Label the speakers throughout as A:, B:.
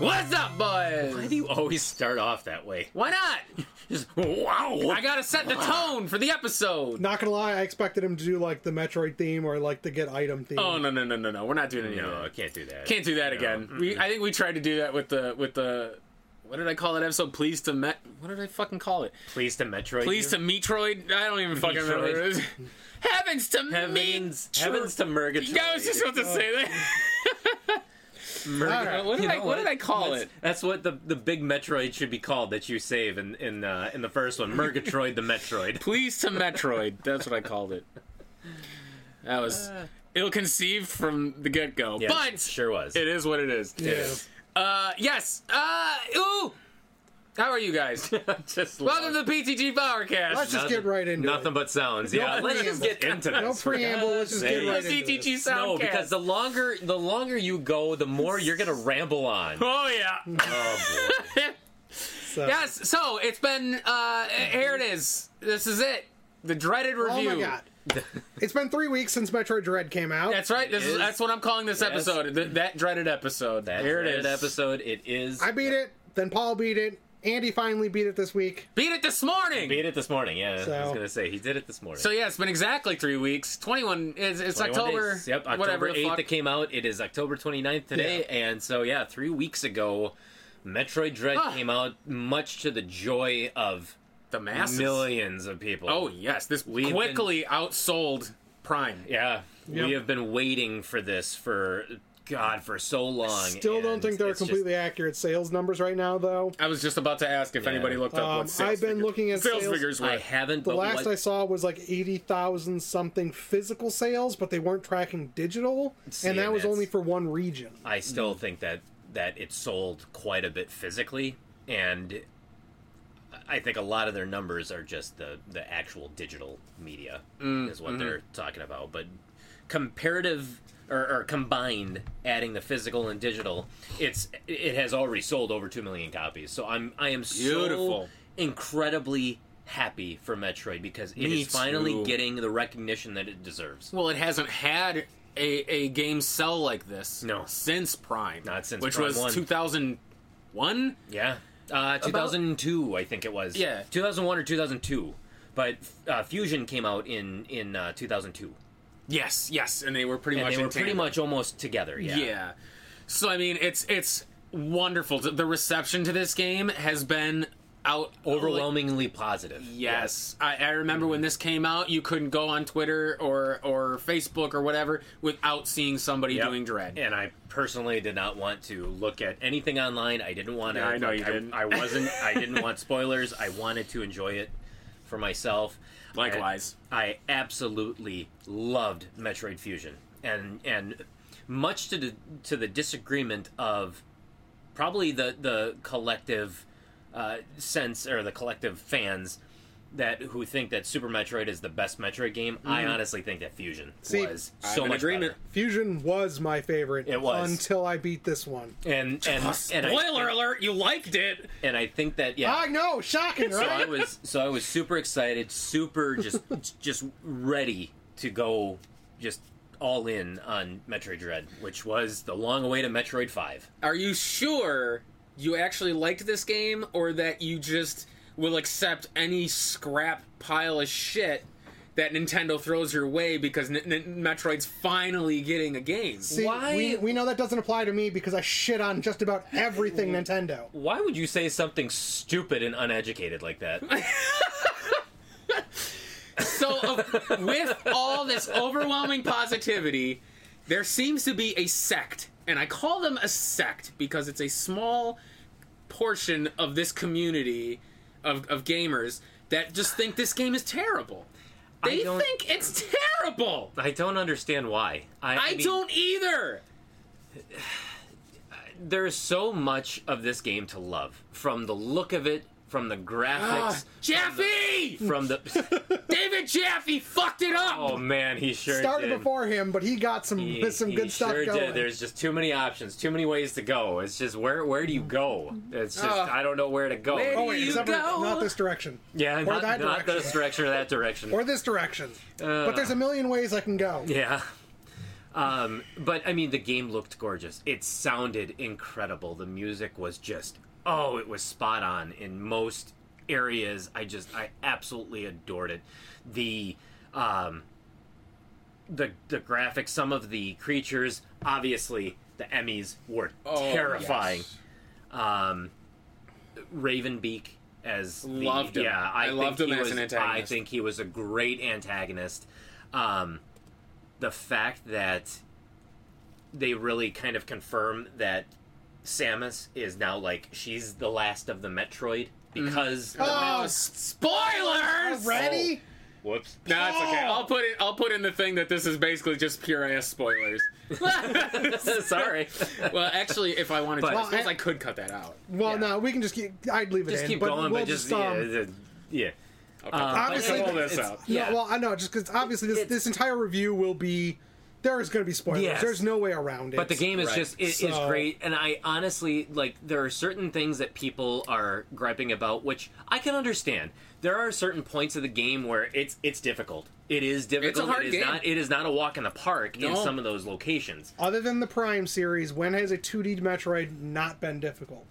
A: What's up, boys?
B: Why do you always start off that way?
A: Why not?
B: Just wow.
A: I gotta set the tone for the episode.
C: Not gonna lie, I expected him to do like the Metroid theme or like the Get Item theme.
A: Oh no no no no no! We're not doing any
B: no,
A: of
B: I
A: that.
B: can't do that.
A: Can't do that
B: No.
A: again. We I think we tried to do that with the with the what did I call that episode? Please to Met. What did I fucking call it?
B: Please to Metroid.
A: Please to
B: you.
A: Metroid. I don't even fucking remember.
B: Metroid.
A: what it is. Heavens to
B: heavens.
A: Metroid.
B: Heavens to Murgatroyd.
A: I was just about to say that.
B: Murgatroyd.
A: What did
B: You
A: I-
B: know
A: what did I call
B: That's-
A: it?
B: That's what the the big Metroid should be called that you save in in uh, in the first one. Murgatroyd the Metroid.
A: Please to Metroid. That's what I called it. That was
C: Uh.
A: ill-conceived from the get-go,
B: Yes,
A: but
B: it sure was.
A: it is what it is.
C: yeah.
A: Uh, yes. Uh, ooh. How are you guys?
B: just
A: Welcome to the PTG Powercast.
C: Let's just
B: nothing-
C: get right into
B: nothing
C: it.
B: but sounds. Yeah, let's just get into this.
C: No
B: for
C: preamble. Let's just
B: sake.
C: get right
A: Let's
C: into
A: PTG
C: it.
A: Soundcast.
B: No, because the longer the longer you go, the more you're gonna ramble on.
A: Oh yeah.
B: Oh, boy.
C: So-
A: yes. So it's been. Uh, here it is. This is it. The dreaded
C: Oh
A: review.
C: my god. it's been three weeks since Metroid Dread came out.
A: That's right. This is,
B: Is-
A: that's what I'm calling this episode. Th- that dreaded episode.
B: That
A: here
B: dreaded
A: it is.
B: Episode. It is.
C: I beat it. Then Paul beat it. Andy finally beat it this week.
A: Beat it this morning.
B: beat it this morning. Yeah, I was
C: So-
B: gonna say he did it this morning.
A: So yeah, it's been exactly three weeks. Twenty-one. It's, it's
B: 21
A: October.
B: days. Yep,
A: whatever
B: October
A: the
B: 8th
A: fuck.
B: that came out. It is October 29th today. And so, yeah, three weeks ago, Metroid Dread
A: Ah.
B: came out, much to the joy of
A: The masses.
B: millions of people.
A: Oh yes, this
B: We've been-
A: quickly outsold Prime.
B: yeah.
C: Yep.
B: We have been waiting for this for, God, for so long.
C: Still don't
B: and
C: think they're
B: it's just-
C: completely accurate sales numbers right now, though.
A: I was just about to ask if anybody looked up
C: Um,
A: what sales
C: I've been
A: figures-
C: looking at
A: sales,
C: sales,
A: figures were.
B: I haven't,
C: The
B: but
C: last
B: Oh, what-
C: I saw was like eighty thousand something physical sales, but they weren't tracking digital,
B: See,
C: and that was
B: that's-
C: only for one region.
A: Mm.
B: I still think that that it sold quite a bit physically, and I think a lot of their numbers are just the the actual digital media
A: Mm,
B: is
A: mm-hmm.
B: what they're talking about. But comparative or, or combined, adding the physical and digital, it's it has already sold over two million copies. So I'm I am
A: Beautiful.
B: so incredibly happy for Metroid because it is
A: Me
B: finally
A: too.
B: getting the recognition that it deserves.
A: well, it hasn't had a, a game sell like this.
B: No.
A: since Prime.
B: Not since
A: which
B: Prime
A: was
B: one.
A: 2001.
B: Yeah. Uh, 2002, I think it was.
A: Yeah.
B: 2001 or 2002. But uh, Fusion came out in in uh, 2002,
A: Yes, yes, and they were pretty
B: and
A: much
B: they were
A: in
B: pretty
A: tandem.
B: much almost together. Yeah.
A: Yeah. So I mean, it's it's wonderful. The- The reception to this game has been out
B: Overwhelmingly positive.
A: Yes, I, I remember when this came out, you couldn't go on Twitter or or Facebook or whatever without seeing somebody
B: Yep.
A: doing dread.
B: And I personally did not want to look at anything online. I didn't want to.
A: Yeah, I know
B: like,
A: you
B: I,
A: didn't.
B: I wasn't. I didn't want spoilers. I wanted to enjoy it for myself.
A: Likewise.
B: I, I absolutely loved Metroid Fusion, and and much to the to the disagreement of probably the the collective uh, sense or the collective fans that who think that Super Metroid is the best Metroid game. I honestly think that Fusion
C: See,
B: was
A: I'm
B: so
A: in
B: much
A: agreement.
B: better.
C: Fusion was my favorite.
B: It was.
C: until I beat this one.
B: And and and I,
A: alert, you liked it.
B: and I think that
A: Ah,
B: yeah.
C: I know, shocking,
B: so I
C: right?
B: was so I was super excited, super just just ready to go just all in on Metroid Dread, which was the long awaited Metroid Five.
A: Are you sure you actually liked this game or that you just will accept any scrap pile of shit that Nintendo throws your way because N- N- Metroid's finally getting a game?
C: See,
B: Why-
C: We, we know that doesn't apply to me because I shit on just about everything Nintendo.
B: Why would you say something stupid and uneducated like that?
A: So, uh, with all this overwhelming positivity, there seems to be a sect, and I call them a sect because it's a small portion of this community of, of gamers that just think this game is terrible. They
B: don't-
A: think it's terrible.
B: I don't understand why. I,
A: I
B: mean,
A: don't either.
B: There is so much of this game to love, from the look of it, from the
A: Ah.
B: graphics,
A: Jaffe!
B: from the.
A: David Jaffe fucked it up!
B: oh man, he sure
C: Started
B: did.
C: before him, but he got some
B: He-
C: some
B: he
C: good stuff
B: sure
C: going.
B: Did. There's just too many options, too many ways to go. It's just where where do you go? It's just
C: Ah.
A: Ugh.
B: I don't know where to go.
A: Where
C: oh wait,
A: you
C: except for-
A: go.
C: not this direction.
B: yeah, not,
C: that
B: not Uh.
C: direction.
B: this direction or that direction.
C: Or this direction. but there's a million ways I can go.
B: yeah. Um, but I mean, the game looked gorgeous. It sounded incredible. The music was just oh, it was spot on in most areas. I just I absolutely adored it. The um, the the graphics, some of the creatures, obviously the Emmys were
A: Oh,
B: terrifying.
A: yes.
B: Um, Ravenbeak as the-
A: Loved him.
B: Yeah, I,
A: I loved
B: think
A: him
B: he
A: as an
B: was-
A: antagonist.
B: I think he was a great antagonist. Um, the fact that they really kind of confirm that Samus is now like she's the last of the Metroid
A: Mm-hmm.
B: because
C: Oh,
A: Oh, spoilers!
C: Already?
B: whoops.
A: No, it's okay. I'll put it. I'll put in the thing that this is basically just pure ass spoilers.
B: Sorry.
A: well, actually, if I wanted to,
B: But-
A: I suppose I could cut that out.
C: Well,
B: Yeah.
C: no, we can just keep. I'd leave it
B: just
C: in,
B: keep
C: but
B: going,
C: we'll
B: but just,
C: um,
B: yeah, the- yeah.
A: Okay.
C: Obviously,
A: I'll roll
B: uh, it's-
A: this out.
B: Yeah.
C: No, well, I know just because obviously this,
B: It's-
C: this entire review will be there is going to be spoilers.
B: Yes.
C: There's no way around it.
B: But the game is
A: Right.
B: just it is
C: So-
B: great, and I honestly like there are certain things that people are griping about, which I can understand. There are certain points of the game where it's it's difficult. It is difficult.
A: hard
B: it is
A: game.
B: not it is not a walk in the park in
A: No.
B: some of those locations.
C: Other than the Prime series, when has a 2D Metroid not been difficult?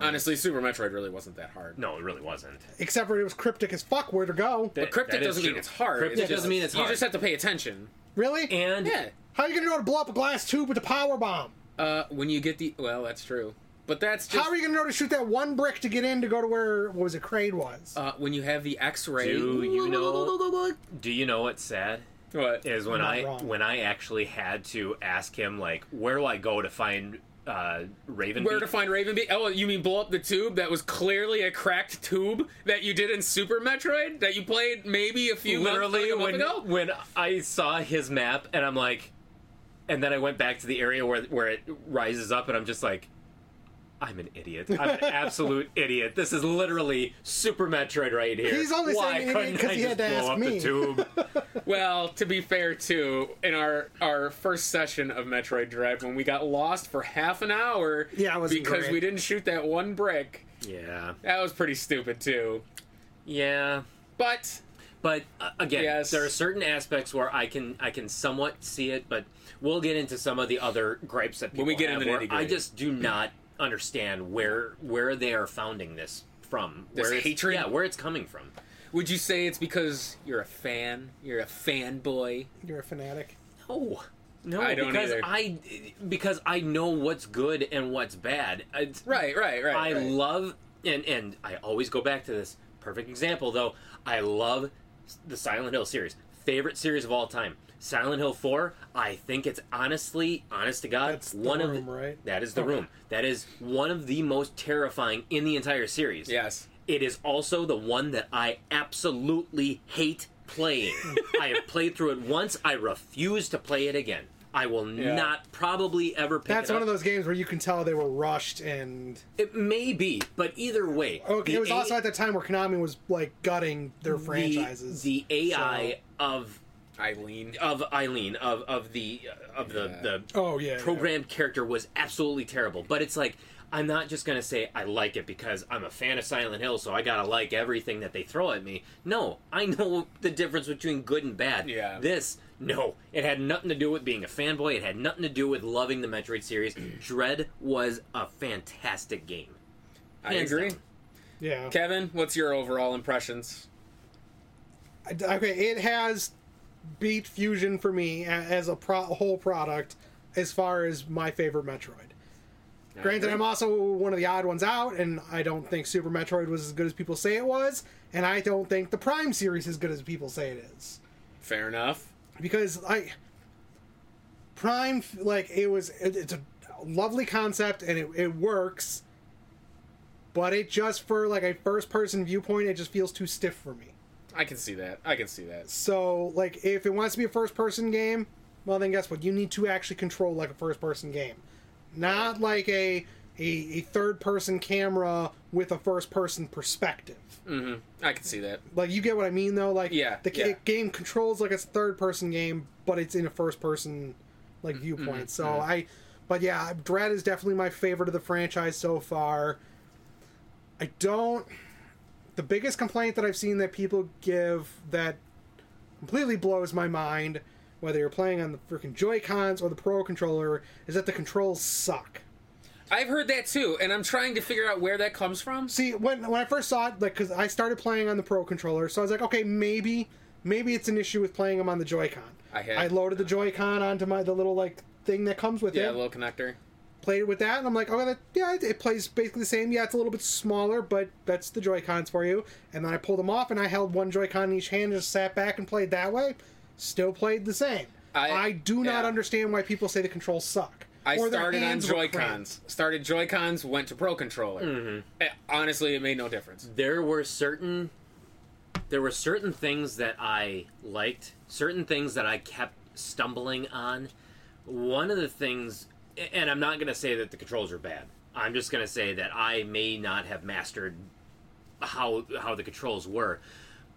A: Honestly, Super Metroid really wasn't that hard.
B: No, it really wasn't.
C: Except for it was cryptic as fuck. Where to go?
A: But cryptic
B: That is
A: doesn't mean
B: true.
A: it's hard.
B: Cryptic
A: just-
B: doesn't mean it's hard.
A: You just have to pay attention.
C: Really?
B: And
A: Yeah.
C: How are you going to know to blow up a glass tube with a power bomb?
A: Uh, when you get the well, that's true. But that's just
C: How are you going to know to shoot that one brick to get in to go to where what was it? Crane was.
A: uh, when you have the X-ray.
B: Do you know- do you know what's sad?
A: what?
B: Is when
C: Not
B: I
C: wrong.
B: when I actually had to ask him like, where do I go to find uh, Raven?
A: Where to find Ravenbeak? Oh, you mean blow up the tube that was clearly a cracked tube that you did in Super Metroid that you played maybe a few
B: literally
A: months, like a
B: when
A: month ago?
B: when I saw his map and I'm like, and then I went back to the area where where it rises up and I'm just like, I'm an idiot. I'm an absolute idiot. This is literally Super Metroid right here.
C: He's only
B: Why
C: saying idiot
B: couldn't
C: 'cause
B: I
C: he had
B: just
C: to
B: blow
C: ask
B: up
C: me?"
B: the tube?
A: Well, to be fair, too, in our our first session of Metroid Drive, when we got lost for half an hour,
C: Yeah, it wasn't
A: because
C: great.
A: we didn't shoot that one brick.
B: yeah,
A: That was pretty stupid too.
B: yeah.
A: But
B: But uh, again,
A: Yes.
B: there are certain aspects where I can I can somewhat see it, but we'll get into some of the other gripes that people
A: we get
B: have.
A: into the
B: where I
A: nitty-gritty.
B: just do not understand where where they are founding this from.
A: This
B: where it's-
A: hatred?
B: yeah, where it's coming from.
A: would you say it's because you're a fan? You're a fanboy?
C: You're a fanatic.
B: No, no,
A: I don't
B: because
A: either.
B: I because I know what's good and what's bad. I,
A: Right, right, right.
B: I
A: right.
B: love and and I always go back to this perfect example though. I love the Silent Hill series, favorite series of all time. Silent Hill Four. I think it's honestly, honest to God,
C: That's the
B: one of
C: room,
B: the,
C: right?
B: that is the room. That is one of the most terrifying in the entire series.
A: Yes.
B: It is also the one that I absolutely hate playing. I have played through it once. I refuse to play it again. I will
A: Yeah.
B: not probably ever pick
C: That's
B: it
C: one
B: up.
C: of those games where you can tell they were rushed and
B: It may be, but either way.
C: okay.
B: the
C: it was
B: A-
C: also at the time where Konami was like gutting their
B: the-
C: franchises.
B: The, AI of
A: Eileen.
B: of Eileen of of the of
A: Yeah.
B: the the
C: oh yeah. yeah.
B: programmed character was absolutely terrible. But it's like I'm not just gonna say I like it because I'm a fan of Silent Hill, so I gotta like everything that they throw at me. No, I know the difference between good and bad.
A: Yeah.
B: This no, it had nothing to do with being a fanboy. It had nothing to do with loving the Metroid series. Dread was a fantastic game.
A: I
B: Hands
A: agree.
B: down.
C: Yeah.
A: Kevin, what's your overall impressions?
C: I- okay it has beat fusion for me a- as a pro- whole product as far as my favorite metroid granted i'm also one of the odd ones out and i don't think super metroid was as good as people say it was and i don't think the prime series is good as people say it is
A: Fair enough.
C: because I Prime like it was it, it's a lovely concept and it, it works, but it just for like a first person viewpoint it just feels too stiff for me.
A: I can see that. I can see that.
C: So like if it wants to be a first person game, well then guess what you need to actually control like a first person game, not like a a, a third person camera with a first person perspective.
A: I can see that.
C: Like you get what I mean though. Like
A: Yeah,
C: the ca-
A: yeah.
C: game controls like it's a third person game, but it's in a first person like
A: Mm-hmm.
C: viewpoint. So I, but yeah, Dread is definitely my favorite of the franchise so far. I don't. The biggest complaint that I've seen that people give that completely blows my mind whether you're playing on the freaking Joy Cons or the Pro controller, is that the controls suck.
A: I've heard that too, and I'm trying to figure out where that comes from.
C: See, when when I first saw it, like, because I started playing on the Pro controller, so I was like, okay, maybe maybe it's an issue with playing them on the Joy-Con.
A: I had-
C: I loaded the Joy-Con onto my the little like thing that comes with
A: Yeah,
C: it.
A: little connector.
C: played it with that, and I'm like, okay, that, yeah, it, it plays basically the same. Yeah, it's a little bit smaller, but that's the Joy Cons for you. And then I pulled them off, and I held one Joy Con in each hand, and just sat back and played that way. Still played the same.
A: I-
C: I, do not
A: yeah.
C: understand why people say the controls suck.
A: I
C: Or their
A: started on
C: hands were
A: Joy
C: cramped.
A: Cons. Started Joy Cons, went to Pro Controller.
B: Mm-hmm.
A: Eh, Honestly, it made no difference.
B: there were certain there were certain things that I liked, certain things that I kept stumbling on. One of the things and I'm not going to say that the controls are bad. I'm just going to say that I may not have mastered how how the controls were,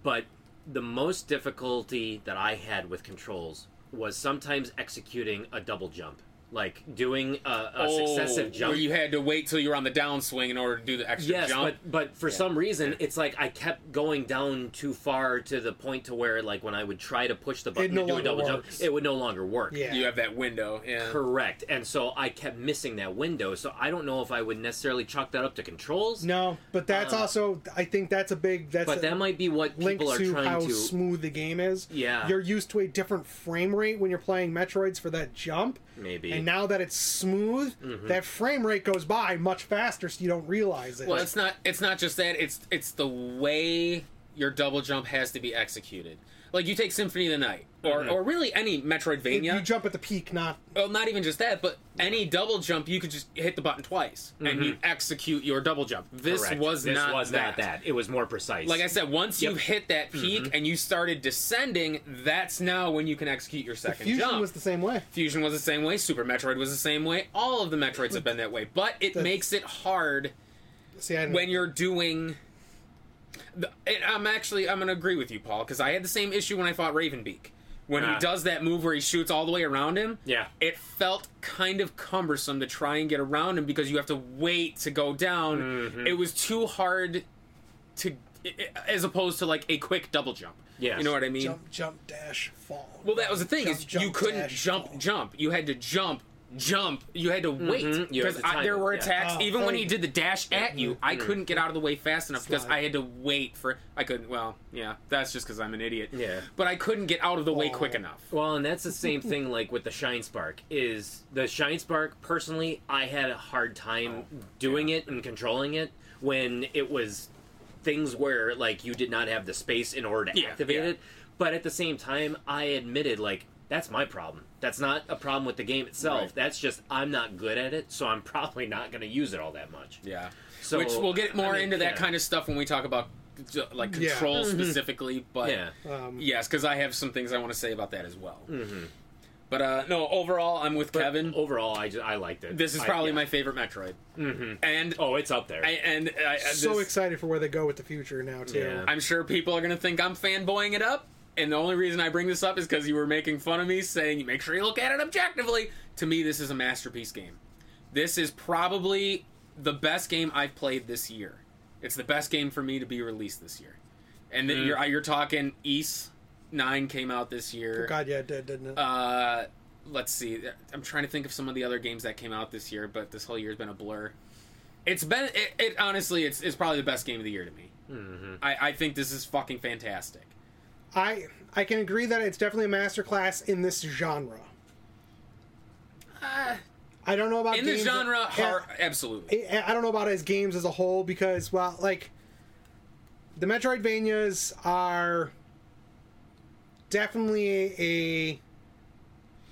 B: but the most difficulty that I had with controls was sometimes executing a double jump, like doing a, a successive jump.
A: Where Oh, you had to wait till you were on the downswing in order to do the extra
B: Yes,
A: jump.
B: but but for some reason, it's like I kept going down too far to the point to where like when I would try to push the button
C: no
B: to do a
C: longer
B: double
C: works.
B: jump, it would no longer work.
C: Yeah.
A: you have that window. Yeah.
B: Correct. And so I kept missing that window. So I don't know if I would necessarily chalk that up to controls.
C: No, but that's
B: Uh,
C: also I think that's a big that's
B: But
C: a
B: that might be what
C: link
B: people are
C: to how
B: trying to.
C: smooth the game is.
B: Yeah.
C: you're used to a different frame rate when you're playing Metroids for that jump.
B: Maybe.
C: And now that it's smooth,
A: Mm-hmm.
C: that frame rate goes by much faster, so you don't realize it.
A: Well, it's not. It's not just that. It's it's the way your double jump has to be executed. Like you take Symphony of the Night, or
B: Mm-hmm.
A: or really any
C: If
A: Metroidvania.
C: You jump at the peak, not
A: well, not even just that, but any double jump, you could just hit the button twice and you execute your double jump. This
B: Mm-hmm. Correct.
A: was
B: this
A: not
B: was
A: that.
B: not that. It was more precise.
A: Like I said, once you hit that peak and you started descending, that's now when you can execute your second
C: fusion
A: jump.
C: was the same way.
A: Fusion was the same way. Super Metroid was the same way. All of the Metroids have been that way, but it
C: That's-
A: makes it hard
C: See, I didn't-
A: when you're doing the, and i'm actually i'm gonna agree with you paul because i had the same issue when i fought ravenbeak when
B: Ah.
A: he does that move where he shoots all the way around him
B: Yeah.
A: it felt kind of cumbersome to try and get around him because you have to wait to go down
B: Mm-hmm.
A: it was too hard to i- i- as opposed to like a quick double jump
B: Yes.
A: you know what i mean
C: jump, jump, dash, fall.
A: well that was the thing
C: Jump,
A: is
C: jump,
A: you couldn't
C: dash,
A: jump
C: fall.
A: jump you had to jump jump you had to wait
B: You had
A: because
B: to time
A: I- there
B: it,
A: were
B: Mm-hmm. yeah. Mm-hmm.
A: attacks
C: Oh,
A: even when
C: oh.
A: he did the dash at you i couldn't get out of the way fast enough because
C: Slide.
A: i had to wait for i couldn't well yeah that's just because i'm an idiot
B: Yeah.
A: but i couldn't get out of the way quick
C: Oh.
A: enough
B: Well, and that's the same thing like with the Shine Spark is the Shine Spark personally I had a hard
A: Oh,
B: time doing it and controlling it when it was things where like you did not have the space in order to
A: Yeah,
B: activate
A: yeah.
B: it. But at the same time, I admitted like that's my problem. That's not a problem with the game itself.
A: Right.
B: That's just I'm not good at it, so I'm probably not going to use it all that much.
A: yeah
B: So,
A: which we'll get
B: I
A: more
B: mean,
A: into that
B: yeah. Mm-hmm.
A: kind of stuff when we talk about j- like
C: Yeah.
A: control specifically but
B: Yeah.
C: Um,
A: yes because i have some things i want to say about that as well but uh no overall i'm with
B: Mm-hmm. But
A: kevin
B: overall, I just I liked it.
A: this is
B: I-
A: probably
B: yeah.
A: my favorite metroid and
B: Oh, it's up there.
A: I, and I, I-
C: so
A: this-
C: excited for where they go with the future now too.
B: Yeah.
A: I'm sure people are going to think I'm fanboying it up. And the only reason I bring this up is because you were making fun of me saying, make sure you look at it objectively. To me, this is a masterpiece game. This is probably the best game I've played this year. It's the best game for me to be released this year. And then you're, you're talking East 9 came out this year.
C: Oh, God, yeah, it did, didn't it?
A: Uh, let's see. I'm trying to think of some of the other games that came out this year, but this whole year's been a blur. It's been it, it honestly. It's it's probably the best game of the year to me. I I think this is fucking fantastic.
C: I I can agree that it's definitely a masterclass in this genre. I don't know about
A: In this
C: games that-
A: genre,
C: Yeah.
A: har- absolutely.
C: I I don't know about as games as a whole because, well, like the Metroidvanias are definitely a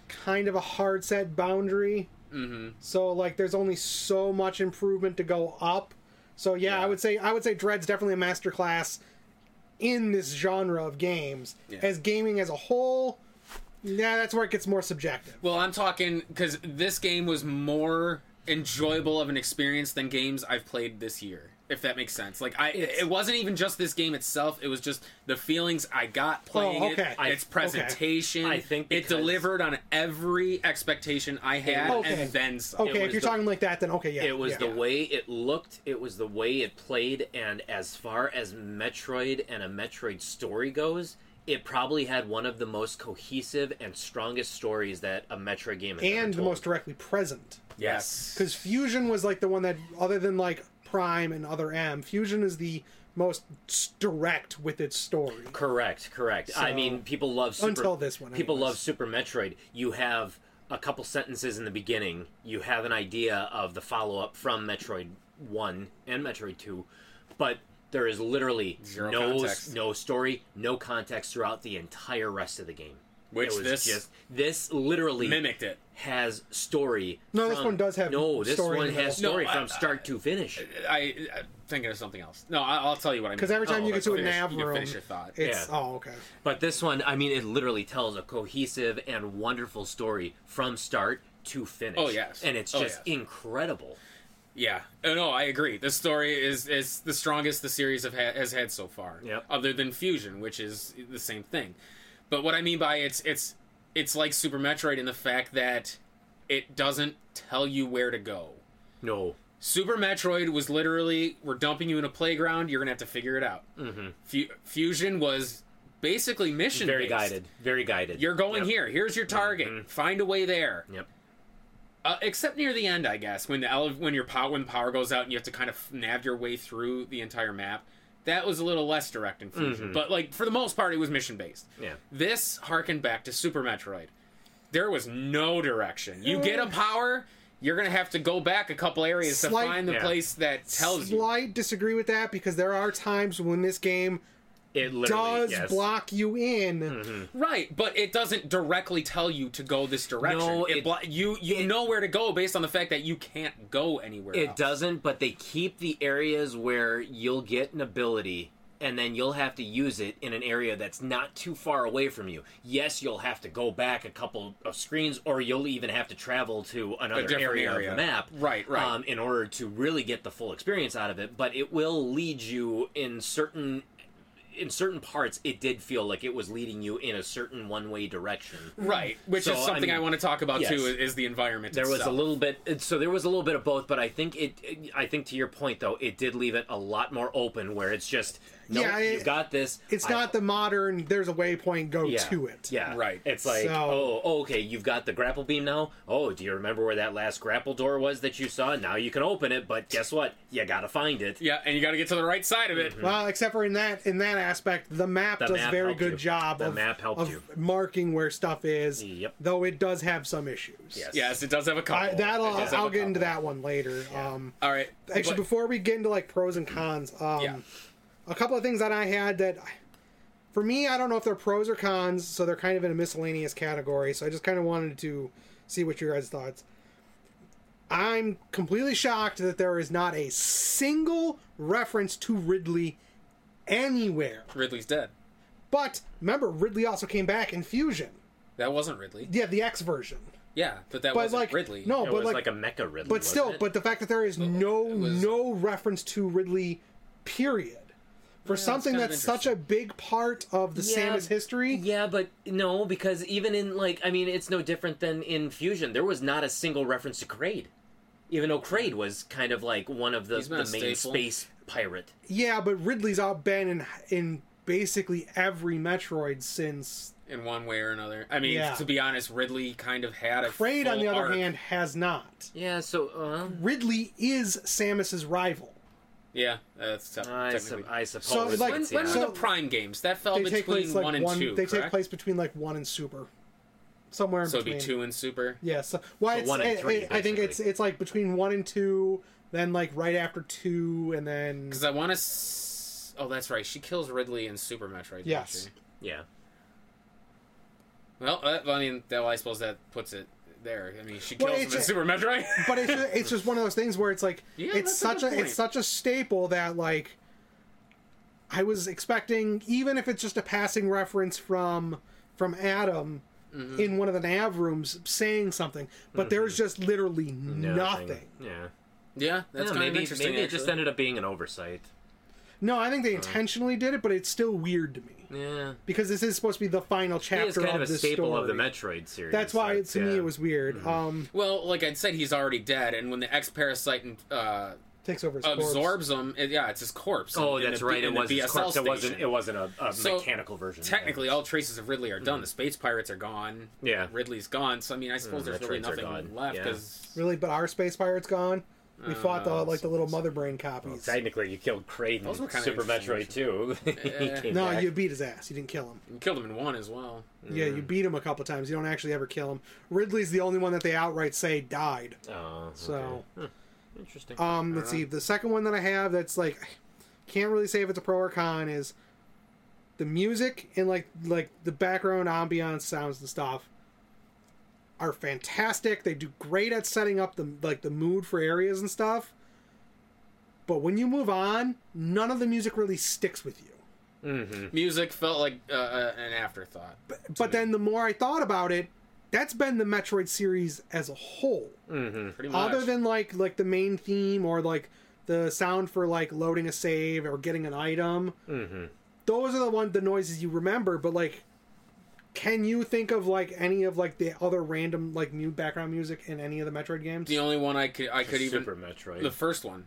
C: kind of a hard set boundary. Mm-hmm. So, like, there's only so much improvement to go up. So, yeah, I would say I would say Dread's definitely a masterclass in this genre of games.
A: Yeah.
C: As gaming as a whole, yeah, that's where it gets more subjective.
A: Well, I'm talking because this game was more enjoyable of an experience than games I've played this year. If that makes sense, like I, it wasn't even just this game itself. It was just the feelings I got playing
C: Oh, okay.
A: it,
C: I-
A: its presentation.
B: I think
A: it
B: because-
A: delivered on every expectation I had,
C: Okay.
A: and then some.
C: Okay,
B: was
C: if you're
B: the-
C: talking like that, then okay, yeah,
B: It was
C: yeah.
B: the way it looked, it was the way it played, and as far as Metroid and a Metroid story goes, it probably had one of the most cohesive and strongest stories that a Metro game has ever
C: and the
B: told.
C: most directly present.
A: Yes.
C: Because Fusion was like the one that, other than like Prime and other M, Fusion is the most s- direct with its story.
B: Correct, correct. I
C: So-
B: mean, people love Super,
C: Until this one,
B: People
C: anyways.
B: love Super Metroid. You have a couple sentences in the beginning. You have an idea of the follow up from Metroid One and Metroid Two, but there is literally
A: Zero
B: no
A: context.
B: no story, no context throughout the entire rest of the game.
A: Which
B: it was
A: this-
B: just this literally
A: Mimicked it.
B: has story.
C: No, this
B: from-
C: one does have
B: no. This
C: story in
B: one
C: the
B: has
A: middle.
B: story
A: No, I-
B: from start to finish.
A: I, I'm thinking of something else. No, I, I'll tell you what I mean.
C: Because every time
B: Oh,
C: you get
B: like
C: to a
A: finish-
C: nav
A: you can
C: room,
A: finish your thought.
C: it's
B: Yeah.
C: oh okay.
B: But this one, I mean, it literally tells a cohesive and wonderful story from start to finish.
A: Oh, yes.
B: and it's
A: Oh,
B: just
A: yes.
B: incredible.
A: Yeah. Oh, no, I agree. This story is is the strongest the series have ha- has had so far.
B: Yep.
A: Other than Fusion, which is the same thing. But what I mean by it's it's it's like Super Metroid in the fact that it doesn't tell you where to go.
B: No,
A: Super Metroid was literally we're dumping you in a playground. You're gonna have to figure it out. Mm-hmm. Fusion was basically mission
B: very guided, very guided.
A: You're going
B: Yep. Mm-hmm.
A: here. Here's your target. Find a way there.
B: Yep.
A: Uh, except near the end, I guess, when the ele- when your power when power goes out and you have to kind of nav your way through the entire map, that was a little less direct in Fusion. But like for the most part, it was mission based.
B: Mm-hmm. Yeah.
A: This harkened back to Super Metroid. There was no direction. You get a power, you're gonna have to go back a couple areas
C: Slight-
A: to find the
B: Yeah.
A: place that tells you.
C: Slight disagree with that because there are times when this game
B: It literally
C: does
B: yes. Mm-hmm.
C: block you in.
A: Right, but it doesn't directly tell you to go this direction.
B: No,
A: it,
B: it-
A: blo- you you
B: it-
A: know where to go based on the fact that you can't go anywhere.
B: It
A: else.
B: doesn't, but they keep the areas where you'll get an ability. And then you'll have to use it in an area that's not too far away from you. Yes, you'll have to go back a couple of screens, or you'll even have to travel to another
A: different
B: area,
A: area.
B: of the map,
A: Right, right.
B: um, in order to really get the full experience out of it. But it will lead you in certain in certain parts. It did feel like it was leading you in a certain one way direction.
A: Right, which
B: So,
A: is something
B: I
A: I,
B: mean,
A: want to talk about
B: yes.
A: too. Is, is the environment.
B: There was a
A: itself.
B: little bit, so there was a little bit of both, but I think it, I think to your point though, it did leave it a lot more open where it's just, no,
C: Yeah,
B: you
C: it-
B: got this.
C: It's
B: I-
C: not the modern. There's a waypoint. Go
B: yeah, Mm-hmm.
C: to it.
B: Yeah,
A: Right.
B: It's like,
C: So-
B: oh, oh, okay, you've got the grapple beam now. Oh, do you remember where that last grapple door was that you saw? Now you can open it, but guess what? You gotta find it.
A: Yeah, and you got to get to the right side of it.
B: Mm-hmm.
C: Well, except for in that in that aspect, the map
B: The
C: does
B: map
C: very
B: helped
C: good
B: you.
C: job
B: The
C: of,
B: map helped
C: of
B: you.
C: marking where stuff is.
B: Yep.
C: Though it does have some issues.
B: Yes.
A: Yes, it does have a couple.
C: I, that'll
A: It does have
C: I'll
A: a
C: get into
A: couple.
C: that one later. Um,
A: All right.
C: actually,
A: but-
C: before we get into like pros and cons, um,
A: yeah,
C: a couple of things that I had that, for me, I don't know if they're pros or cons, so they're kind of in a miscellaneous category. So I just kind of wanted to see what your guys' thoughts. I'm completely shocked that there is not a single reference to Ridley anywhere.
A: Ridley's dead.
C: But remember, Ridley also came back in Fusion.
A: That wasn't Ridley.
C: Yeah, the X version.
A: Yeah, but that
C: But
A: wasn't
C: like
A: Ridley.
B: It
C: no, but
B: was like,
C: like,
B: a mecha riddle.
C: but still, but the fact that there is no
A: was-
C: no reference to Ridley, period, for something
A: kind of
C: that's such a big part of the Samus history.
B: Yeah, but no, because even in like, I mean, it's no different than in Fusion. There was not a single reference to Kraid, even though Kraid was kind of like one of the,
A: He's been
B: the
A: a
B: main
A: staple.
B: space pirate.
C: Yeah, but Ridley's out been in in basically every Metroid since.
A: in one way or another. I mean,
C: Yeah.
A: to be honest, Ridley kind of had a.
C: Braid, on
A: full
C: the other
A: arc.
C: hand, has not.
B: Yeah, so uh,
C: Ridley is Samus's rival.
A: Yeah, that's tough.
B: I,
A: technically.
B: sup- I suppose.
C: So, like-
A: when
B: it's-
A: when
B: yeah.
A: were
C: so-
A: the Prime games? That fell
C: They take
A: Oh, between
C: place like
A: one and two.
C: They take
A: correct?
C: place between like one and Super, somewhere in
A: So it'd
C: between.
A: be two and Super.
C: Yeah, so why
B: So
C: it's,
B: one and
C: I-
B: three,
C: I, I think
B: basically.
C: it's it's like between one and two, then like right after two, and then
A: Because I want to. S- oh, that's right. She kills Ridley in Super Metroid. doesn't
C: Yes.
A: she?
B: yeah.
A: Well, that, I mean, that, well, I suppose that puts it there. I mean, she
C: Well,
A: kills him
C: it's
A: in
C: a-
A: Super Metroid.
C: but it's just, it's just one of those things where it's like
A: Yeah, that's a
C: it's such
A: good
C: a,
A: point.
C: it's such a staple that like I was expecting even if it's just a passing reference from from Adam
B: Mm-hmm.
C: in one of the nav rooms saying something, but there's just literally nothing.
B: Yeah.
A: yeah, that's kind
B: Yeah,
A: of
B: maybe
A: interesting.
B: maybe it just
A: actually.
B: ended up being an oversight.
C: No, I think
B: Uh-huh.
C: they intentionally did it, but it's still weird to me
B: Yeah.
C: because this is supposed to be the final
B: It is
C: chapter
B: kind of
C: of,
B: a
C: this
B: staple
C: story.
B: of the Metroid Mm-hmm. series. uh,
C: That's why
B: so
C: it, to me
B: yeah.
C: it was weird. Um,
A: Well, like I said, he's already dead, and when the ex parasite and uh,
C: takes over his corpse.
A: absorbs him. and yeah, it's his corpse.
B: Oh,
A: in- in
B: that's
A: the B-
B: right. It
A: in the
B: was his
A: BSL
B: corpse. It wasn't.
A: station.
B: It wasn't a, a
A: So,
B: mechanical version. yeah.
A: Technically, all traces of Ridley are done. The space pirates are gone.
B: Yeah. Mm,
A: Ridley's gone. So I mean, I suppose there's really
B: Metroids are
A: nothing
B: gone.
A: left
B: Yeah.
A: because
C: Really, but our space pirate's gone. We fought the like the
B: Uh,
C: little mother brain copies.
B: Technically, you killed Kraid
A: Those were
B: in
A: kinda
B: Super Metroid
A: interesting,
B: too. He came
C: no,
B: back.
C: you beat his ass. You didn't kill him.
A: you killed him in one as well.
C: Yeah, you beat him a couple times. You don't actually ever kill him. Ridley's the only one that they outright say died.
B: Oh,
C: So,
B: interesting.
C: um, let's see. The second one that I have that's like, can't really say if it's a pro or con is the music and like like the background ambiance sounds and stuff are fantastic. They do great at setting up the like the mood for areas and stuff. But when you move on, none of the music really sticks with you.
B: Mm.
A: Music felt like uh, uh, an afterthought.
C: But then the more I thought about it, that's been the Metroid series as a whole.
A: Pretty much.
C: Other than like like the main theme or like the sound for like loading a save or getting an item. Mm-hmm. Those are the one the noises you remember. But like, can you think of like any of like the other random like new background music in any of the Metroid games?
A: the only one I could I could even
B: Super Metroid.
A: the first one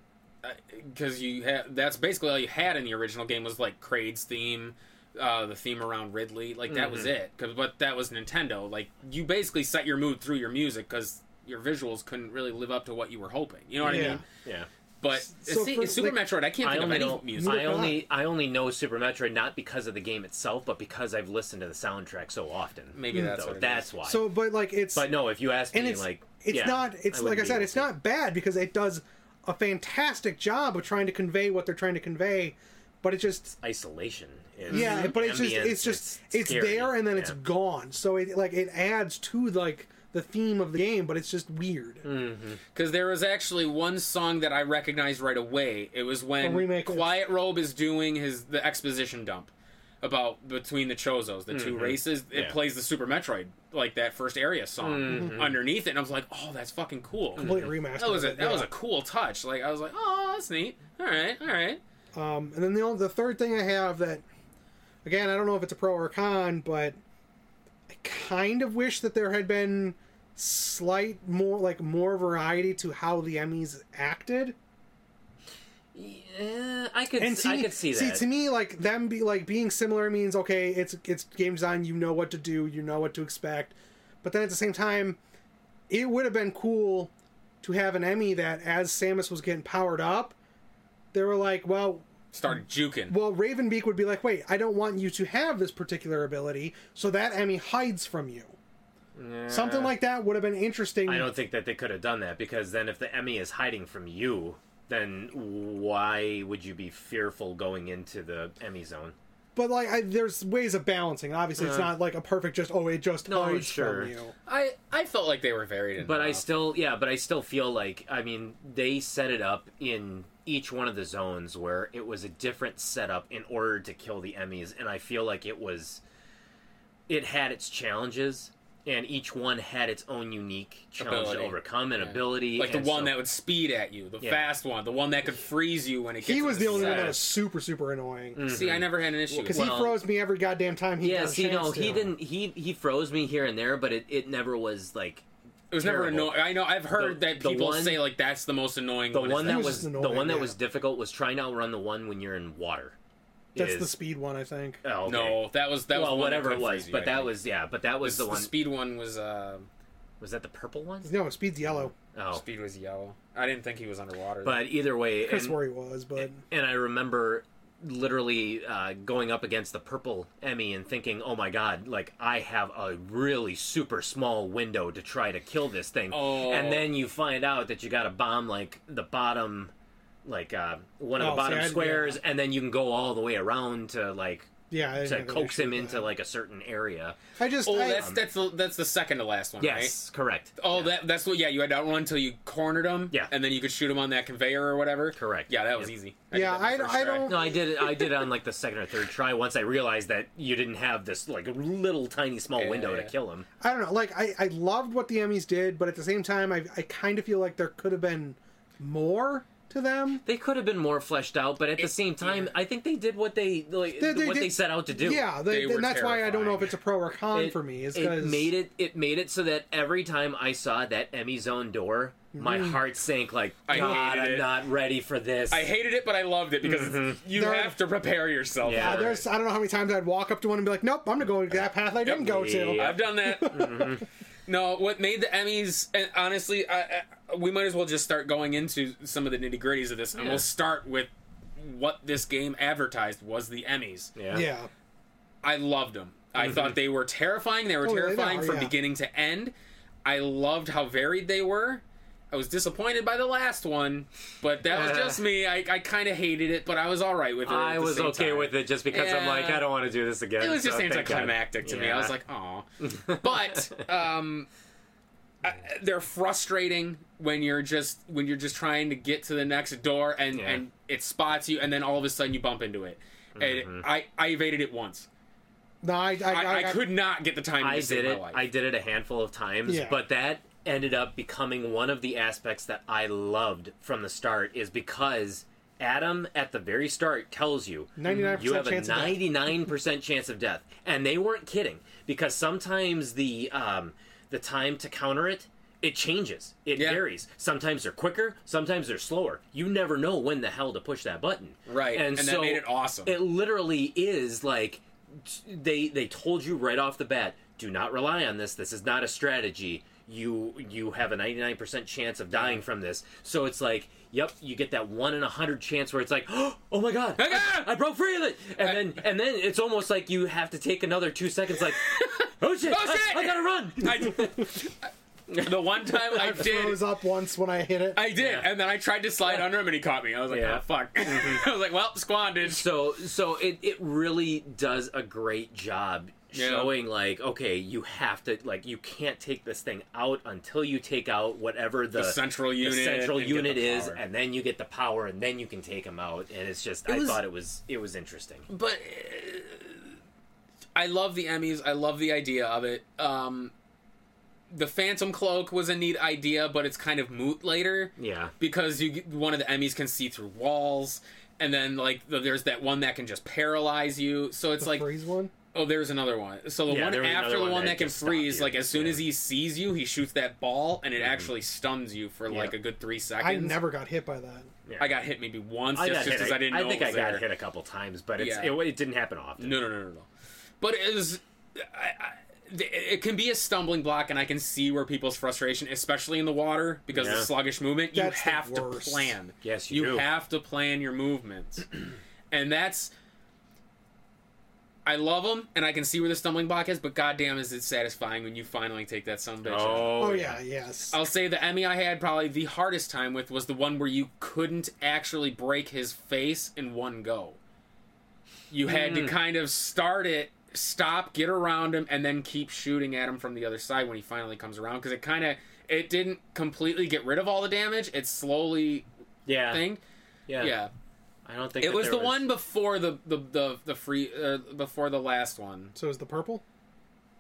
A: because you had that's basically all you had in the original game was like Kraid's theme. Uh, the theme around Ridley, like that
B: Mm-hmm.
A: was it. 'Cause- but that was Nintendo. Like you basically set your mood through your music because your visuals couldn't really live up to what you were hoping. You know what I
C: Yeah.
A: mean?
B: yeah.
A: But
C: So
A: see,
C: for,
A: Super
C: like-
A: Metroid, I can't
B: I
A: think of
B: only,
A: any
B: don't,
A: music.
B: I only I only know Super Metroid not because of the game itself, but because I've listened to the soundtrack so often.
A: Maybe that's
B: so
A: what it
B: that's
A: is.
B: why.
C: So, but like it's
B: but no, if you ask me,
C: and it's
B: like
C: it's
B: yeah,
C: not it's like
B: wouldn't
C: I said
B: be
C: it's
B: able to.
C: not bad because it does a fantastic job of trying to convey what they're trying to convey, but it just
B: isolation. It's
C: yeah, but it's just
B: ambience,
C: it's just it's,
B: scary,
C: there and then it's
B: yeah.
C: gone. So it like it adds to like the theme of the game, but it's just weird.
A: Mm-hmm. Because there was actually one song that I recognized right away. It was when
C: A remake of-
A: Quiet Robe is doing his the exposition dump about between the Chozos, the two races. It
B: Mm-hmm. Yeah. Mm-hmm.
A: plays the Super Metroid like that first area song underneath it, and I was like, "Oh, that's fucking cool."
C: Complete remaster.
A: That was a
C: of it,
A: that was a
C: yeah.
A: cool touch. Like I was like, "Oh, that's neat. All right, all right."
C: Um, and then the only, the third thing I have that, again, I don't know if it's a pro or a con, but I kind of wish that there had been slight more like more variety to how the Emmys acted.
B: Yeah, I could
C: and see,
B: I could see that.
C: to me, like them be like being similar means okay, it's it's game design. You know what to do. You know what to expect. But then at the same time, it would have been cool to have an Emmy that as Samus was getting powered up, they were like, well.
A: Started juking.
C: Well, Ravenbeak would be like, "Wait, I don't want you to have this particular ability, so that Emmy hides from you." Something like that would have been interesting.
B: I
A: Hmm.
B: don't think that they could have done that because then if the Emmy is hiding from you, then why would you be fearful going into the Emmy zone?
C: But like, I, there's ways of balancing. Obviously, it's not like a perfect just oh, it just
B: Uh. No,
C: hides
B: sure.
C: from you.
A: I I felt like they were varied.
B: But I
A: enough.
B: still, yeah, but I still feel like, I mean, they set it up in each one of the zones where it was a different setup in order to kill the Emmys, and I feel like it was, it had its challenges, and each one had its own unique challenge
A: Ability.
B: to overcome and
A: Yeah.
B: ability.
A: like the
B: and
A: one
B: so-
A: that would speed at you, the fast one, the one that could freeze you when it. Gets
C: He
A: to
C: was the only one
A: side.
C: that was super, super annoying.
A: See,
B: Mm-hmm.
A: I never had an issue.
C: Because
A: with
C: he
B: Mm. Well-
C: froze me every goddamn time he
B: Yeah,
C: got a
B: see, no,
C: chance to.
B: he didn't. He he froze me here and there, but it, it never was like
A: It was never
B: terrible.
A: annoying. I know. I've heard
B: The-
A: that
B: the
A: people
B: one-
A: say like that's the most annoying.
B: the
A: one is
B: one that
C: was
B: was
C: just
B: the
C: annoying,
B: one that
C: yeah.
B: was difficult was trying to outrun the one when you're in water.
C: That's
B: Is-
C: the speed one, I think.
B: Oh, okay.
A: No, that was that
B: well,
A: was
B: whatever it was, but that
A: was
B: was yeah, but that was
A: the,
B: the one.
A: speed one was uh,
B: Was that the purple one?
C: No, speed's yellow.
B: Oh,
A: speed was yellow. I didn't think he was underwater.
B: but either way,
C: Chris
B: and,
C: where he was, but
B: and I remember literally uh, going up against the purple Emmy and thinking, "Oh my god, like I have a really super small window to try to kill this thing."
A: Oh.
B: And then you find out that you got to bomb like the bottom, like uh, one of
C: Oh,
B: the
C: see,
B: bottom
C: I- yeah.
B: squares, and then you can go all the way around to like
C: yeah, I didn't
B: to
C: have an
B: coax
C: issue
B: him
C: with
B: into
C: that.
B: like a certain area.
C: I just,
A: oh,
C: I,
A: that's that's the, that's the second to last one. Right?
B: Yes, correct.
A: Oh, that that's what. Yeah, you had to outrun until you cornered him.
B: Yeah.
A: and then you could shoot him on that conveyor or whatever.
B: Correct.
A: Yeah, that was
B: Yep.
A: easy.
C: Yeah,
A: did that
C: I-
A: in the first
C: I
A: try.
C: don't-
B: No, I did it. I did it on like the second or third try. Once I realized that you didn't have this like little tiny small
A: Yeah,
B: window
A: yeah.
B: to kill him.
C: I don't know. Like, I, I loved what the Emmys did, but at the same time, I, I kind of feel like there could have been more. to them.
B: They could have been more fleshed out, but at the same time, I think they did what they, like,
C: They- they
B: what
C: did-
B: they set out to do.
C: Yeah,
A: They
C: they,
A: were
C: and that's why I don't
A: terrifying.
C: know if it's a pro or con for me. Is
B: it
C: because
B: made it it made it so that every time I saw that Emmy zone door, my heart sank like
A: Mm-hmm. I
B: God,
A: hated
B: I'm
A: it.
B: not ready for this.
A: I hated it, but I loved it because you
C: There-
A: have to prepare yourself.
B: Mm-hmm. Yeah,
A: for it.
C: There's I don't know how many times I'd walk up to one and be like, nope, I'm gonna go that path I didn't go to.
B: Yeah.
A: I've done that.
B: Mm-hmm.
A: No, what made the Emmys, and honestly, I, I, we might as well just start going into some of the nitty gritties of this, and
B: Yeah.
A: we'll start with what this game advertised was the Emmys.
B: yeah. Mm-hmm.
C: yeah.
A: I loved them. I thought they were terrifying. They were
C: Oh, they
A: terrifying
C: are,
A: from
C: yeah.
A: beginning to end. I loved how varied they were. I was disappointed by the last one, but that was
B: Uh.
A: just me. I, I kind of hated it, but I was all right with it. at
B: I
A: the
B: was
A: same
B: okay
A: time.
B: with it just because I'm like,
A: Yeah.
B: I don't want to do this again.
A: It was just
B: so thank God.
A: anticlimactic to me. I was
B: Yeah.
A: like, oh. But um, I, they're frustrating when you're just when you're just trying to get to the next door and
B: Yeah.
A: and it spots you, and then all of a sudden you bump into it.
B: Mm-hmm.
A: And I I evaded it once.
C: No, I
A: I,
C: I,
A: I,
C: I-
A: could not get the timing.
B: I
A: to save
B: did it.
A: My life.
B: I did it a handful of times,
C: Yeah.
B: but that ended up becoming one of the aspects that I loved from the start is because Adam at the very start tells you
C: 99%
B: you have a
C: chance of death.
B: 99% chance of death. And they weren't kidding because sometimes the um, the time to counter it it changes. It
A: Yeah.
B: varies. Sometimes they're quicker, sometimes they're slower. You never know when the hell to push that button.
A: Right, and that made it awesome.
B: It literally is like t- they they told you right off the bat, do not rely on this. This is not a strategy. You you have a ninety nine percent chance of dying from this. So it's like, yep, you get that one in a hundred chance where it's like, oh my god, I,
A: God!"
B: I broke free of it, and then and then it's almost like you have to take another two seconds, like, oh shit,
A: Oh,
B: I-
A: shit!"
B: I, gotta run.
A: I- the one time I,
C: I
A: did.
C: froze up once when I hit it.
A: I did, and then I tried to slide under him, and he caught me. I was like,
B: Yeah. Mm-hmm.
A: "Ah, fuck!" I was like, "Well, squandered."
B: So so it it really does a great job
A: Yeah.
B: showing like okay you have to like you can't take this thing out until you take out whatever the,
A: central
B: the
A: unit
B: central
A: and get
B: unit
A: the
B: is
A: power.
B: and then you get the power and then you can take them out and it's just I
A: was-
B: thought it was it was interesting.
A: but uh, I love the Emmys. I love the idea of it. Um, the Phantom Cloak was a neat idea, but it's kind of moot later.
B: Yeah.
A: because you one of the Emmys can see through walls, and then like the, there's that one that can just paralyze you. So it's like
C: freeze one.
A: oh, there's another one. So the
B: Yeah,
A: one
B: there was
A: after
B: another
A: the
B: one
A: one,
B: that
A: that, can
B: just stopped
A: freeze,
B: you.
A: like as soon
B: Yeah. Mm-hmm.
A: as he sees you, he shoots that ball, and it actually stuns you for like
B: Yeah.
A: a good three
C: I
A: seconds.
C: never got hit by that.
A: I got hit maybe once
B: I
A: just
B: got hit.
A: because
B: a-
A: I didn't. know
B: think
A: it
B: I
A: was
B: got
A: there.
B: hit a couple times, but it's,
A: Yeah.
B: it, it didn't happen often.
A: No, no, no, no, no. But it was. I, I, th- it can be a stumbling block, and I can see where people's frustration, especially in the water, because
B: Yeah.
A: the sluggish movement, you
C: That's the
A: have to
C: worst.
A: plan.
B: Yes, you do.
A: have to plan your movements, and that's. I love them, and I can see where the stumbling block is, but goddamn, is it satisfying when you finally take that son of a bitch out.
C: Oh, yeah, yes.
A: I'll say the Emmy I had probably the hardest time with was the one where you couldn't actually break his face in one go. You had to kind of start it, stop, get around him, and then keep shooting at him from the other side when he finally comes around because it kind of it didn't completely get rid of all the damage. It slowly
B: yeah,
A: thing.
B: yeah,
A: Yeah,
B: I don't think
A: it
B: that
A: was the
B: there
A: one before the the the, the free uh, before the last one.
C: So is the purple?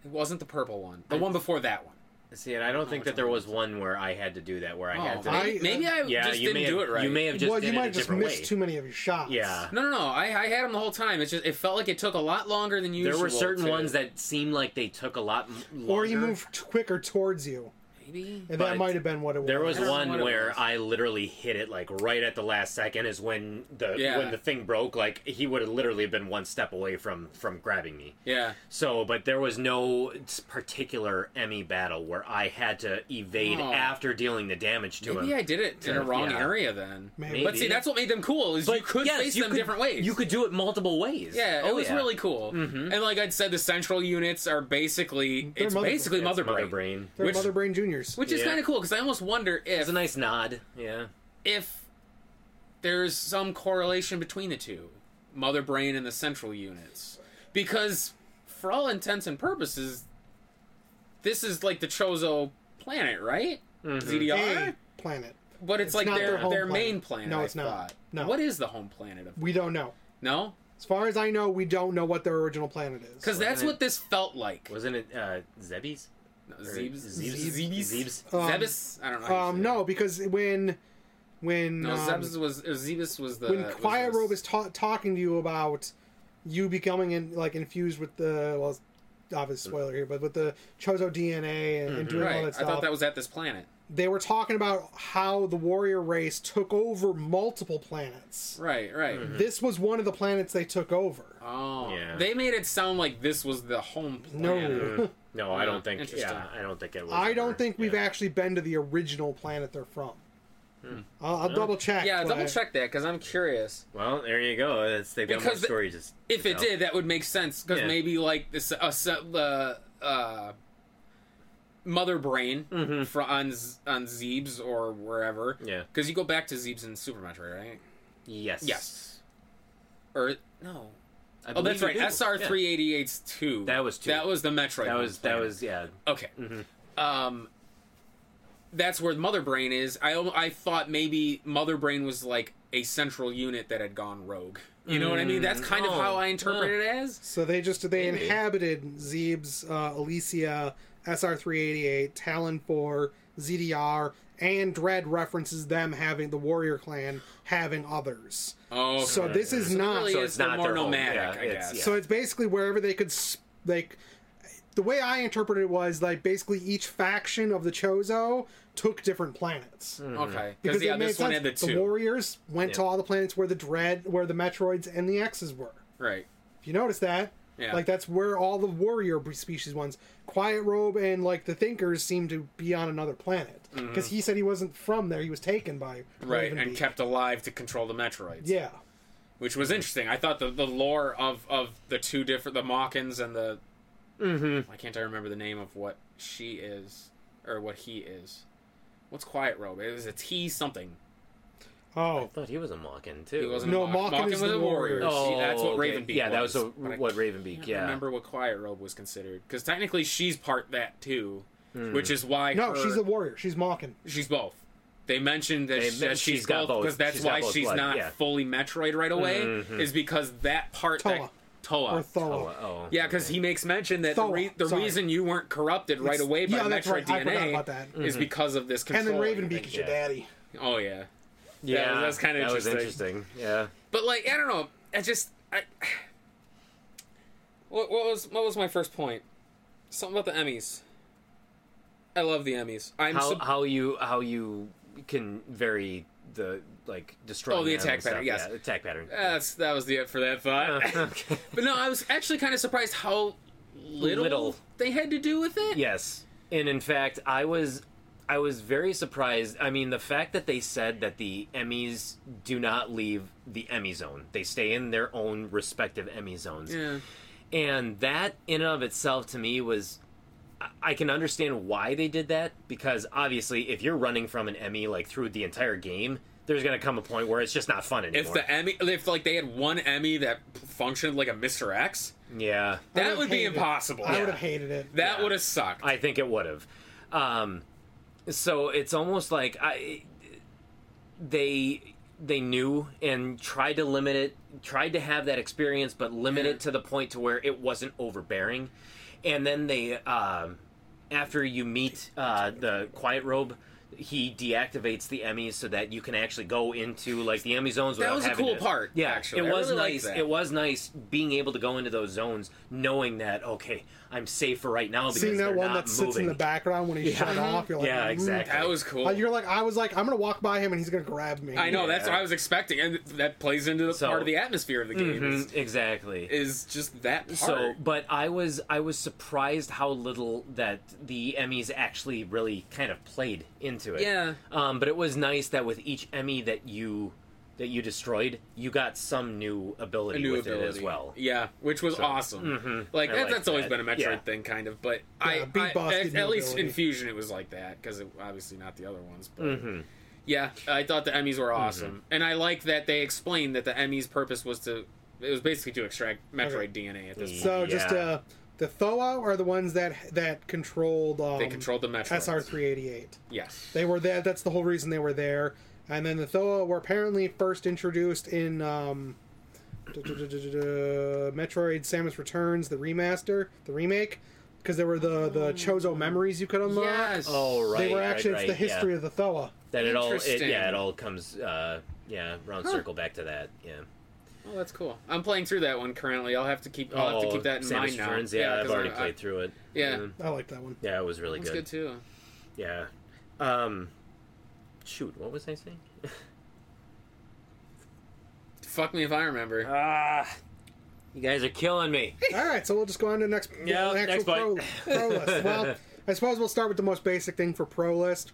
A: It wasn't the purple one. The one before that one.
B: See, and I don't think
A: which
B: that there
A: one
B: was one where I had to do that where I
A: Oh,
B: had to.
A: maybe,
C: I-
A: maybe I
B: yeah,
A: just
B: you
A: didn't
B: may
A: do
B: have,
A: it right.
B: You may have just
C: well,
B: did
C: you
B: it a
C: might have just
B: different
C: missed
B: way.
C: too many of your shots.
B: Yeah.
A: No, no, no. I, I had them the whole time. It's just it felt like it took a lot longer than usual.
B: There were certain
A: to-
B: ones that seemed like they took a lot m- longer.
C: Or you move t- quicker towards you,
A: maybe.
B: But
C: and that might have been what it was.
B: There was
A: I don't know what
B: one
A: it
B: where
A: was.
B: I literally hit it like right at the last second. Is when the
A: Yeah.
B: when the thing broke. Like he would have literally been one step away from from grabbing me.
A: Yeah,
B: So, but there was no particular Emmy battle where I had to evade
A: Oh.
B: after dealing the damage to
A: maybe
B: him.
A: I did it in
B: Yeah.
A: a wrong
B: Yeah.
A: area then.
C: Maybe.
A: But see, that's what made them cool is you could
B: yes,
A: face
B: you
A: them
B: could-
A: different ways.
B: You could do it multiple ways.
A: Yeah, it
B: Oh, Mm-hmm.
A: was really cool. And like I'd said, the central units are basically
C: They're
A: it's
C: mother-
A: basically
B: It's
A: mother, brain,
B: brain.
C: They're
A: which-
C: Mother Brain Juniors.
A: which is
B: Yeah.
A: kind of cool because I almost wonder
B: It's
A: if
B: a nice nod. Yeah.
A: if there's some correlation between the two, mother brain and the central units, because for all intents and purposes, this is like the Chozo planet, right? ZDR,
C: a planet.
A: but it's, like
C: Mm-hmm. not
A: their
C: their
A: their,
C: home
A: main planet.
C: planet. No,
A: I
C: it's not.
A: thought.
C: No.
A: What is the home planet of?
C: We don't know.
A: No,
C: As far as I know, we don't know what their original planet is.
A: because that's
B: it-
A: what this felt like.
B: Wasn't it uh, Zebby's?
A: No,
B: Or
A: Zeebs,
B: Zeebs?
A: Zeebs,
B: Zeebs?
A: Zebes. I don't know. how you
C: Um,
A: say it.
C: no, because when when
A: No,
C: um,
A: Zebes was uh, Zebes was the
C: when
A: was
C: Quiet
A: the-
C: Robe is ta- talking to you about you becoming in, like infused with the well, obvious spoiler here, but with the Chozo DNA and, and doing all
A: Mm. Mm-hmm. right.
C: that
A: I
C: stuff.
A: thought that was at this planet.
C: They were talking about how the warrior race took over multiple planets.
A: Right, right.
C: This was one of the planets they took over.
A: Mm. Oh,
B: Yeah.
A: they made it sound like this was the home planet.
C: No.
B: Mm. No, I
A: Yeah,
B: don't think.
A: interesting.
B: Yeah, I don't think it was.
C: I
B: ever-
C: don't think we've
B: yeah.
C: actually been to the original planet they're from. I'll, I'll double check.
A: Hmm. Yeah,
C: but
A: double check that because I'm curious.
B: Well, there you go. It's, they've got more
A: Because the-
B: stories. to s-
A: If
B: to
A: it
B: tell.
A: did, that would make sense because
B: Yeah.
A: maybe like this uh, so- uh, uh, mother brain
B: Mm-hmm.
A: fro- on Z- on Zeebs or wherever.
B: Yeah.
A: because you go back to Zeebs in Super Metroid, right?
B: yes,
A: Yes. Or no?
B: I
A: Oh, that's right.
B: believe you do.
A: SR
B: Yeah.
A: three eighty eight's two.
B: That was two.
A: That was the Metroid.
B: That
A: home
B: was that
A: planet.
B: was yeah.
A: Okay.
B: Mm-hmm.
A: Um, that's where Mother Brain is. I al- I thought maybe Mother Brain was like a central unit that had gone rogue. You know what I mean? That's kind of
B: Oh.
A: how I interpret it as.
C: So they just they
B: Maybe.
C: inhabited Zeebs, uh, Alicia, SR three eighty eight, Talon four, ZDR, and Dread references them having the warrior clan having others.
A: Oh,
C: So
A: okay.
C: this is not.
A: really
B: So
A: is
B: it's
A: the
B: not
A: more
B: their home.
A: nomadic.
B: Yeah,
A: I
B: it's-
A: guess.
B: yeah.
C: So it's basically wherever they could s- like. The way I interpreted it was like basically each faction of the Chozo took different planets.
B: Mm-hmm.
A: Okay. Because Hmm. yeah,
C: it made
A: this one
C: sense.
A: had the two.
C: Warriors went to
B: Yeah.
C: all the planets where the Dread, where the Metroids and the X's were.
A: right.
C: If you notice that,
A: Yeah.
C: like that's where all the warrior b- species ones, Quiet Robe and like the Thinkers seem to be on another planet because he said he wasn't from there; he was taken by
A: Mm-hmm. Right,
C: Raven
A: and
C: Bee.
A: kept alive to control the Metroids.
C: Yeah,
A: Which was interesting. I thought the, the lore of, of the two different the Mawkins and the mm-hmm. why can't I remember the name of what she is or what he is? What's Quiet Robe? It was a T something.
C: oh,
B: I thought he was a mockin too.
A: He wasn't
C: No,
A: a Mawkin.
C: Mawkin is
A: was
C: the
A: a warrior.
C: warrior.
A: She- that's what
B: Oh, okay.
A: Raven Beak
B: Yeah, that
A: was.
B: was a,
A: But I
B: what Raven Beak.
A: can't
B: Yeah,
A: remember what Quiet Robe was considered because technically she's part that too,
B: Hmm.
A: which is why
C: no,
A: her-
C: she's a warrior. She's mocking.
A: She's both. They mentioned that,
B: They
A: she,
B: men-
A: that she's
B: she's
A: both
B: got both.
A: because that's
B: She's got
A: why
B: both
A: she's
B: blood,
A: not
B: yeah. Mm-hmm.
A: fully Metroid right away is because that part that
C: Toa.
A: Toa.
C: Or Thoa.
B: Oh, oh.
A: yeah, because he makes mention that
C: Thoa,
A: the, re- the
C: sorry.
A: reason you weren't corrupted right
C: It's-
A: away by
C: yeah, that's
A: Metroid
C: right. I forgot
A: DNA
C: about that.
A: is
B: Mm-hmm.
A: because of this
C: And
A: control.
C: then Raven
A: thing.
C: Beak is your
B: yeah.
C: daddy.
A: Oh yeah,
B: yeah,
A: that was kinda
B: that was
A: interesting.
B: interesting. Yeah,
A: but like I don't know. I just I. What, what was what was my first point? Something about the Emmys. I love the Emmys. I'm
B: how
A: sup-
B: how you how you can vary the like destroy.
A: Oh, the
B: them
A: attack
B: and stuff.
A: pattern, yes.
B: yeah, attack pattern.
A: that's that was the it for that thought.
B: Uh. okay.
A: But no, I was actually kind of surprised how little,
B: Little.
A: they had to do with it.
B: Yes, and in fact, I was I was very surprised. I mean, the fact that they said that the Emmys do not leave the Emmy zone; they stay in their own respective Emmy zones.
A: Yeah.
B: and that in and of itself to me was I- I can understand why they did that because obviously if you're running from an Emmy like through the entire game, there's gonna come a point where it's just not fun anymore.
A: If the Emmy, if like they had one Emmy that functioned like a Mr. X,
B: yeah,
C: I
A: that
C: would've
A: would be
C: hated it.
A: impossible.
C: I would have hated it.
A: That
B: Yeah.
A: would have sucked.
B: I think it would have. Um, so it's almost like I they they knew and tried to limit it, tried to have that experience, but limit it to the point to where it wasn't overbearing. And then they, um, after you meet uh, the Quiet Robe. He deactivates the Emmys so that you can actually go into like the Emmy zones. Without
A: was a
B: having
A: cool
B: to-
A: part,
B: Yeah,
A: actually. I
B: it was
A: really liked
B: nice.
A: that.
B: It was nice being able to go into those zones, knowing that okay, I'm safe for right now. Because
C: Seeing that
B: they're
C: one
B: not
C: that sits in
B: moving.
C: the background when he's shut off, you're like,
B: Yeah,
C: "Mm."
B: exactly.
A: that was cool.
C: Uh, you're like, I was like, I'm gonna walk by him and he's gonna grab me.
A: I know that's
B: Yeah.
A: what I was expecting, and that plays into the
B: So-
A: part of the atmosphere of the game.
B: Mhm, exactly.
A: Is, is just that part.
B: So, but I was I was surprised how little that the Emmys actually really kind of played into it.
A: Yeah.
B: Um, but it was nice that with each Emmy that you that you destroyed, you got some new ability
A: new
B: with it as
A: ability.
B: well. mm-hmm.
A: Yeah, which was awesome. Like
B: I
A: that,
B: like
A: that's always
B: that.
A: been a Metroid
B: Yeah.
A: thing, kind of. But I,
C: Big
A: I-
C: Boss
A: at,
C: did
A: at
C: no
A: least
C: ability.
A: in Fusion it was like that because obviously not the other ones. But
B: Mm-hmm.
A: yeah, I thought the Emmys were awesome, and I like that they explained that the Emmys' purpose was to it was basically to extract Metroid DNA at this
B: Mm.
A: point.
C: So just
B: Yeah.
C: uh, the Thoa are the ones that that controlled. Um,
A: They controlled the Metroid.
C: SR three eighty eight.
A: Yes.
C: They were there. That's the whole reason they were there. And then the Thoa were apparently first introduced in um, duh, duh, duh, duh, duh, duh, Metroid: Samus Returns, the remaster, the remake, because they were the the Chozo memories you could unlock.
A: Yes.
B: Oh right.
C: they were
B: right,
C: actually
B: right,
C: it's the history
B: yeah.
C: of the Thoa.
B: That it all, it,
A: Interesting.
B: yeah, it all comes, uh, yeah, round
A: Huh.
B: circle back to that, yeah.
A: Oh, that's cool. I'm playing through that one currently. I'll have to keep. I'll have to keep that in
B: Samus
A: mind now.
B: Returns, Oh, yeah, I've
A: 'cause
B: already
A: I-
B: played through it.
A: yeah.
B: Mm,
C: I like that one.
B: yeah, it was really
A: That's good too.
B: Yeah. Um shoot, what was I saying?
A: Fuck me if I remember.
B: Ah. you guys are killing me.
C: All right, so we'll just go on to next.
B: Yeah,
C: the
B: next
C: actual pro,
B: point.
C: pro list. Well, I suppose we'll start with the most basic thing for pro list.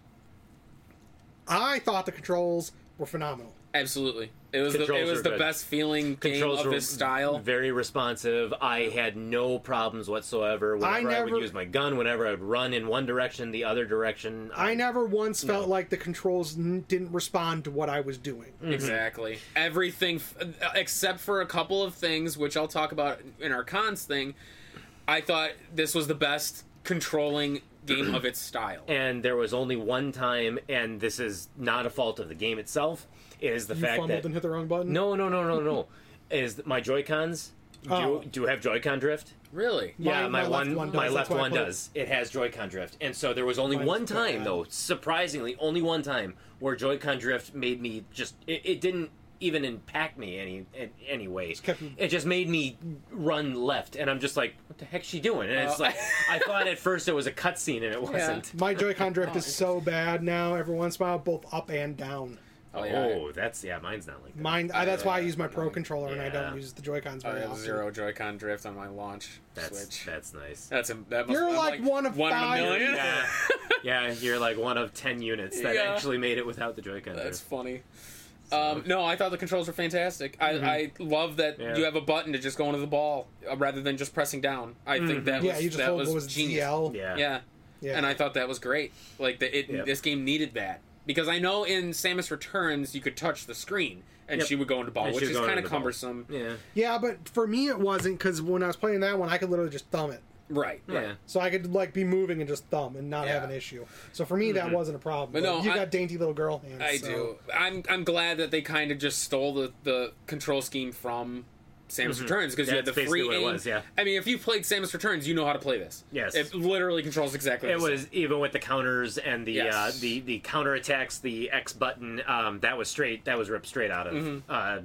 C: I thought the controls were phenomenal.
A: Absolutely, it was the, it
B: Controls
A: was
B: are
A: the
B: good.
A: best feeling
B: Controls
A: game
B: were
A: of this style.
B: Very responsive. I had no problems whatsoever. Whenever I,
C: never-
B: would use my gun, whenever I'd run in one direction, the other direction.
C: I never once felt
B: No.
C: like the controls n- didn't respond to what I was doing.
A: Mm. Exactly. Everything f- uh, except for a couple of things, which I'll talk about in our cons thing. I thought this was the best controlling game of its style.
B: and there was only one time, and this is not a fault of the game itself, is the
C: You
B: fact
C: fumbled
B: that
C: and hit the wrong button.
B: no, no, no, no, no, is that my Joy Cons
C: Oh.
B: do do have Joy Con drift?
A: Really?
C: My-
B: yeah, my,
C: my left
B: one,
C: one does,
B: my
C: that's
B: left
C: why I
B: one
C: put it-
B: does. It has Joy-Con drift, and so there was only
C: Mine's
B: one time,
C: Joy-Con.
B: though, surprisingly, only one time where Joy-Con drift made me just. It, it didn't even impact me any in any way.
C: kept you-
B: It just made me run left, and I'm just like, what the heck's she doing? And it's
A: Oh.
B: like I thought at first it was a cutscene, and it wasn't.
C: My Joy-Con
B: Oh,
C: drift is so bad now. Every once in a while, both up and down.
B: Oh,
A: yeah.
B: that's yeah, mine's not like that.
C: Mine. I, that's why I use my Pro controller and I
B: Yeah.
C: don't use the Joy-Cons
A: I
C: very
A: have
C: often.
A: Oh, zero Joy-Con drift on my launch
B: that's
A: Switch.
B: that's nice.
A: That's a that must,
C: You're
A: I'm
C: like one of
A: one
C: five.
A: in a million.
B: Yeah, yeah, you're like one of ten units that
A: Yeah.
B: actually made it without the Joy-Con
A: That's
B: drift.
A: funny. Um, no, I thought the controls were fantastic. I, I love that
B: Mm-hmm. Yeah.
A: you have a button to just go into the ball uh, rather than just pressing down. I think that
C: Yeah,
A: was
C: you just
A: that
C: hold
A: was,
C: what was
A: genius.
C: DL.
B: Mm-hmm. Yeah,
A: Yeah.
C: Yeah.
A: and I thought that was great. Like that, it
B: Yep.
A: this game needed that because I know in Samus Returns you could touch the screen and
B: Yep.
A: she would go into ball,
B: And she
A: which
B: would
A: is
B: go into
A: kind
B: the
A: of
B: ball.
A: cumbersome.
B: yeah,
C: Yeah, but for me it wasn't because when I was playing that one, I could literally just thumb it,
A: Right.
B: yeah.
A: Right.
C: so I could like be moving and just thumb and not have
A: Yeah. Mm-hmm.
C: an issue. So for me that wasn't a problem. But
A: no,
C: you
A: I-
C: got dainty little girl hands.
A: I
C: so-
A: do. I'm I'm glad that they kind of just stole the, the control scheme from Samus Returns because you
B: Yeah,
A: had the
B: Mm-hmm. that's basically
A: free
B: what it
A: aim.
B: was, yeah.
A: I mean, if you played Samus Returns, you know how to play this.
B: Yes.
A: It literally controls exactly.
B: It
A: the same.
B: was even with the counters and the uh,
A: Yes.
B: the the counterattacks, the X button. Um, that was straight. That was ripped straight out of uh,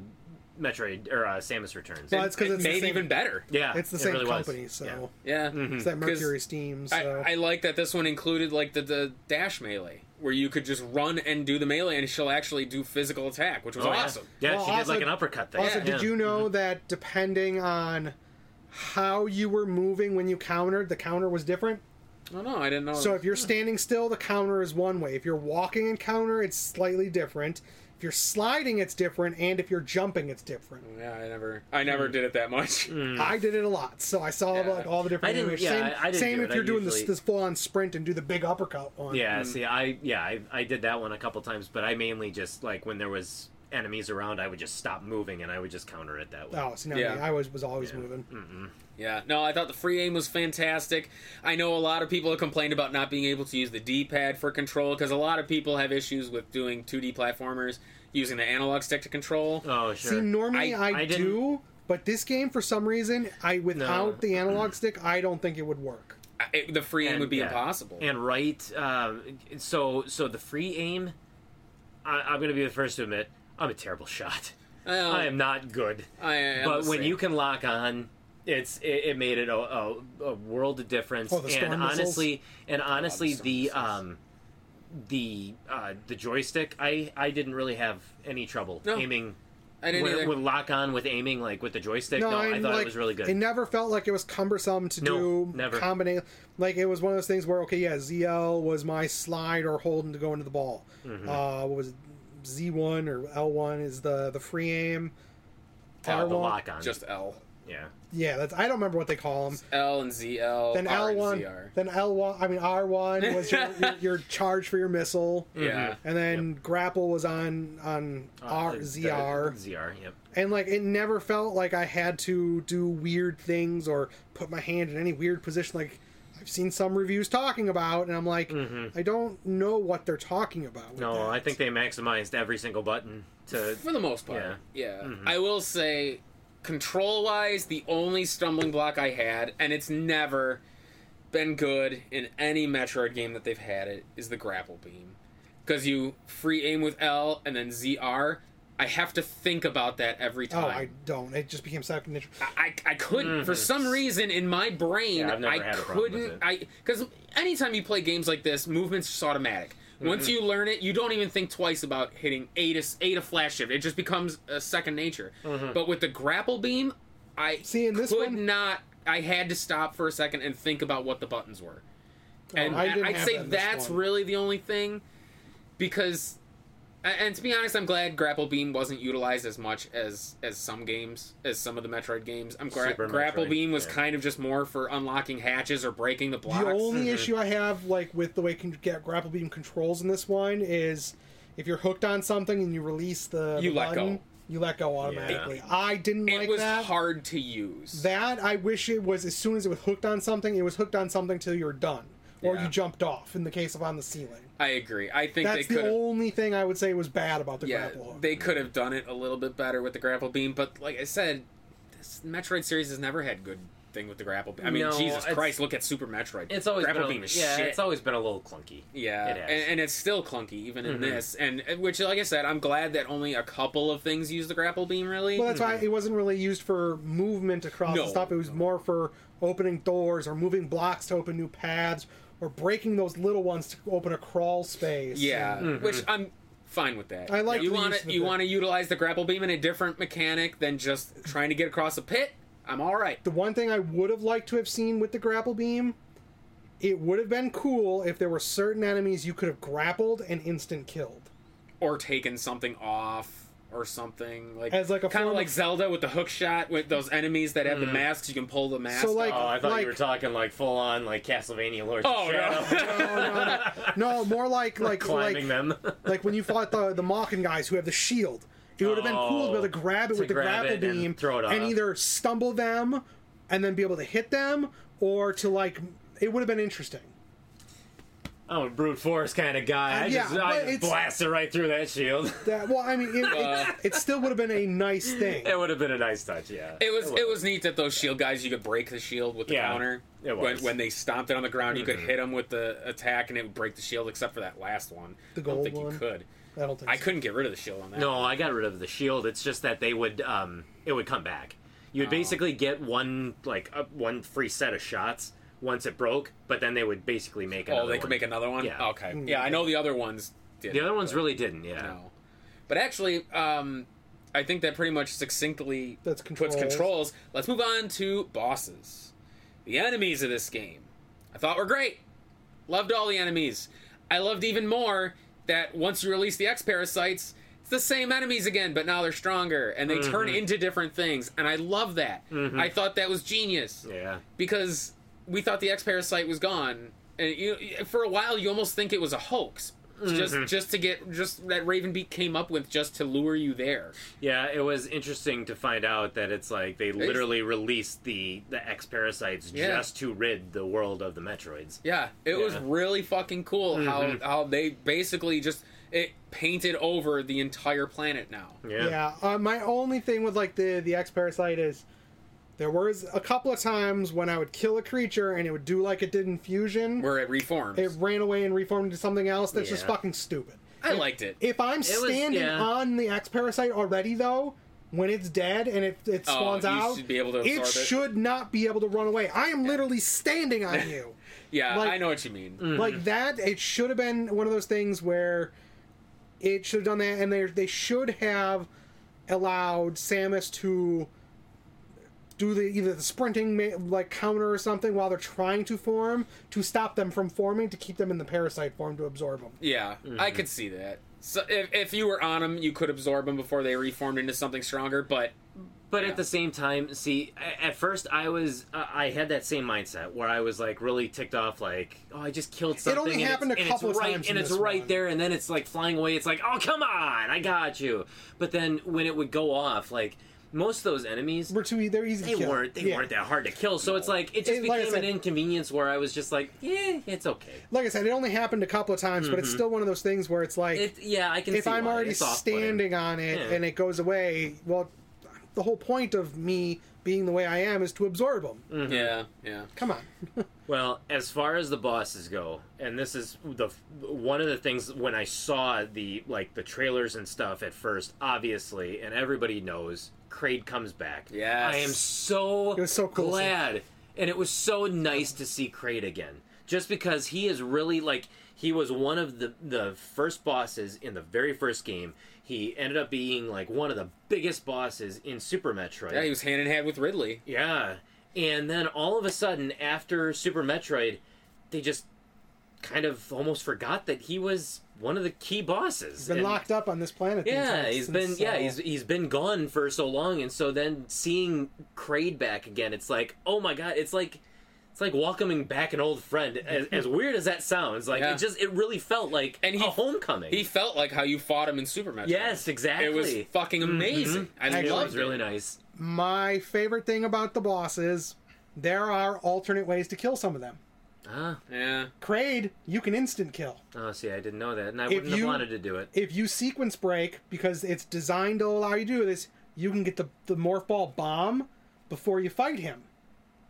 B: Metroid or uh, Samus Returns.
C: Well, it's because
A: It
C: it's
A: made
C: the same,
A: even better.
B: yeah, Mm-hmm.
C: It's the
B: it
C: same
B: really was.
C: company, so
B: Yeah.
A: Yeah. Hmm.
C: it's that
A: 'Cause
C: Mercury Steam. So
A: I, I like that this one included like the, the dash melee where you could just run and do the melee and she'll actually do physical attack, which was
B: Oh, yeah.
A: awesome.
B: Yeah,
C: Well,
B: she did
C: also-
B: like an uppercut there.
C: also,
B: yeah. Mm-hmm.
C: did you know that depending on how you were moving when you countered, the counter was different?
A: Oh no, I didn't know.
C: So if you're standing still, the counter is one way. If you're walking and counter, it's slightly different. If you're sliding, it's different, and if you're jumping, it's different.
A: yeah, I never, I never
B: Mm.
A: did it that much.
C: I did it a lot, so I saw
A: Yeah.
C: like all the different.
B: I didn't-
C: moves.
B: yeah,
C: same
B: I- I didn't
C: same
B: do
C: if
B: it. I
C: you're doing this,
B: usually-
C: this full on sprint and do the big uppercut one.
B: Yeah, see, I yeah, I, I did that one a couple times, but I mainly just like when there was enemies around, I would just stop moving and I would just counter it that way.
C: Oh, see, now
A: Yeah.
C: me, I was was always moving.
B: Mm-hmm.
A: Yeah, no, I thought the free aim was fantastic. I know a lot of people have complained about not being able to use the D-pad for control because a lot of people have issues with doing 2D platformers using the analog stick to control.
B: Oh, sure.
C: See, normally
A: I-
C: I,
B: I didn't-
C: do, but this game for some reason, I without
B: No.
C: the analog stick, I don't think it would work.
A: I- it- the free aim
B: And-
A: would be
B: yeah.
A: impossible.
B: And right, um, so so the free aim, I, I'm gonna be the first to admit, I'm a terrible shot.
A: Well,
B: I am not good.
A: I am
B: but
A: the
B: when
A: same.
B: you can lock on, it's it, it made it a, a, a world of difference.
C: Oh, the
B: and
C: storm missiles? Oh,
B: honestly, and honestly,
A: storm
B: the
A: missiles.
B: um, the uh, the joystick, I I didn't really have any trouble
A: No,
B: aiming.
A: I didn't
B: with,
A: either.
B: with lock on with aiming like with the joystick. No, I
C: and,
B: thought
C: like,
B: it was really good.
C: It never felt like it was cumbersome to
B: No,
C: do.
B: never.
C: Combina- like it was one of those things where okay, yeah, ZL was my slide or holding to go into the ball.
B: Mm-hmm.
C: Uh, what was Z one or L one is the the free aim.
B: Uh, the
C: R1?
B: lock on,
A: Just L.
B: yeah.
C: Yeah, that's I don't remember what they call them.
A: L and
B: Oh,
A: ZL,
C: Then
A: R
C: L
A: and
C: one,
A: ZR.
C: then L one. I mean R one was your, your, your charge for your missile.
B: Mm.
A: Yeah.
C: And then mm-hmm. grapple was on on R
B: Uh, the- the-
C: ZR.
B: ZR. Yep.
C: and like it never felt like I had to do weird things or put my hand in any weird position like I've seen some reviews talking about and I'm like
A: Mm.
B: Mm-hmm.
C: I don't know what they're talking about. with
B: No,
C: that.
B: I think they maximized every single button to.
A: For the most part.
B: Yeah. Mm-hmm.
A: Yeah. I will say, control wise, the only stumbling block I had, and it's never been good in any Metroid game that they've had it, is the grapple beam. because you free aim with L and then ZR. I have to think about that every
C: Oh, I
A: time.
C: don't. It just became second nature.
A: I, I, couldn't for some reason in my brain
B: Mm. Yeah, I've never
A: I
B: had a problem with
A: couldn't
B: it.
A: I because anytime you play games like this, movement's just automatic. Once
B: Mm-hmm.
A: you learn it, you don't even think twice about hitting A to A to flash shift. It just becomes a second nature.
B: Mm-hmm.
A: But with the grapple beam, I
C: See, in this
A: could
C: one-
A: not. I had to stop for a second and think about what the buttons were and
C: Oh, I didn't
A: I would
C: have
A: say
C: that in this
A: that's
C: one.
A: really the only thing because a- and to be honest i'm glad grapple beam wasn't utilized as much as as some games as some of the metroid games i'm gra-
B: Super
A: grapple
B: Metroid,
A: beam was
B: yeah.
A: kind of just more for unlocking hatches or breaking the blocks
C: The only issue I have, like with the way con- get grapple beam controls in this one, is if you're hooked on something and you release the
A: You
C: the
A: let go.
C: button, you let go automatically. I didn't
A: it
C: like
A: was
C: that.
A: hard to use
C: That I wish it was as soon as it was hooked on something, it was hooked on something till you were done, or
A: Yeah.
C: you jumped off. In the case of on the ceiling,
A: i agree i think
C: that's
A: they
C: the
A: could have
C: only thing I would say was bad about the
A: yeah
C: grapple hook.
A: they could have done it a little bit better with the grapple beam but like i said this metroid series has never had good thing with the grapple beam i mean
B: No,
A: jesus
B: it's-
A: christ look at super metroid
B: It's always
A: grapple
B: been a,
A: beam is
B: yeah,
A: shit
B: it's always been a little clunky.
A: Yeah,
B: It Mm-hmm. has.
A: And, and it's still clunky even in this, and and which, like I said, I'm glad that only a couple of things use the grapple beam. Really,
C: Well, that's why it wasn't really used for movement across
A: No.
C: the stuff. It was more for opening doors or moving blocks to open new paths or breaking those little ones to open a crawl space.
A: yeah,
B: Mm-hmm.
A: which I'm fine with that.
C: I like
A: you
C: the
A: want
C: use of
A: to you
C: the-
A: want to utilize the grapple beam in a different mechanic than just trying to get across a pit. I'm all right.
C: The one thing I would have liked to have seen with the grapple beam, it would have been cool if there were certain enemies you could have grappled and instant killed.
A: Or taking something off or something like
C: As like a
A: kind of
C: form
A: like
C: of-
A: Zelda with the hook shot with those enemies that
B: Mm-hmm.
A: have the masks. You can pull the mask.
C: So, like-
A: off.
B: Oh, I thought
C: like-
B: you were talking like full on like Castlevania Lords
A: Oh,
B: of
A: no.
B: Shadow,
C: No, no, no, no more like like
B: climbing
C: like,
B: them.
C: like when you fought the the Mawkin guys who have the shield. It would have been cool to be able to grab it
B: Oh, to
C: with the
B: grab
C: grapple
B: it and
C: beam
B: throw it
C: and
B: off.
C: either stumble them and then be able to hit them or to like it would have been interesting.
B: I'm a brute force kind of guy. I
C: Yeah,
B: just, I
C: but
B: just
C: it's-
B: blast it right through that shield.
C: That well, I mean, it,
A: Uh.
C: it, it still would have been a nice thing.
B: It would have been a nice touch, yeah.
A: It was
B: would've.
A: it was neat that those shield guys you could break the shield with the
B: Yeah,
A: counter.
B: it
A: When,
B: was. Mm-hmm.
A: when they stomped it on the ground, you could hit them with the attack and it would break the shield. Except for that last one,
C: The
A: I don't
C: gold
A: think
C: one?
A: you could.
C: I don't think
A: I
C: so.
A: couldn't get rid of the shield on that.
B: No, I got rid of the shield. It's just that they would um it would come back. You would basically get one like uh, one free set of shots once it broke, but then they would basically make another
A: Oh, they
B: one.
A: could make another one.
B: Yeah.
A: Okay.
C: Mm.
A: Yeah, I know the other ones. Did
B: The other ones really didn't, yeah.
A: No. But actually, um, I think that pretty much succinctly
C: That's
A: puts
C: controls.
A: controls. Let's move on to bosses. The enemies of this game, I thought were great. Loved all the enemies. I loved even more that once you release the X parasites, it's the same enemies again, but now they're stronger and they
B: Mm-hmm.
A: turn into different things. And I love that. I thought that was genius
B: Yeah.
A: because we thought the X parasite was gone, and you for a while you almost think it was a hoax, just
B: Mm-hmm.
A: just to get just that Ravenbeak came up with just to lure you there.
B: Yeah, it was interesting to find out that it's like they literally released the the ex parasites
A: Yeah.
B: just to rid the world of the Metroids.
A: Yeah, it was
B: Yeah. Mm-hmm.
A: really fucking cool how how they basically just it painted over the entire planet now.
B: Yeah.
C: Yeah. Uh, my only thing with like the the X parasite is there was a couple of times when I would kill a creature and it would do like it did in fusion.
A: Where it reforms,
C: it ran away and reformed into something else. That's just
B: Yeah.
C: fucking stupid.
A: I liked it.
C: If I'm
B: It was-
C: standing
B: yeah.
C: on the X parasite already, though, when it's dead and it, it
A: Oh,
C: spawns
A: you
C: out,
A: should be able to
C: it
A: absorb it.
C: should not be able to run away. I am literally standing on you.
A: yeah,
C: like-
A: I know what you mean.
C: Like that, it should have been one of those things where it should have done that, and they they should have allowed Samus to do the either the sprinting ma- like counter or something while they're trying to form to stop them from forming to keep them in the parasite form to absorb them.
A: Yeah,
B: Mm-hmm.
A: I could see that. So if, if you were on them, you could absorb them before they reformed into something stronger. But
B: But
A: Yeah.
B: at the same time, see, a- at first I was, uh, I had that same mindset where I was like really ticked off, like, oh, I just killed something.
C: only
B: and
C: happened a
B: it's, and
C: couple of
B: it's right,
C: times in
B: and it's
C: this
B: right
C: one.
B: there, and then it's like flying away. It's like, oh, come on, I got you. But then when it would go off, like most of those enemies,
C: Were too they're easy.
B: they
C: to kill.
B: weren't, they
C: Yeah.
B: weren't that hard to kill. So it's like it just
C: It-
B: became
C: like I said-
B: an inconvenience where I was just like, yeah, it's okay.
C: Like I said, it only happened a couple of times, but it's still one of those things where it's like
B: It, yeah, I can.
C: if
B: see
C: I'm
B: Mm-hmm. why.
C: already
B: It's off-putting.
C: standing on it
B: Yeah.
C: and it goes away, well, the whole point of me being the way I am is to absorb them.
B: Mm. Mm-hmm.
A: Yeah, yeah.
C: Come on.
B: Well, as far as the bosses go, and this is the one of the things when I saw the like the trailers and stuff at first, obviously, and everybody knows Kraid comes back.
A: Yes.
B: I am so,
C: was so cool
B: glad, and it was so nice to see Kraid again, just because he is really like he was one of the the first bosses in the very first game. He ended up being like one of the biggest bosses in Super Metroid.
A: Yeah, he was hand in hand with Ridley.
B: Yeah. And then all of a sudden, after Super Metroid, they just kind of almost forgot that he was one of the key bosses.
C: Been
B: And-
C: locked up on this planet. the
B: Yeah,
C: entire-
B: he's been
C: since,
B: yeah
C: uh,
B: he's he's been gone for so long, and so then seeing Kraid back again, it's like oh my god, it's like it's like welcoming back an old friend. As, as weird as that sounds, like
A: Yeah.
B: it just it really felt like
A: And he-
B: a homecoming.
A: He felt like how you fought him in Super Metroid.
B: yes, exactly.
A: It was fucking amazing. I
C: Actually,
B: It
A: loved
B: was really nice.
C: my favorite thing about the boss is there are alternate ways to kill some of them.
B: Ah,
A: Yeah.
C: Kraid, you can instant kill.
B: oh, see, I didn't know that, and I wouldn't
C: you-
B: have wanted to do it.
C: If you sequence break, because it's designed to allow you to do this, you can get the, the morph ball bomb before you fight him.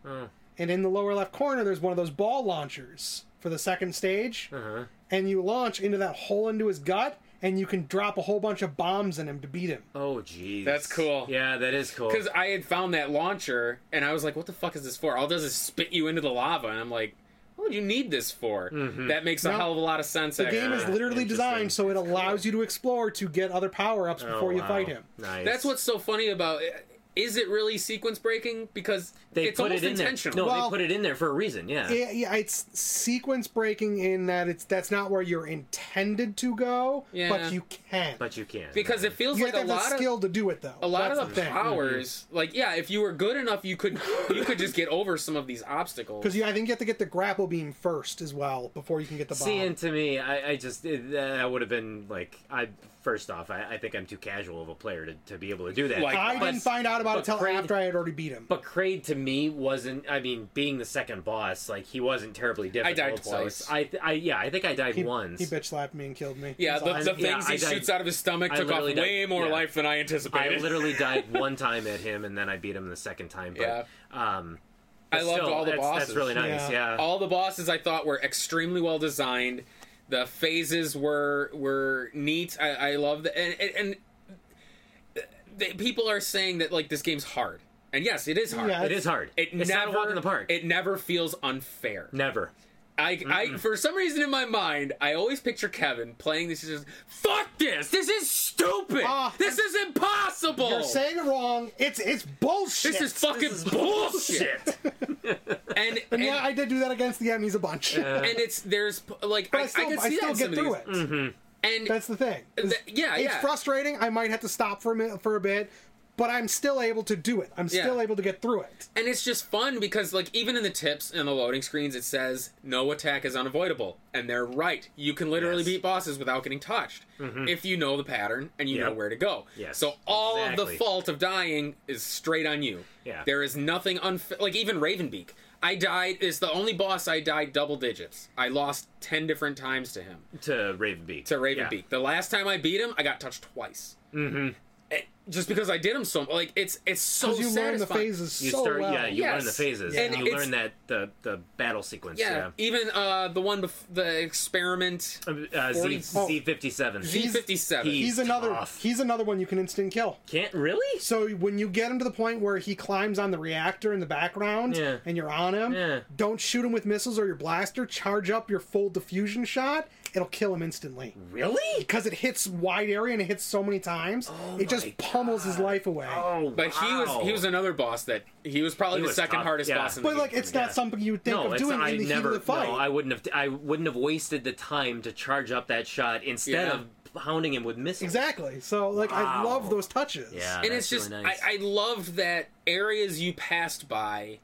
B: Oh.
C: And in the lower left corner, there's one of those ball launchers for the second stage.
B: Uh-huh.
C: And you launch into that hole into his gut, and you can drop a whole bunch of bombs in him to beat him.
B: Oh, jeez.
A: That's cool.
B: Yeah, that is cool.
A: Because I had found that launcher and I was like, what the fuck is this for? All it does is spit you into the lava. And I'm like, what would you need this for?
B: Mm-hmm.
A: That makes a
C: No.
A: hell of a lot of sense.
C: The game is
B: Ah,
C: literally designed so it allows you to explore to get other power ups
B: Oh,
C: before you
B: wow.
C: fight him.
B: Nice.
A: That's what's so funny about it. Is it really sequence breaking? Because
B: they
A: it's
B: put
A: almost
B: it in
A: intentional.
B: there. No,
C: Well-
B: they put it in there for a reason. Yeah.
C: Yeah, yeah, it's sequence breaking in that it's that's not where you're intended to go,
A: Yeah.
C: but you can.
B: but you can't
A: because it feels
C: you
A: like
C: have
A: a
C: to have
A: lot
C: the
A: of
C: skill to do it though.
A: a lot
C: that's Mm-hmm.
A: of the powers like yeah if you were good enough you could you could just get over some of these obstacles
C: because you I think you have to get the grapple beam first as well before you can get the bomb.
B: Seeing to me, I, I just it, that would have been like I first off, I, I think I'm too casual of a player to, to be able to do that.
A: Like-
C: I
A: but-
C: didn't find out about it
B: but
C: until
B: Kraid-
C: after I had already beat him.
B: but Kraid to me wasn't. I mean, being the second boss, like he wasn't terribly
A: died
B: difficult. so
A: twice.
B: I, th- I yeah, I think I died
C: he,
B: once.
C: he bitch slapped me and killed me.
A: yeah
C: That's
A: the,
C: all I
A: the
C: know.
A: things
B: yeah,
A: he
B: I died-
A: shoots out of his stomach
B: I
A: took off
B: literally died-
A: way more
B: yeah.
A: life than i
B: I
A: anticipated
B: literally died one time at him, and then I beat him the second time. But,
A: Yeah.
B: um,
A: I loved
B: still,
A: all the
B: that's,
A: bosses
B: That's really nice.
C: Yeah.
B: Yeah.
A: all the bosses i thought were extremely well designed the phases were were neat i, I love the and, and, and the, people are saying that like this game's hard and yes it is hard
C: Yeah,
B: it is hard.
A: it
B: it's
A: never
B: not a walk in the park.
A: it never feels unfair
B: never.
A: I, I, for some reason in my mind, I always picture Kevin playing this. Is just fuck this. This is stupid.
C: Ah.
A: this is impossible.
C: You're saying it wrong. It's it's
A: this
C: bullshit.
A: is fucking bullshit. and and,
C: yeah, I did do that against the Emmys a bunch.
A: and it's there's like
C: but
A: I,
C: I still
A: I can see
C: still
A: that in
C: get
A: some
C: through
A: of
C: it.
A: these. And
C: That's the thing. is
A: Th- yeah,
C: it's
A: yeah.
C: frustrating. I might have to stop for a minute, for a bit, but I'm still able to do it. I'm still
A: Yeah.
C: able to get through it.
A: and it's just fun because like even in the tips and the loading screens, it says no attack is unavoidable, and they're right. You can literally
B: Yes. Mm-hmm.
A: beat bosses without getting touched if you know the pattern and you know
B: Yep.
A: where to go.
B: Yes.
A: So all of the
B: Exactly.
A: fault of dying is straight on you.
B: Yeah.
A: There is nothing unf- like even Ravenbeak. I died is the only boss I died double digits. I lost ten different times to him.
B: to Ravenbeak.
A: to Ravenbeak. The last time I beat him, I got touched twice. Mm-hmm. just because I did him so like it's it's so
C: Because you learn the
A: Oh, satisfying.
C: phases
B: You
C: so
B: start,
C: well.
B: yeah. You learn the
A: Yes.
B: phases,
A: Yeah.
B: and
A: And
B: you
A: it's-
B: learn that the the battle sequence.
A: Yeah,
B: Yeah.
A: even uh the one bef- the experiment
B: Uh, Z
A: 40
B: Z fifty seven.
A: G fifty seven.
B: he-
C: he's another.
B: tough.
C: He's another one you can instant kill.
B: Can't really.
C: So when you get him to the point where he climbs on the reactor in the background
B: Yeah.
C: and you're on him,
B: Yeah.
C: don't shoot him with missiles or your blaster. Charge up your full diffusion shot. It'll kill him instantly.
B: Really?
C: Because it hits wide area and it hits so many times, it
B: Oh my
C: just pummels his life away.
B: Oh,
A: But he was he was another boss that he was probably
B: He
A: the
B: was
A: second
B: tough,
A: hardest
B: yeah.
A: boss in the
C: but like,
A: game.
C: it's not something you would think
B: No,
C: of
B: it's,
C: doing
B: I
C: in the heat
B: never.
C: of the fight.
B: No, I wouldn't have. I wouldn't have wasted the time to charge up that shot instead
A: Yeah.
B: of pounding him with missiles.
C: Exactly. So like I
B: Wow.
C: love those touches.
B: Yeah,
A: and
B: that's
A: it's just
B: really nice.
A: I, I loved that areas you passed by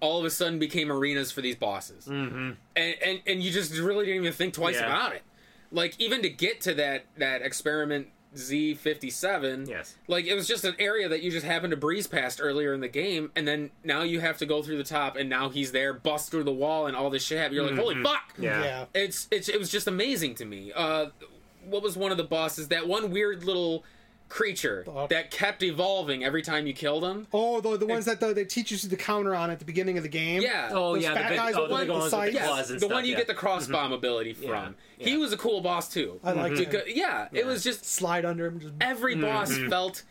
A: all of a sudden became arenas for these bosses mm-hmm. and, and and you just really didn't even think twice
B: Yeah.
A: about it like even to get to that that experiment z57
B: Yes.
A: like it was just an area that you just happened to breeze past earlier in the game and then now you have to go through the top and now he's there bust through the wall and all this shit happened. you're like holy fuck
B: Mm-hmm. Yeah.
C: Yeah.
A: it's it's it was just amazing to me. Uh, what was one of the bosses? That one weird little creature
C: Oh.
A: that kept evolving every time you killed him.
C: Oh, the, the ones that the, they teach you the counter on at the beginning of the game.
A: Yeah.
B: Oh
C: Those
B: yeah, the
C: fat
B: big,
C: guys
B: oh,
C: with
B: the
C: one
B: big
C: at the
B: ones with the
C: sides.
B: claws
A: the
B: and stuff.
A: one you
B: yeah. Mm-hmm.
A: get the cross bomb ability from.
B: Yeah.
A: He was a cool boss too.
C: I liked
B: Mm-hmm.
C: it.
A: Because- yeah, it was just
C: Slide under him. Just
A: every boss felt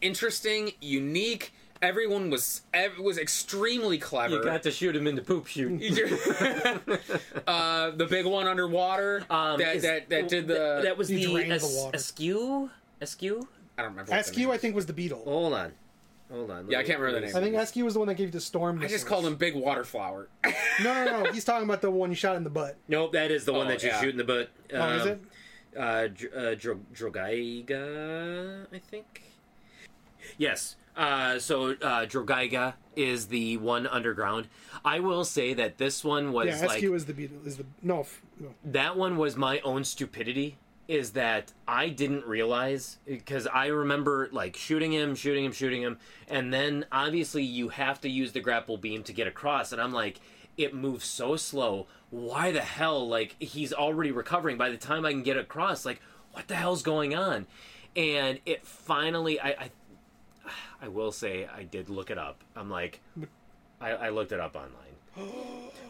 A: interesting, unique. Everyone was ev- was extremely clever.
D: You got to shoot him in the poop shoot.
A: uh, the big one underwater
B: Um,
A: that,
B: is-
A: that that did the
B: that, that was
C: He
B: the,
C: drained the
B: es-
C: water.
B: askew askew.
A: I don't remember. what the
C: Askew,
A: name
C: I think, was the beetle.
B: Hold on, hold on.
A: Yeah, I can't remember the name.
C: I think Askew was the one that gave you the storm.
A: I just called him Big Water Flower.
C: No, no, no. He's talking about the one you shot in the butt.
B: Nope, that is the one
A: Oh,
B: that you
A: yeah.
B: shoot in the butt.
C: Oh, is
B: Um,
C: it?
B: uh, Dr- uh Dro- Drogaiga, I think. Yes. Uh, so uh, Drogaiga is the one underground. I will say that this one was
C: Yeah,
B: like
C: Askew is the beetle. Is the no, f- no.
B: that one was my own stupidity. Is that I didn't realize because I remember like shooting him, shooting him, shooting him, and then obviously you have to use the grapple beam to get across, and I'm like, it moves so slow. Why the hell? Like he's already recovering by the time I can get across. Like what the hell's going on? And it finally, I, I, I will say I did look it up. I'm like, I, I looked it up online.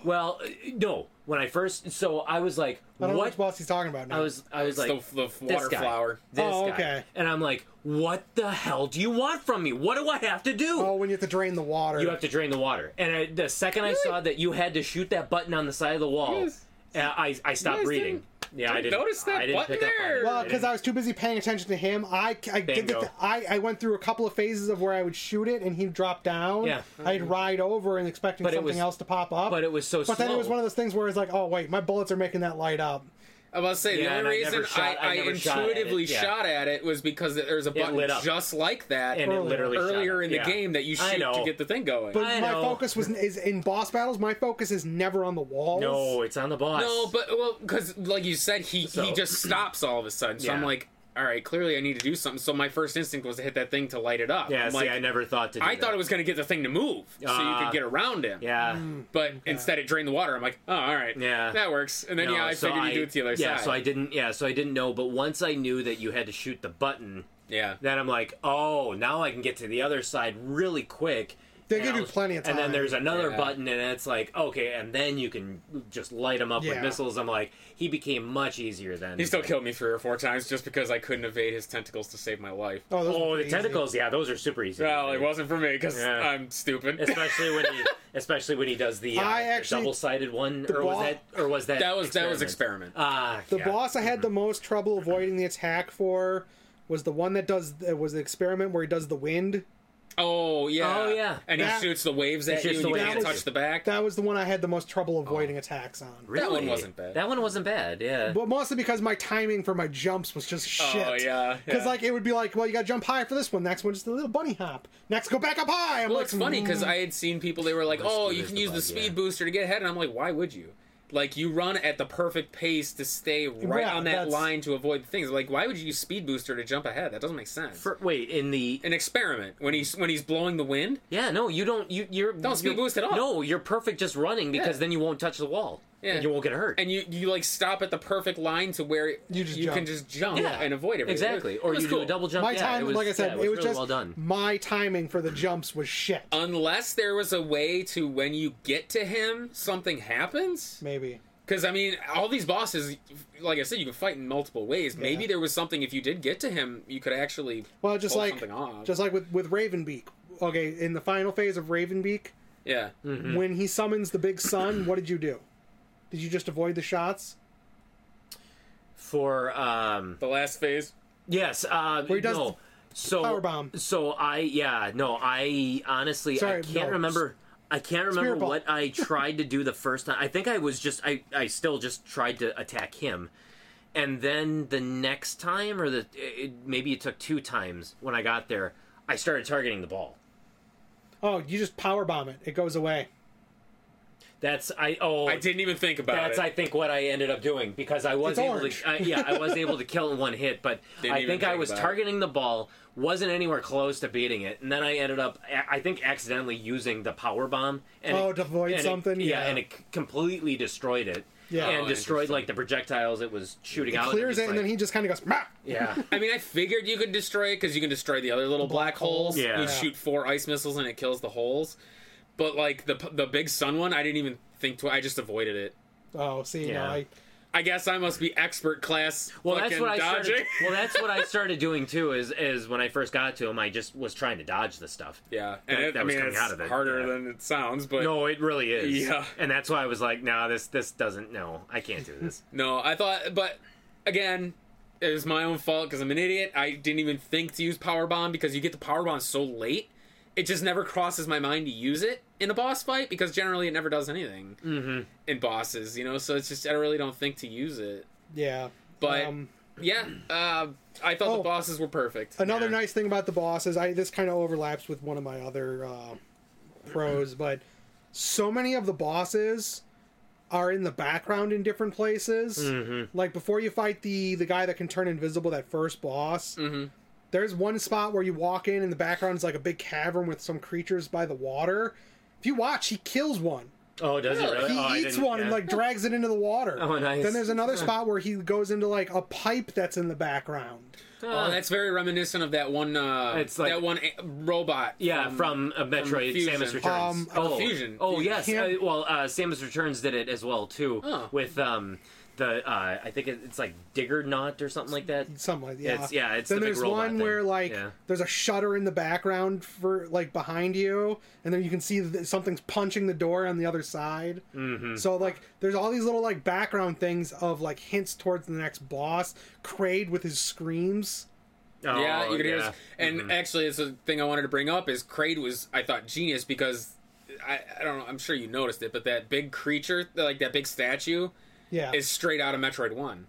B: well, no, when I first, so I was like,
C: I don't know
B: what?
C: which boss he's talking about now.
B: I was, I was like,
A: the, the
B: this
A: Water
B: guy,
A: Flower.
B: This
C: Oh,
B: guy.
C: okay.
B: And I'm like, what the hell do you want from me? What do I have to do?
C: oh, when you have to drain the water.
B: You have to drain the water. And I, the second I saw that you had to shoot that button on the side of the wall,
A: Yes.
B: uh, I, I stopped
A: guys
B: reading.
A: didn't-
B: yeah, I
A: didn't
B: didn't
A: notice that
B: I didn't
A: button
B: pick up on it.
A: there.
C: Well, because I was too busy paying attention to him, I I, did the
B: Bingo.
C: th- I I went through a couple of phases of where I would shoot it and he'd drop down.
B: Yeah.
C: I'd ride over and expecting
B: But it
C: something
B: was-
C: else to pop up.
B: but it was so
C: But then it was
B: slow.
C: one of those things where it's like, oh wait, my bullets are making that light up.
A: I was say the
B: Yeah, and I
A: only reason
B: never shot- I
A: I, I,
B: never shot at it,
A: intuitively
B: yeah.
A: shot at it was because there's a
B: lit
A: button
B: up.
A: just like that
B: and it
C: Earlier-
B: literally shut
A: earlier
B: up.
A: in the
B: Yeah.
A: game that you
B: I
A: shoot to
B: know.
A: get the thing going.
C: But
B: I
C: my
B: know.
C: focus was is in boss battles. My focus is never on the walls.
B: No, it's on the boss.
A: no, but well, because like you said, he he
B: So-
A: just stops all of a sudden. So I'm
B: Yeah.
A: like, all right, clearly I need to do something. So my first instinct was to hit that thing to light it up.
B: yeah,
A: I'm
B: see,
A: like,
B: I never thought to. Do
A: I thought
B: that.
A: it was going to get the thing to move so you
B: Ah.
A: could get around him.
B: Yeah.
C: Mm.
A: But instead, it drained the water. I'm like, oh, all right,
B: Yeah.
A: that works. And then
B: No,
A: yeah, I
B: so
A: figured you do it to the other
B: yeah,
A: side.
B: so I didn't. Yeah, so I didn't know. But once I knew that you had to shoot the button,
A: yeah.
B: then I'm like, oh, now I can get to the other side really quick.
C: They
B: And
C: give
B: I
C: you
B: was-
C: plenty of
B: And then
C: time.
B: there's another
A: Yeah.
B: button, and it's like, okay, and then you can just light him up
C: Yeah.
B: with missiles. I'm like, he became much easier then.
A: He still killed me three or four times just because I couldn't evade his tentacles to save my life.
C: Oh, those
B: Oh,
C: were
B: the
C: easy.
B: tentacles, yeah, those are super easy.
A: Well, it wasn't for me because
B: Yeah.
A: I'm stupid.
B: Especially when he, especially when he does the, uh,
C: I actually-
B: double-sided one, or
C: ball-
B: was that, or was that
A: that was that was experiment.
B: Ah,
C: The
B: yeah.
C: boss I had the most trouble avoiding the attack for was the one that does it was the experiment where he does the wind.
A: oh yeah.
B: Oh, yeah.
A: And
C: That-
A: he shoots the waves at you. And
B: shoots the
A: you
B: waves
A: can't
C: at
A: touch
B: you.
A: the back.
C: That was the one I had the most trouble avoiding attacks on.
A: That one wasn't bad.
B: That one wasn't bad. Yeah.
C: But mostly because my timing for my jumps was just shit.
A: Oh yeah.
C: Because
A: yeah.
C: like it would be like, well, you gotta jump high for this one. Next one, just a little bunny hop. Next, go back up high. I'm
A: Well,
C: like, "Mm,
A: it's funny because I had seen people. They were like, "Oh,
B: speed
A: you
B: is
A: can
B: the
A: use the
B: bug,
A: speed
B: yeah.
A: booster to get ahead," and I'm like, "Why would you? Like, you run at the perfect pace to stay right
C: Yeah,
A: on that
C: that's-
A: line to avoid the things. Like, why would you use speed booster to jump ahead? That doesn't make sense."
B: For, wait, in the
A: An experiment when he's when he's blowing the wind.
B: yeah, no, you don't. You you're
A: Don't speed
B: you-
A: boost at all.
B: No, you're perfect just running because
A: Yeah.
B: then you won't touch the wall.
A: Yeah.
B: and you won't get hurt.
A: and you you like stop at the perfect line to where you,
C: just
A: can
C: jump.
A: just jump
B: Yeah.
A: and avoid everything.
B: exactly, or
A: It was
B: you do
A: cool.
B: a double jump.
C: my
B: uh, yeah,
C: time,
B: it was,
C: like I said,
B: yeah,
C: it was,
B: really
C: just
B: well done.
C: my timing for the jumps was shit.
A: Oh. Unless there was a way to when you get to him, something happens.
C: Maybe
A: Because I mean, all these bosses, like I said, you can fight in multiple ways. Maybe there was something if you did get to him, you could actually
C: well, just
A: pull
C: like
A: something off.
C: just like with with Ravenbeak. Okay, in the final phase of Ravenbeak,
A: yeah.
B: Hmm.
C: when he summons the big sun, what did you do? Did you just avoid the shots?
B: For um,
A: The last phase.
B: yes, uh,
C: he does
B: no. So
C: power bomb.
B: So I yeah no I honestly I
C: Sorry,
B: can't
C: no.
B: remember. I can't remember
C: Spirit ball.
B: what I tried to do the first time. I think I was just I I still just tried to attack him. and then the next time or the it, it- maybe it took two times when i got there i started targeting the ball
C: Oh, you just power bomb it. It goes away.
B: that's i oh
A: I didn't even think about
B: that's
A: it.
B: i think what i ended up doing because i was
C: It's
B: able
C: orange.
B: to I, yeah i was able to kill in one hit but
A: Didn't
B: i
A: even
B: think i
A: think
B: was
A: about it.
B: targeting the ball wasn't anywhere close to beating it and then i ended up a- i think accidentally using the power bomb and
C: Oh,
B: it-
C: to avoid
B: and it-
C: something?
B: yeah,
C: Yeah.
B: and it c- completely destroyed it
C: Yeah.
B: and
A: Oh,
B: destroyed
A: interesting.
B: like the projectiles it was shooting out.
C: clears it,
B: just
C: and then
B: like-
C: he just kind of goes, "Mah!"
B: yeah.
A: I mean, I figured you could destroy it because you can destroy the other little black holes.
B: Yeah.
A: You shoot four ice missiles and it kills the holes. But like the the big sun one, I didn't even think to. I just avoided it.
C: Oh, see, no,
B: Yeah.
C: I,
A: I guess I must be expert class.
B: Well, that's
A: fucking
B: what I
A: dodging.
B: started. Well, that's what I started doing too. Is is when I first got to him, I just was trying to dodge the stuff.
A: Yeah, and
B: That-
A: it,
B: that
A: I
B: was
A: mean,
B: coming
A: it's
B: out of it,
A: harder
B: yeah.
A: than it sounds. But no.
B: No, it really is.
A: Yeah.
B: and that's why I was like, no, this this doesn't. No, I can't do this.
A: I thought, but again, it was my own fault because I'm an idiot. I didn't even think to use power bomb because you get the power bomb so late. It just never crosses my mind to use it in a boss fight because generally it never does anything
B: Mm-hmm.
A: in bosses, you know. So it's just I really don't think to use it.
C: yeah. Um,
A: But yeah, uh, I thought
C: Oh.
A: the bosses were perfect.
C: another
B: Yeah.
C: nice thing about the boss is I this kind of overlaps with one of my other uh, pros, but so many of the bosses are in the background in different places.
B: Mm-hmm.
C: Like before you fight the the guy that can turn invisible, that first boss.
B: Mm-hmm.
C: There's one spot where you walk in, and the background is like a big cavern with some creatures by the water. If you watch, he kills one.
B: Oh, does it really?
C: He
B: Oh, I
C: eats
B: didn't-
C: one and
B: yeah.
C: like drags it into the water.
B: Oh, nice.
C: Then there's another spot where he goes into like a pipe that's in the background.
A: Oh, that's very reminiscent of that one. Uh,
B: It's like-
A: that one a- robot.
B: Yeah, from, uh, Metroid
A: Fusion.
B: Samus Returns.
C: Um,
B: oh,
A: Fusion.
B: Oh yes.
C: Can't-
B: uh, well, uh, Samus Returns did it as well too.
A: Oh.
B: With um, the uh, I think it- it's like Digger Knot or something like that.
C: Something like yeah.
B: It's- yeah, it's the
C: then
B: big
C: there's
B: robot
C: one
B: thing.
C: where like
B: Yeah.
C: there's a shutter in the background for like behind you, and then you can see that something's punching the door on the other side. Mm-hmm. So like there's all these little like background things of like hints towards the next boss. Kraid with his screams.
B: Oh,
A: Yeah, you can hear.
B: yeah. Mm-hmm.
A: Us. And actually, it's a thing I wanted to bring up is Kraid was I thought genius because I, I don't know. I'm sure you noticed it, but that big creature, like that big statue,
C: Yeah.
A: is straight out of Metroid One.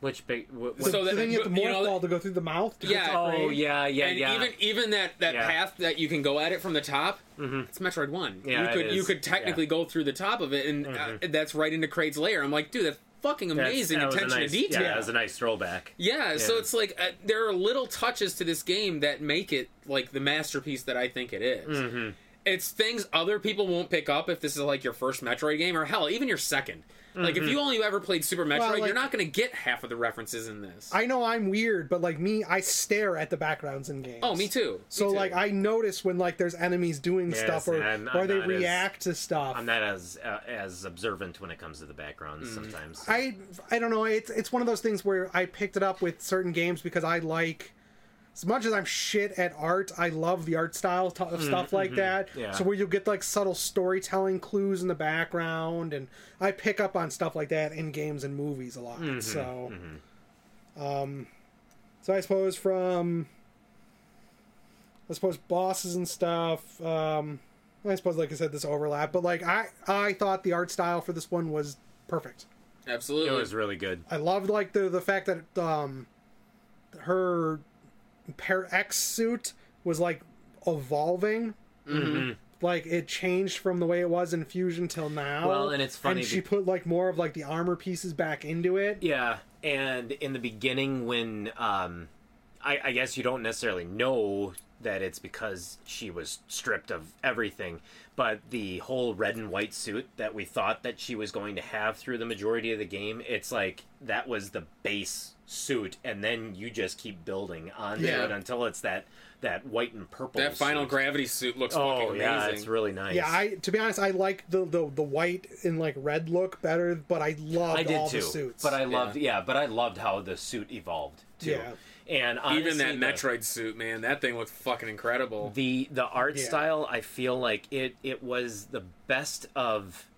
B: Which big? What,
C: so,
A: so that-
C: then you have to
A: but,
C: morph
A: you know,
C: ball to go through the mouth. To
A: Yeah.
C: get to
B: oh
C: Kraid.
B: yeah, yeah,
A: and
B: yeah.
A: even even that that
B: Yeah. Mm-hmm.
A: path that you can go at it from the top, it's Metroid One.
B: Yeah,
A: you
B: it
A: could you
B: is.
A: could technically go through the top of it, and uh, that's right into Kraid's lair. I'm like, dude, that's fucking
B: That's-
A: amazing
B: that was a
A: attention
B: nice-
A: to detail.
B: Yeah, that was a nice throwback.
A: Yeah, so
B: Yeah.
A: it's like uh, there are little touches to this game that make it like the masterpiece that I think it is.
B: Mm-hmm.
A: It's things other people won't pick up if this is like your first Metroid game or hell, even your 2nd Like
B: Mm-hmm.
A: if you only ever played Super Metroid,
C: like-
A: you're not going to get half of the references in this.
C: I know I'm weird, but like me, I stare at the backgrounds in games.
A: oh, me too.
C: So
A: Me too.
C: like I notice when like there's enemies doing
B: Yes,
C: stuff or,
B: I'm-
C: or
B: I'm
C: they
B: not as-
C: react to stuff.
B: I'm not as uh, as observant when it comes to the
A: Mm.
B: backgrounds sometimes.
C: I I don't know. It's it's one of those things where I picked it up with certain games because I like as much as I'm shit at art. I love the art style t- of stuff like that.
B: yeah.
C: So where you get like subtle storytelling clues in the background, and I pick up on stuff like that in games and movies a lot. So, um, so I suppose from I suppose bosses and stuff. Um, I suppose like I said, this overlap, but like I I thought the art style for this one was perfect.
B: it
A: absolutely.
B: was really good.
C: I loved like the the fact that um her pair X suit was like evolving.
B: Mm-hmm.
C: Like it changed from the way it was in Fusion till now.
B: Well, and it's funny
C: And she
B: be-
C: put like more of like the armor pieces back into it.
B: Yeah, and in the beginning, when um, I, I guess you don't necessarily know that it's because she was stripped of everything, but the whole red and white suit that we thought that she was going to have through the majority of the game, it's like that was the base suit, and then you just keep building onto
A: Yeah.
B: it until it's that that white and purple.
A: that final
B: suit.
A: gravity suit looks
B: Oh
A: fucking
B: yeah,
A: amazing.
B: it's really nice.
C: Yeah, I to be honest, I like the, the the white and like red look better, but I loved
B: I did
C: all
B: too,
C: the suits.
B: but I loved yeah. but I loved how the suit evolved too.
C: Yeah.
B: And honestly,
A: even that
B: the-
A: Metroid suit, man, that thing looked fucking incredible.
B: the the art
C: Yeah.
B: style i feel like it it was the best of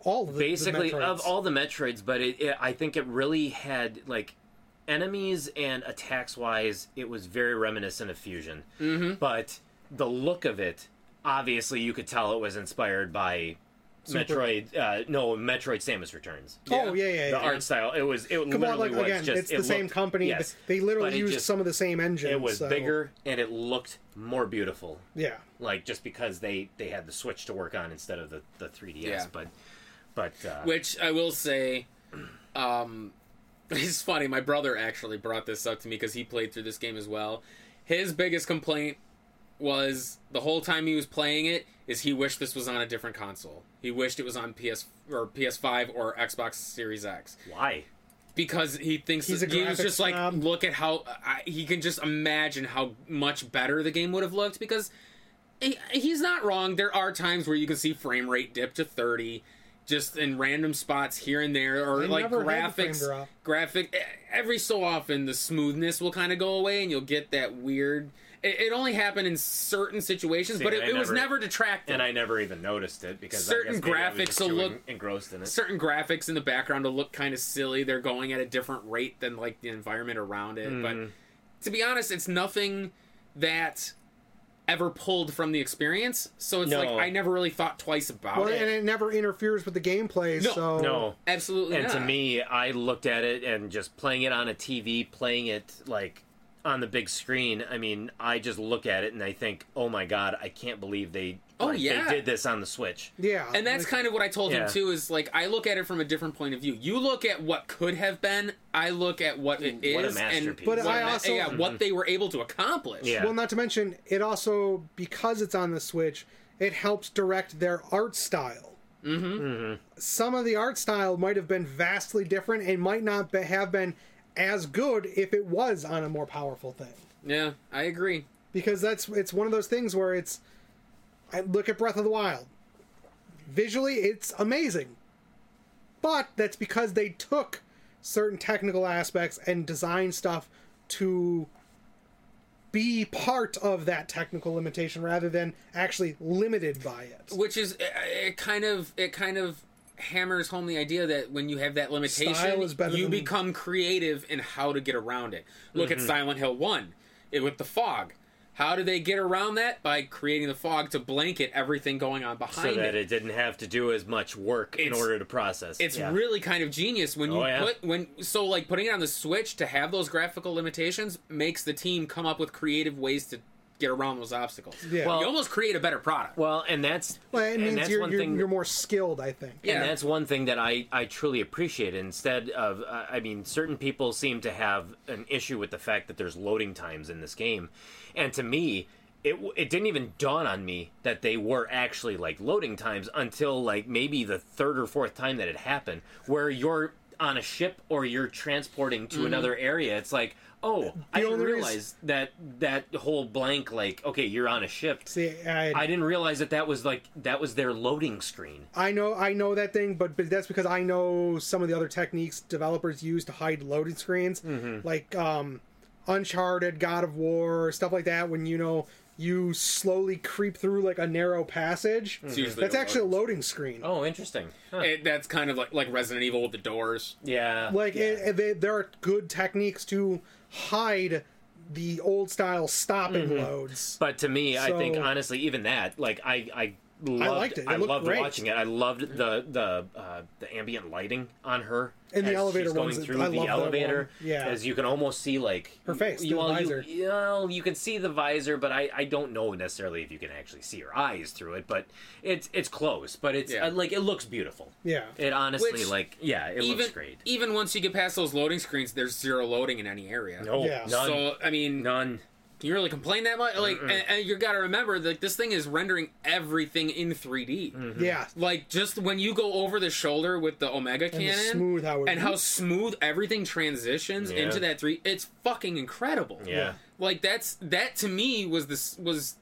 C: all of the,
B: basically
C: the
B: of
C: Metroids.
B: all the metroids but it, it i think it really had like enemies and attacks wise it was very reminiscent of fusion mm-hmm. but the look of it obviously you could tell it was inspired by metroid uh, no metroid samus returns
C: Oh yeah, yeah, yeah.
B: the art style it was it
C: Come on,
B: literally
C: like
B: was
C: again,
B: just
C: it's the
B: it
C: same
B: looked-
C: company.
B: yes,
C: they
B: but
C: literally
B: it
C: used
B: just-
C: some of the same engine.
B: it was
C: so-
B: bigger and it looked more beautiful
C: Yeah.
B: like just because they they had the switch to work on instead of the the 3ds
A: Yeah.
B: but but uh,
A: Which I will say, um, it's funny. My brother actually brought this up to me because he played through this game as well. His biggest complaint was the whole time he was playing it is he wished this was on a different console. He wished it was on PS or PS5 or Xbox Series X
B: Why?
A: because he thinks
C: He's a
A: he was
C: graphic
A: just like
C: snob.
A: look at how I, he can just imagine how much better the game would have looked because he, he's not wrong there are times where you can see frame rate dip to 30 just in random spots here and there or
C: I
A: like
C: never had the frame
A: graphics
C: drop.
A: graphic e- every so often the smoothness will kind of go away and you'll get that weird it, it only happened in certain situations but
B: and
A: it,
B: I
A: it was
B: never-
A: never detracting
B: And I never even noticed it because
A: Certain
B: I guess maybe I was
A: graphics
B: just
A: will
B: too
A: look-
B: en- engrossed in it.
A: certain graphics in the background will look kind of silly. They're going at a different rate than like the environment around it.
B: Mm.
A: But to be honest, it's nothing that ever pulled from the experience. So it's
B: No.
A: like I never really thought twice about
C: Well,
A: it.
C: and it never interferes with the gameplay.
A: No.
C: so
B: no.
A: Absolutely.
B: And to
A: not.
B: me, I looked at it and just playing it on a TV, playing it like on the big screen. I mean, I just look at it and I think, "Oh my god, I can't believe they
A: Oh,
B: like,
A: yeah.
B: they did this on the Switch."
C: yeah,
A: and that's
C: like,
A: kind of what I told
B: Yeah.
A: him too. Is like I look at it from a different point of view. You look at what could have been. I look at what it
B: a
A: is
B: masterpiece.
A: and
B: But
A: what,
C: I
A: ma-
C: also-
A: yeah, what they were able to accomplish.
B: Yeah.
C: Well, not to mention, it also because it's on the Switch, it helps direct their art style. Mm-hmm. Some of the art style might have been vastly different and might not be, have been as good if it was on a more powerful thing.
A: yeah, I agree.
C: Because that's it's one of those things where it's. I look at Breath of the Wild. Visually, it's amazing, but that's because they took certain technical aspects and design stuff to be part of that technical limitation rather than actually limited by it.
A: which is uh, it, it kind of it kind of hammers home the idea that when you have that limitation
C: Style is better
A: you
C: than-
A: become creative in how to get around it look
B: Mm-hmm.
A: at silent hill 1 it, with the fog how do they get around that by creating the fog to blanket everything going on behind
B: So that
A: it
B: it didn't have to do as much work in
A: It's-
B: order to process.
A: it's
B: Yeah.
A: really kind of genius when you
B: Oh, yeah.
A: put when so like putting it on the switch to have those graphical limitations makes the team come up with creative ways to get around those obstacles
C: Yeah. Well-
A: you almost create a better product
B: well, and that's
C: Well, it
B: and
C: means
B: that's
C: you're,
B: one
C: you're,
B: thing
C: you're more skilled, I think.
A: yeah
B: And that's one thing that I, I truly appreciate. Instead of, uh, I mean, certain people seem to have an issue with the fact that there's loading times in this game. And to me, it, w- it didn't even dawn on me that they were actually like loading times until like maybe the third or fourth time that it happened, where you're on a ship or you're transporting to another area. It's like, oh, I didn't
C: only reas-
B: realize that that whole blank, like, okay, you're on a ship.
C: See, I,
B: I didn't realize that that was like, that was their loading screen.
C: I know I know that thing, but, but that's because I know some of the other techniques developers use to hide loaded screens, like um, Uncharted, God of War, stuff like that. When you know you slowly creep through like a narrow passage,
A: usually
C: that's
A: a
C: actually a loading screen.
B: Oh, interesting. Huh.
A: it, that's kind of like like resident evil with the doors
B: Yeah.
C: Like
B: Oh, yeah.
C: it, it- they, there are good techniques to hide the old style stop and loads.
B: but to me, I think
C: So-
B: honestly, even that, like I, I loved, I
C: liked it. It looked
B: loved
C: great.
B: watching it. I loved the the uh, the ambient lighting on her
C: And the
B: as
C: elevator
B: she's going
C: ones,
B: through
C: I
B: the
C: love that
B: elevator.
C: one. Yeah.
B: as you can almost see like
C: Her face
B: You,
C: through the
B: well, you-
C: visor.
B: you know, you can see the visor, but I, I don't know necessarily if you can actually see her eyes through it. But it's it's close. But it's
A: Yeah.
B: uh, like it looks beautiful.
C: Yeah.
B: It honestly
A: Which,
B: like yeah, it
A: even
B: looks great.
A: even once you get past those loading screens, there's zero loading in any area.
B: No,
C: Yeah.
B: none,
A: So I mean,
B: none.
A: can you really complain that much? Like, and, and you got to remember that this thing is rendering everything in 3D.
B: Mm.
C: Yeah,
A: Like, just when you go over the shoulder with the Omega
C: and
A: cannon,
C: smooth how it
A: and how smooth everything transitions
B: Yeah.
A: into that three, it's fucking incredible.
B: Yeah.
A: like that's that to me was this was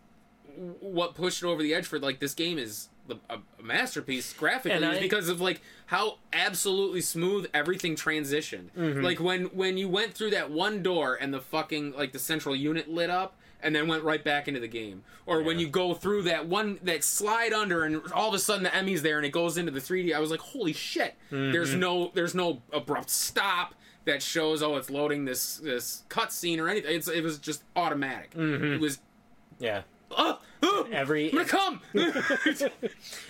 A: what pushed it over the edge for like this game is the, a, a masterpiece graphically
B: And
A: is
B: I-
A: because of like how absolutely smooth everything transitioned.
B: Mm-hmm.
A: Like when when you went through that one door and the fucking like the central unit lit up and then went right back into the game, or when you go through that one that slide under and all of a sudden the Emmy's there and it goes into the 3D. I was like, holy shit!
B: Mm-hmm.
A: There's no there's no abrupt stop that shows oh it's loading this this cutscene or anything. It's it was just automatic.
B: Mm-hmm.
A: It was
B: Yeah.
A: oh, oh
B: Every
A: I'm gonna come.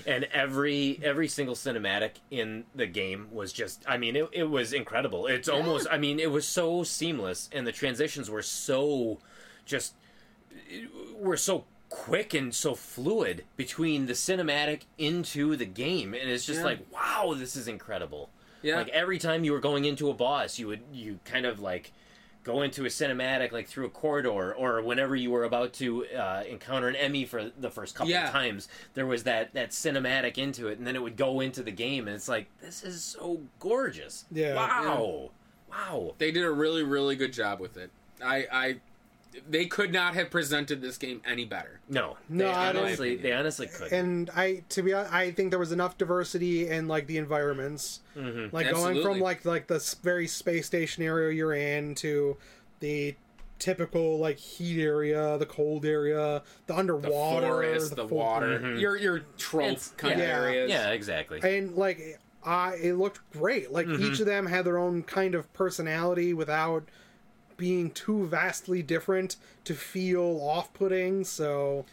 B: and every every single cinematic in the game was just i mean it, it was incredible it's almost i mean it was so seamless and the transitions were so just were so quick and so fluid between the cinematic into the game and it's just
A: Yeah.
B: like wow this is incredible
A: Yeah.
B: like every time you were going into a boss you would you kind of like go into a cinematic like through a corridor or whenever you were about to uh, encounter an Emmy for the first couple
A: Yeah.
B: of times there was that that cinematic into it and then it would go into the game and it's like this is so gorgeous
C: Yeah.
B: wow wow
A: They did a really, really good job with it. I, I, they could not have presented this game any better.
B: no
C: No,
B: they
C: I don't-
B: honestly they honestly could
C: and I to be honest, I think there was enough diversity in like the environments, like going
A: Mm-hmm. Absolutely.
C: from like like the s- very space station area you're in to the typical like heat area, the cold area, the
A: The
C: underwater,
A: forest, the, Mhm.
C: fo-
A: water, your your trope
B: It's-
A: kind
B: yeah.
A: of areas.
B: yeah exactly
C: and like I it looked great. Like
A: Mm-hmm.
C: each of them had their own kind of personality without being too vastly different to feel off-putting. So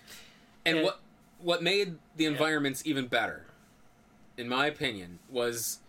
A: And
B: Yeah.
A: what what made the environments even better, in my opinion, was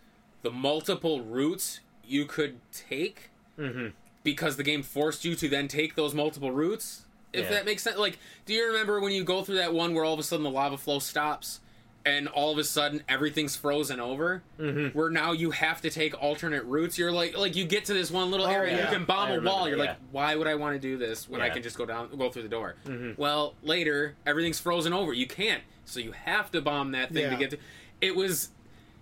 A: the multiple routes you could take
B: Mm-hmm.
A: because the game forced you to then take those multiple routes. If
B: Yeah.
A: that makes sense, like, do you remember when you go through that one where all of a sudden the lava flow stops? And all of a sudden, everything's frozen over.
B: Mm-hmm.
A: Where now you have to take alternate routes. You're like, like you get to this one little area,
B: Oh, yeah.
A: you can bomb a
B: I
A: wall.
B: remember,
A: You're
B: yeah.
A: like, why would I want to do this when I
B: Yeah. Mm-hmm.
A: can just go down, go through the door? Well, later everything's frozen over. You can't, so you have to bomb that thing
C: Yeah.
A: to get to. It was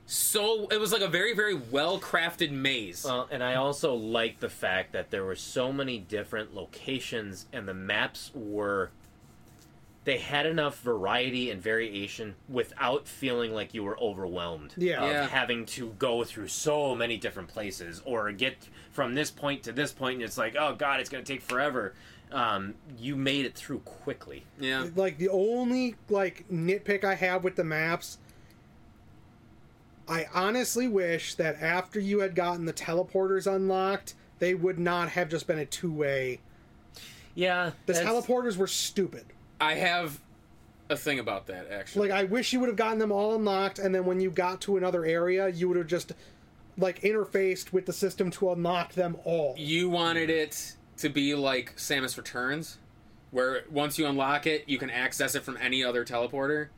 A: so. It was like a very, very well crafted maze.
B: Well, and I also like the fact that there were so many different locations, and the maps were. They had enough variety and variation without feeling like you were overwhelmed.
C: Yeah.
B: Of
A: Yeah.
B: having to go through so many different places or get from this point to this point, and it's like, oh god, it's going to take forever. Um, you made it through quickly.
A: yeah,
C: like the only like nitpick I have with the maps, I honestly wish that after you had gotten the teleporters unlocked, they would not have just been a two way.
B: Yeah.
C: The
B: that's-
C: teleporters were stupid.
A: I have a thing about that actually.
C: Like I wish you would have gotten them all unlocked, and then when you got to another area, you would have just like interfaced with the system to unlock them all.
A: you wanted it to be like Samus Returns, where once you unlock it, you can access it from any other teleporter.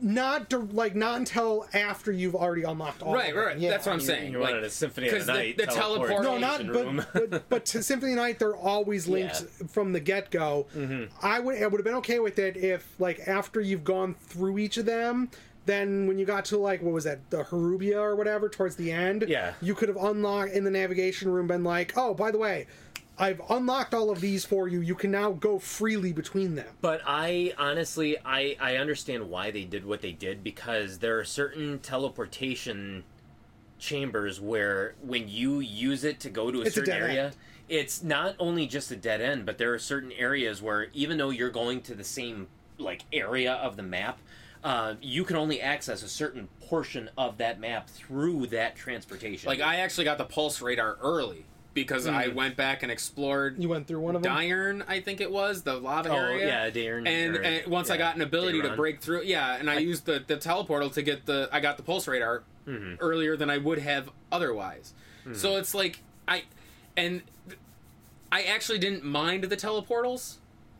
C: Not to, like not until after you've already unlocked all.
A: Right,
C: of them.
A: right. That's what I'm
B: Oh, You,
A: saying.
B: you
A: like,
B: wanted a symphony of
A: 'cause
B: the
A: the-
B: night.
A: the teleport-
B: teleportation
C: No, not
B: room.
C: but, but but to Symphony Night, they're always linked from the get go.
A: Mm-hmm.
C: I would I would have been okay with it if like after you've gone through each of them, then when you got to like what was that the Harubia or whatever towards the end,
B: Yeah.
C: you could have unlocked in the navigation room been like, oh by the way, I've unlocked all of these for you. You can now go freely between them.
B: But I honestly, I I understand why they did what they did because there are certain teleportation chambers where when you use it to go to a
C: It's a
B: certain
C: dead
B: area,
C: end.
B: it's not only just a dead end, but there are certain areas where even though you're going to the same like area of the map. Uh, you can only access a certain portion of that map through that transportation.
A: like I actually got the pulse radar early because I went back and explored
C: Hmm. You went through one of them.
A: Dyern, I think it was the lava
B: oh
A: area.
B: yeah, Darren.
A: And,
B: or-
A: and once I
B: yeah,
A: got an ability to
B: Dayron.
A: break through, yeah, and I, used the the teleportal to get the I got the pulse radar
B: Mm-hmm.
A: earlier than I would have otherwise.
B: Hmm.
A: So it's like I and th- I actually didn't mind the teleportals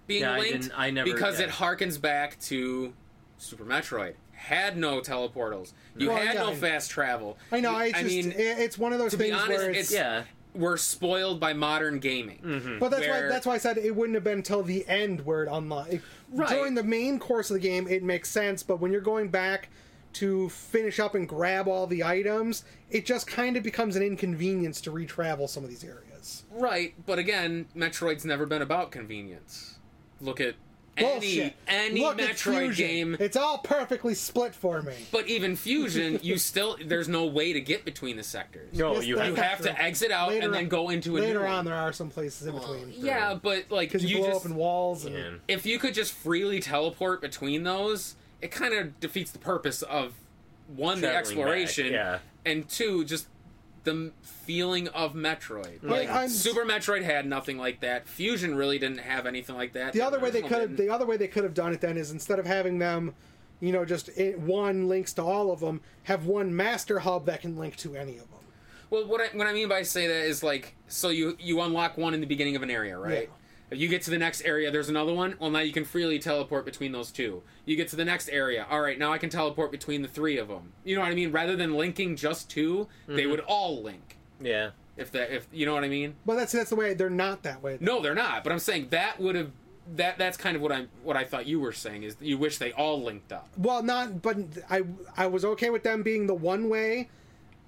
A: being
B: Yeah, I
A: linked
B: didn't- I never-
A: because
B: yeah.
A: it harkens back to Super Metroid. Had no teleportals. You
C: Well,
A: had
C: yeah,
A: no
C: I-
A: fast travel.
C: I know.
A: You-
C: It's just
A: mean,
C: it- it's one of those
A: be
C: things
A: honest,
C: where
A: it's-
C: it's,
B: yeah,
A: we're spoiled by modern gaming.
C: But that's why
A: where-
C: that's why I said it wouldn't have been until the end where it unlocked.
A: Right.
C: During the main course of the game, it makes sense. But when you're going back to finish up and grab all the items, it just kind of becomes an inconvenience to retravel some of these areas.
A: Right, but again, Metroid's never been about convenience. Look at
C: Bullshit.
A: any any
C: Look at
A: Metroid
C: Fusion.
A: game,
C: It's all perfectly split for me.
A: but even Fusion, you still there's no way to get between the sectors.
B: no,
C: Yes,
B: you
C: that-
B: have
A: You have to exit out
C: Later
A: and then
C: on-
A: go into a
C: Later
A: new
C: on,
A: one.
C: there are some places in between
A: Yeah, Uh, but like
C: because you, blow
A: just
C: up in walls. And,
B: Yeah.
A: if you could just freely teleport between those, it kind of defeats the purpose of one the
B: Traveling back,
A: exploration
B: yeah.
A: and two just the m- feeling of Metroid.
C: Well,
A: Like
C: I'm-
A: Super Metroid had nothing like that. Fusion really didn't have anything like that. Oh,
C: The other way they
A: original
C: could have
A: didn't.
C: the other way they could have done it then is instead of having them, you know, just it, one links to all of them, have one master hub that can link to any of them.
A: Well, what I, what I mean by say that is like, so you you unlock one in the beginning of an area, right? If you get to the next area, there's another one. Well, now you can freely teleport between those two. You get to the next area. All right, now I can teleport
C: Mm-hmm.
A: between the three of them. You know what I mean? Rather than linking just 2 they would all link.
B: yeah.
A: If that, if you know what I mean.
C: But that's that's the way they're not that way.
A: No, they're not. But I'm saying that would have that. That's kind of what I'm what I thought you were saying is you wish they all linked up.
C: Well, not but I I was okay with them being the one way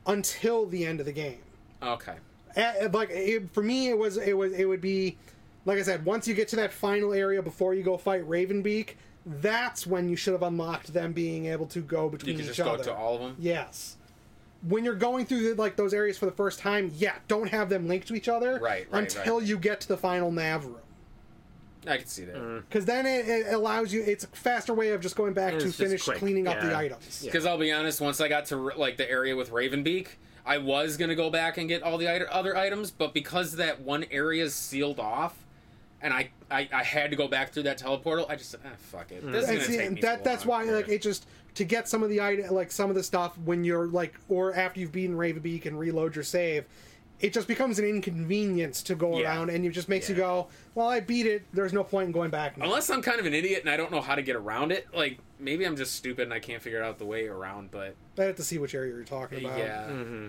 C: until the end of the game.
A: Okay.
C: Eh, eh, like it, for me it was it was it would be like I said once you get to that final area before you go fight Ravenbeak, that's when you should have unlocked them being able to go
A: You
C: between
A: could
C: each
A: just go
C: other.
A: to all of them.
C: Yes. When you're going through like those areas for the first time, yeah, don't have them linked to each other
A: Right, right,
C: until
A: right.
C: you get to the final nav room.
A: I can see that.
C: Because then it, it allows you. It's a faster way of just going back to
B: it's just
C: finish
B: quick,
C: cleaning up the
B: yeah.
C: items.
A: Because I'll be honest, once I got to like the area with Ravenbeak, I was gonna go back and get all the it- other items, but because that one area is sealed off, and I I, I had to go back through that teleportal, I just said, ah, fuck it. This is gonna
C: And Mm. see,
A: take
C: and
A: me
C: that
A: so
C: that's why
A: long."
C: like it just to get some of the item like some of the stuff when you're like or after you've beaten Ravenbeak and reload your save, it just becomes an inconvenience to go
A: Yeah.
C: around, and it just makes you
B: Yeah.
C: go, well, I beat it. There's no point in going back. Now.
A: Unless I'm kind of an idiot and I don't know how to get around it, like maybe I'm just stupid and I can't figure out the way around. But
C: I have to see which area you're talking about.
A: yeah,
B: Mm-hmm.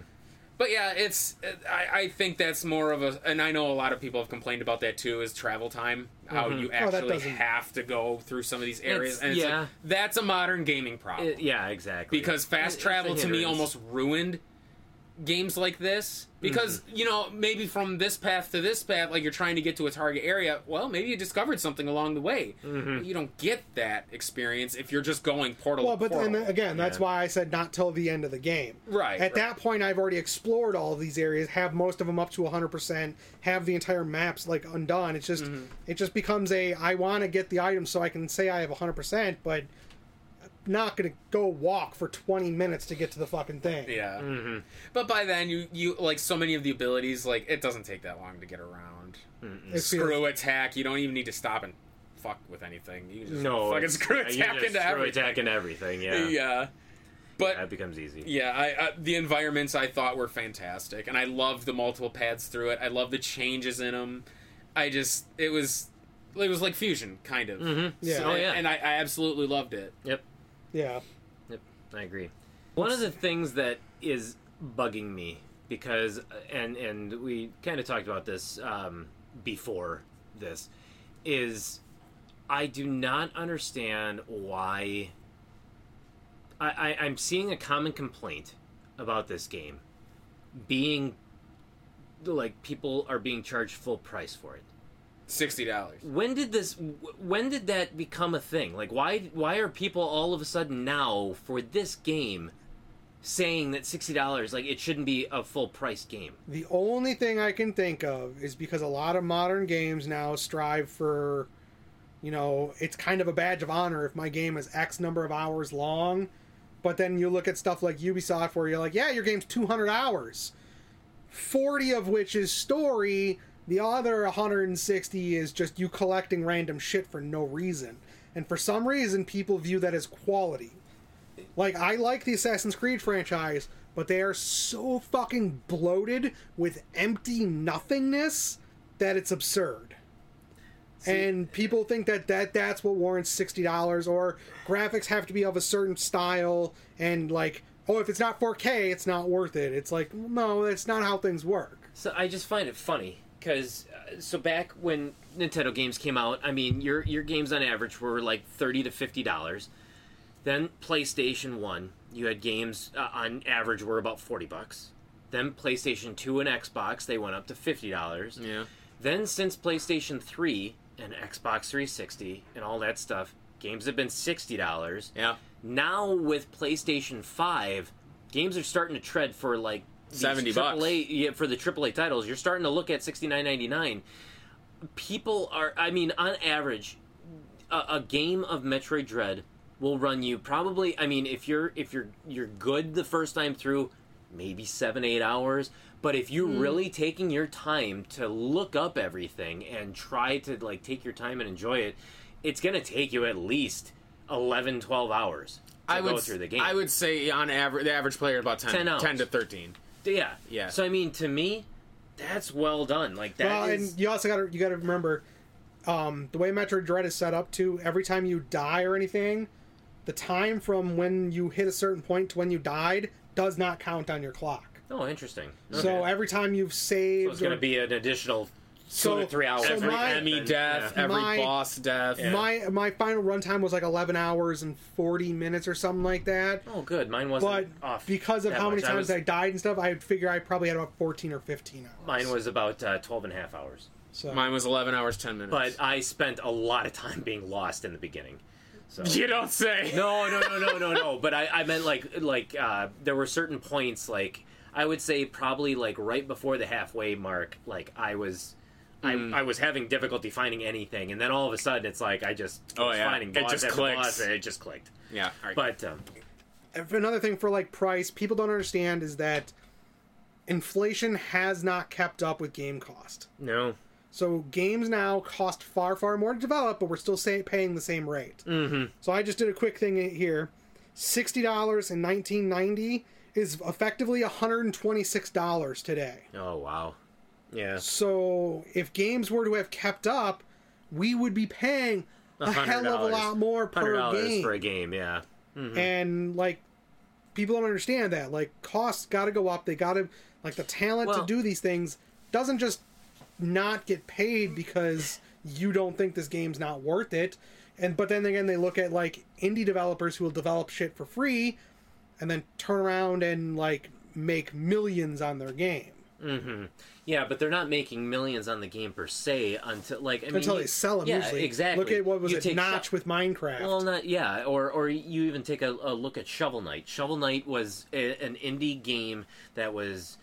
A: but yeah, it's I, I think that's more of a, and I know a lot of people have complained about that too, is travel time, how
B: Mm-hmm.
A: you
C: Oh, that
A: actually
C: doesn't-
A: have to go through some of these areas,
B: It's-
A: and it's like,
B: yeah.
A: that's a modern gaming problem.
B: It- yeah, exactly.
A: because
B: It-
A: fast
B: it's
A: travel
B: a
A: to me
B: hindrance.
A: almost ruined games like this because
B: Mm-hmm.
A: you know maybe from this path to this path like you're trying to get to a target area well maybe you discovered something along the way
B: Mm-hmm.
A: But you don't get that experience if you're just going portal
C: Well,
A: to
C: but
A: portal.
C: and again, that's
B: Yeah.
C: why I said not till the end of the game.
A: Right,
C: At
A: right.
C: that point, I've already explored all of these areas, have most of them up to 100%, have the entire maps like undone. It's just
A: Mm-hmm.
C: it just becomes a I want to get the item so I can say I have 100%, but I'm not going to go walk for 20 minutes to get to the fucking thing.
A: yeah
B: Mm-hmm.
A: but by then you you like so many of the abilities like it doesn't take that long to get around
C: It
A: screw
C: feels-
A: attack you don't even need to stop and fuck with anything you can just
B: no,
A: fucking
B: it's-
A: screw
B: yeah, you
A: attack
B: just
A: into
B: screw
A: everything
B: attack into everything. Yeah,
A: yeah but
B: that becomes easy.
A: Yeah, I, I, the environments I thought were fantastic, and I loved the multiple paths through it. I love the changes in them. I just it was it was like fusion, kind of.
C: Yeah.
A: So-
B: Oh, yeah.
A: and I, I absolutely loved it.
B: Yep.
C: Yeah.
B: Yep, I agree. One of the things that is bugging me because, and and we kind of talked about this um, before this, is I do not understand why. I, I I'm seeing a common complaint about this game being like people are being charged full price for it
A: Sixty dollars.
B: when did this wh- when did that become a thing like why why are people all of a sudden now for this game saying that $60 like it shouldn't be a full price game
C: The only thing I can think of is because a lot of modern games now strive for, you know, it's kind of a badge of honor if my game is X number of hours long. But then you look at stuff like Ubisoft where you're like, yeah, your game's 200 hours, 40 of which is story, the other 160 is just you collecting random shit for no reason. And for some reason, people view that as quality. Like I like the Assassin's Creed franchise, but they are so fucking bloated with empty nothingness that it's absurd. and people think that, that that's what warrants sixty dollars, or graphics have to be of a certain style, and like, oh, if it's not four K, it's not worth it. It's like, no, that's not how things work.
B: so i just find it funny because uh, so back when nintendo games came out i mean your your games on average were like 30 to $50 then playstation 1 you had games uh, on average were about 40 bucks then playstation 2 and xbox they went up to $50
A: Yeah.
B: Then, since PlayStation 3 and Xbox 360 and all that stuff, games have been $60.
A: Yeah.
B: Now, with PlayStation 5, games are starting to tread for like these
A: 70 bucks.
B: AAA Yeah, for the AAA titles, you're starting to look at $69.99. People are, I mean, on average, a, a game of Metroid Dread will run you probably. I mean, if you're if you're you're good the first time through, maybe seven eight hours. But if
C: Hmm.
B: you're really taking your time to look up everything and try to like take your time and enjoy it, it's gonna take you at least 11, 12 hours to
A: I
B: go
A: would
B: through the game.
A: I would say on average the average player about 10,
B: 10 hours.
A: 10 to thirteen.
B: yeah,
A: Yeah.
B: So I mean, to me, that's well done. Like that
C: Well,
B: is-
C: and you also got to you got to remember um, the way Metroid Dread is set up too. Every time you die or anything, the time from when you hit a certain point to when you died does not count on your clock.
B: Oh, interesting.
C: So
B: Okay.
C: every time you've
B: So
C: saved,
B: it's going
C: or-
B: to be an additional
C: So-
B: two to three hours.
C: so
A: every
C: my-
A: Emmy
B: then,
A: death,
B: yeah.
A: every
C: My-
A: boss death.
C: my my final runtime was like 11 hours and 40 minutes or something like that.
B: Oh, good. Mine
C: But
B: wasn't off.
C: because of
B: that
C: how many
B: much.
C: times
B: was-
C: I died and stuff, I figure I probably had about 14 or 15 hours.
B: Mine was about uh, 12 and a half hours.
C: So
A: Mine was 11 hours 10 minutes.
B: But I spent a lot of time being lost in the beginning. So.
A: you don't say.
B: No, no, no, no, no, no. But I, I meant like, like uh, there were certain points, like I would say probably like right before the halfway mark, like I was, I, I was having difficulty finding anything, and then all of a sudden it's like I just
A: Oh,
B: was
A: yeah.
B: finding
A: It
B: boss
A: just
B: after
A: clicks.
B: boss, and it just clicked.
A: Yeah. All right.
B: But um,
C: another thing for like price, people don't understand is that inflation has not kept up with game cost.
B: no,
C: So games now cost far, far more to develop, but we're still say, paying the same rate. Mm-hmm. So I just did a quick thing here: sixty dollars in nineteen ninety is effectively one hundred and twenty-six dollars today.
B: oh wow, yeah,
C: So if games were to have kept up, we would be paying a hell of a
B: $100.
C: lot more
B: hundred
C: per
B: dollars
C: game.
B: for a game, yeah. Mm.
C: and like people don't understand that like costs got to go up they got to like the talent
B: Well-
C: to do these things doesn't just not get paid because you don't think this game's not worth it and but then again they look at like indie developers who will develop shit for free and then turn around and like make millions on their game
B: Yeah, but they're not making millions on the game per se until like I mean,
C: until
B: you-
C: they sell them
B: yeah,
C: usually
B: exactly.
C: look at what was
B: You
C: it
B: take
C: notch
B: Sho-
C: with minecraft
B: Well, not yeah, or or you even take a, a look at Shovel Knight. Shovel Knight was a, an indie game that was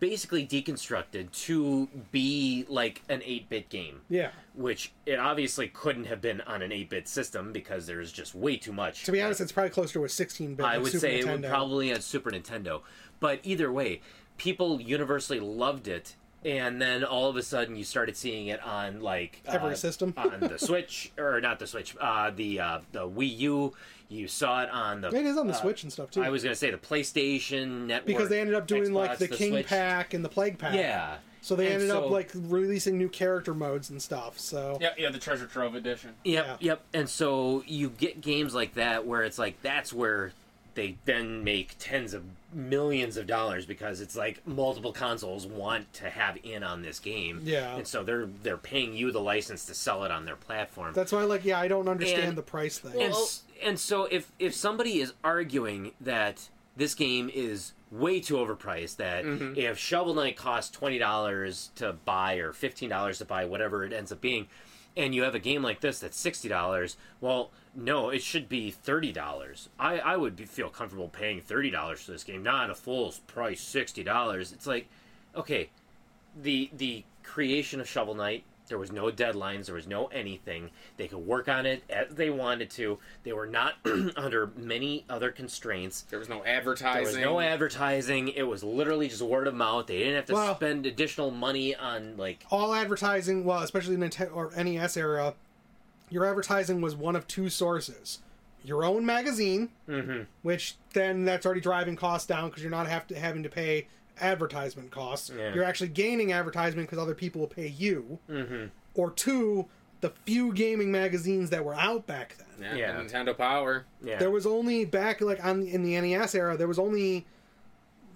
B: basically deconstructed to be like an 8-bit game.
C: yeah
B: Which it obviously couldn't have been on an 8-bit system because there's just way too much.
C: to be honest it's probably closer to a 16 bit
B: I would
C: Super
B: say
C: Nintendo.
B: it would probably on Super Nintendo. But either way, people universally loved it, and then all of a sudden you started seeing it on like
C: Every
B: uh,
C: system.
B: on the Switch or not the Switch, uh, the uh, the Wii U. You saw it on the.
C: it is on the
B: uh,
C: switch and stuff too
B: I was gonna say the PlayStation Network
C: because they ended up doing like
B: Xbox,
C: the, King
B: Switch.
C: Pack and the Plague Pack.
B: Yeah.
C: So they
B: And
C: ended
B: so-
C: up like releasing new character modes and stuff. So
A: yeah, yeah, the Treasure Trove edition.
B: Yep,
C: Yeah.
B: yep. And so you get games like that where it's like that's where they then make tens of millions of dollars because it's like multiple consoles want to have in on this game.
C: Yeah.
B: And so they're they're paying you the license to sell it on their platform.
C: that's why, like, yeah, I don't understand
B: And-
C: the price thing.
B: and, s- and so if if somebody is arguing that this game is way too overpriced that if shovel knight costs $20 to buy or $15 to buy whatever it ends up being and you have a game like this that's $60 well no it should be $30 i, I would be, feel comfortable paying $30 for this game not a full price $60 it's like okay the the creation of Shovel Knight. There was no deadlines. There was no anything. They could work on it as they wanted to. They were not under many other constraints.
A: There was no advertising.
B: There was no advertising. It was literally just word of mouth. They didn't have to
C: Well-
B: spend additional money on like
C: All advertising, well, especially in Nintendo or NES era, your advertising was one of two sources: your own magazine,
B: Mm-hmm.
C: which then that's already driving costs down because you're not have to, having to pay advertisement costs.
B: Yeah.
C: You're actually gaining advertisement because other people will pay you.
B: Mm-hmm.
C: Or two, the few gaming magazines that were out back then.
A: Yeah,
B: Yeah.
A: the Nintendo Power.
B: yeah.
C: There was only back like on in the NES era, there was only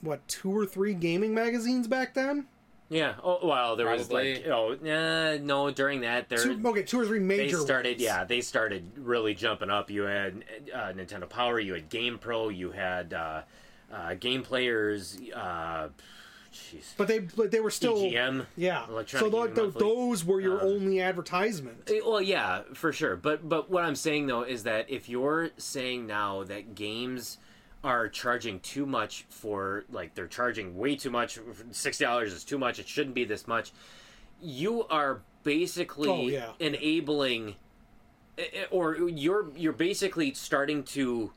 C: what two or three gaming magazines back then.
B: yeah. Oh well, there
A: Probably.
B: was like oh nah, no. During that there
C: Two, okay, two or three major.
B: they started
C: ones.
B: yeah they started really jumping up you had uh, nintendo power you had game pro you had uh, uh, game players uh, jeez
C: but they but they were still
B: EGM,
C: yeah. So
B: E Electronic Gaming
C: like tho-
B: Monthly. Um,
C: those were your only advertisement.
B: Eh, Well, yeah, for sure. But but what I'm saying though is that if you're saying now that games are charging too much for like they're charging way too much, sixty dollars is too much. It shouldn't be this much. You are basically
C: Oh, yeah.
B: enabling, eh, eh, or you're you're basically starting to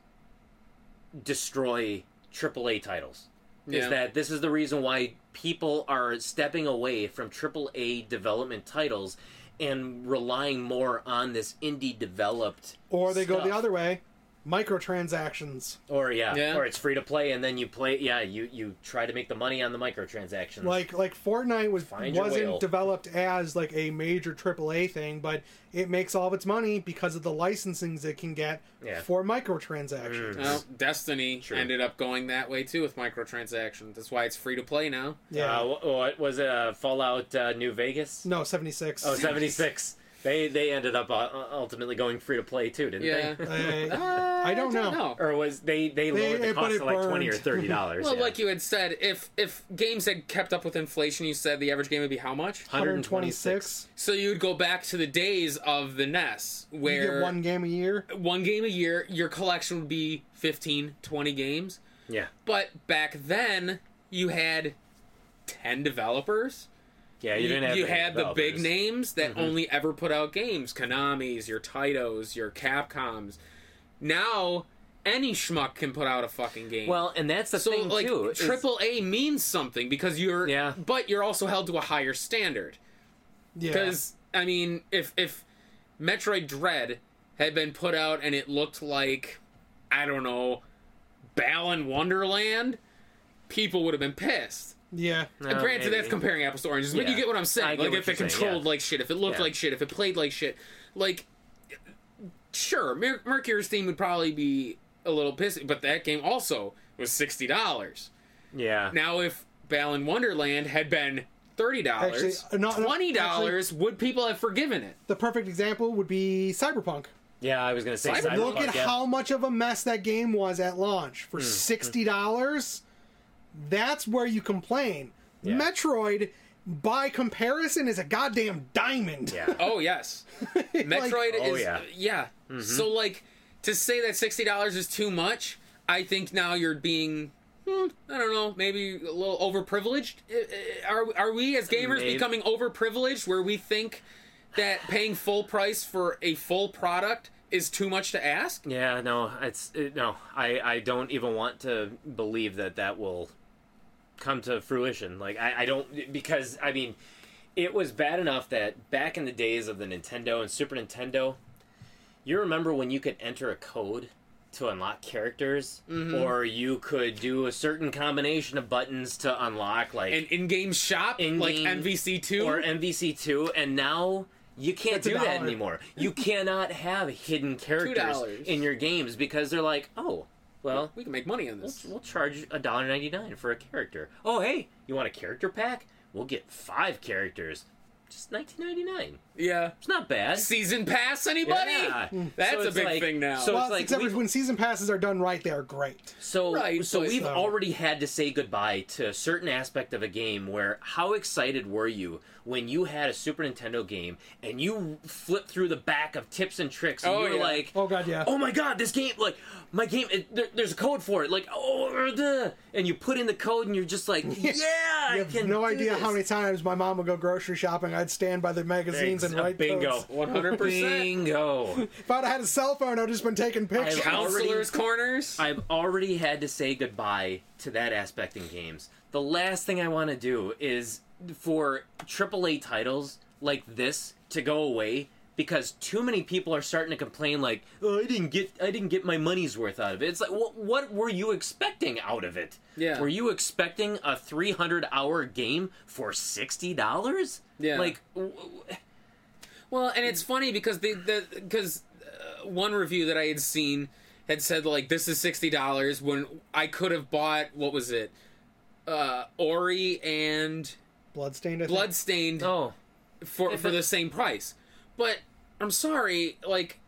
B: destroy AAA titles
A: Yeah.
B: is that this is the reason why people are stepping away from AAA development titles and relying more on this indie developed
C: Or they go the
B: stuff.
C: other way. microtransactions.
B: Or yeah,
A: Yeah.
B: or it's free to play, and then you play. Yeah, you you try to make the money on the microtransactions.
C: Like like Fortnite was
B: Find your
C: wasn't
B: whale.
C: developed as like a major AAA thing, but it makes all of its money because of the licensings it can get
B: Yeah. Mm.
C: for microtransactions.
A: Well, Destiny
B: Sure.
A: ended up going that way too with microtransactions. That's why it's free to play now.
C: Yeah.
B: uh, wh- what was it? Uh, Fallout uh, New Vegas?
C: no, seventy six.
B: Oh, 76. They they ended up uh, ultimately going free to play too, didn't they?
A: Yeah.
C: Uh, I don't know.
B: or was they they lowered
C: They-
B: the
C: but
B: cost
C: it
B: to like twenty or
C: burned.
B: thirty dollars?
A: Well, like you had said, if if games had kept up with inflation, you said the average game would be how much?
C: Hundred twenty six.
A: So you would go back to the days of the NES
C: You
A: where
C: get one game a year.
A: one game a year, your collection would be 15, 20 games.
B: Yeah,
A: But back then, you had 10 developers.
B: yeah. You didn't have
A: you
B: the
A: had the big
B: developers.
A: names that
C: Mm-hmm.
A: only ever put out games Konami's, your Taito's, your Capcom's. Now, any schmuck can put out a fucking game.
B: Well, and that's the
A: so
B: thing
A: like
B: too. is-
A: triple A means something because you're
B: Yeah.
A: but you're also held to a higher standard.
C: Yeah.
A: Because I mean, if if Metroid Dread had been put out and it looked like I don't know, Balan Wonderland, people would have been pissed.
C: Yeah.
B: Uh,
A: Granted, that's
B: maybe.
A: comparing apples to oranges, but you
B: Yeah.
A: get what I'm
B: I
A: saying.
B: get
A: Like
B: what
A: if it
B: you're saying,
A: controlled
B: yeah.
A: like shit, if it looked
B: Yeah.
A: like shit, if it played like shit, like sure, Mer- Mercury's theme would probably be a little pissy, but that game also was sixty dollars.
B: Yeah.
A: Now, if Balan Wonderland had been thirty dollars,
C: Actually, uh, no, no,
A: twenty dollars, would people have forgiven it?
C: The perfect example would be Cyberpunk.
B: yeah, I was gonna say.
A: Cyberpunk,
C: Look
B: Cyberpunk,
C: at
B: yeah.
C: how much of a mess that game was at launch
B: Mm,
C: for sixty dollars. That's where you complain. Metroid, by comparison, is a goddamn diamond.
B: Yeah.
A: Oh yes, Metroid
B: Oh,
A: is yeah.
B: yeah. Mm-hmm.
A: So like to say that sixty dollars is too much, I think now you're being. hmm, I don't know. Maybe a little overprivileged. Eh, eh, Are are we as gamers
B: Maybe.
A: becoming overprivileged, where we think that paying full price for a full product is too much to ask?
B: Yeah, no, it's it, no. I I don't even want to believe that that will come to fruition. Like I I don't because I mean, it was bad enough that back in the days of the Nintendo and Super Nintendo, you remember when you could enter a code to unlock characters
A: Mm-hmm.
B: or you could do a certain combination of buttons to unlock like
A: An in-game shop like
B: In-game
A: MVC two
B: or MVC2, and now you can't
C: a
B: do that
C: dollar.
B: anymore. You cannot have hidden characters
A: dollars.
B: in your games because they're like, oh, well,
A: we can make money on this.
B: we'll charge a dollar ninety nine for a character. Oh, hey, you want a character pack? We'll get five characters, just nineteen ninety nine.
A: Yeah.
B: It's not bad.
A: Season pass, anybody?
B: Yeah. Mm.
A: That's
B: So
A: a
B: it's
A: big
B: like-
A: thing now.
B: so-
C: Well,
B: It's like
C: except
B: we-
C: for when season passes are done right, they are great.
B: So,
A: Right,
B: so
A: but-
B: we've
C: So-
B: already had to say goodbye to a certain aspect of a game where how excited were you when you had a Super Nintendo game and you flipped through the back of tips and tricks and
A: Oh,
B: you were
A: yeah.
B: like,
C: Oh, God, yeah.
B: Oh my god, this game, like, my game, it, there, there's a code for it. Like, oh, er, duh. and you put in the code and you're just like, yeah,
C: You
B: I
C: have
B: can
C: no
B: do
C: idea
B: this."
C: how many times my mom would go grocery shopping. I'd stand by the magazines and
B: Exa-
C: write
B: bingo.
C: codes.
A: 100%.
B: Bingo.
C: If I'd had a cell phone, I'd just been taking pictures.
B: I-
A: Counselors corners.
B: I've already had to say goodbye to that aspect in games. The last thing I want to do is for AAA titles like this to go away because too many people are starting to complain like, "Oh, I didn't get I didn't get my money's worth out of it." It's like, "What what were you expecting out of it?"
A: Yeah.
B: Were you expecting a 300-hour game for $60?
A: Yeah.
B: Like w- w-
A: Well, and it's funny because the the because uh, one review that I had seen had said like this is sixty dollars when I could have bought what was it, uh, Ori and
C: Bloodstained. I think.
A: Bloodstained
B: oh,
A: for for the same price. But I'm sorry, like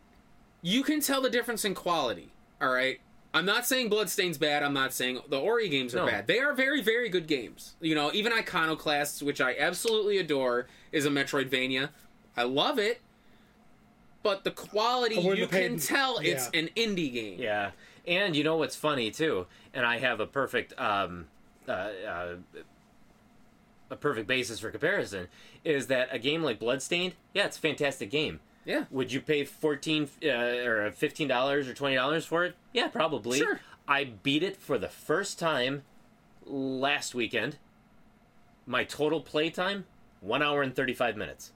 A: you can tell the difference in quality. All right. I'm not saying Bloodstained's bad. I'm not saying the Ori games are
B: No.
A: bad. They are very, very good games. You know, even Iconoclasts, which I absolutely adore, is a Metroidvania. I love it, but the quality
C: I wouldn't
A: you
C: have paid-
A: can tell it's
C: yeah.
A: an indie game.
B: Yeah, and you know what's funny too, and I have a perfect um, uh, uh, a perfect basis for comparison is that a game like Bloodstained, yeah, it's a fantastic game.
A: Yeah.
B: Would you pay fourteen uh, or fifteen dollars or twenty dollars for it? Yeah, probably.
A: Sure.
B: I beat it for the first time last weekend. My total play time, one hour and thirty-five minutes.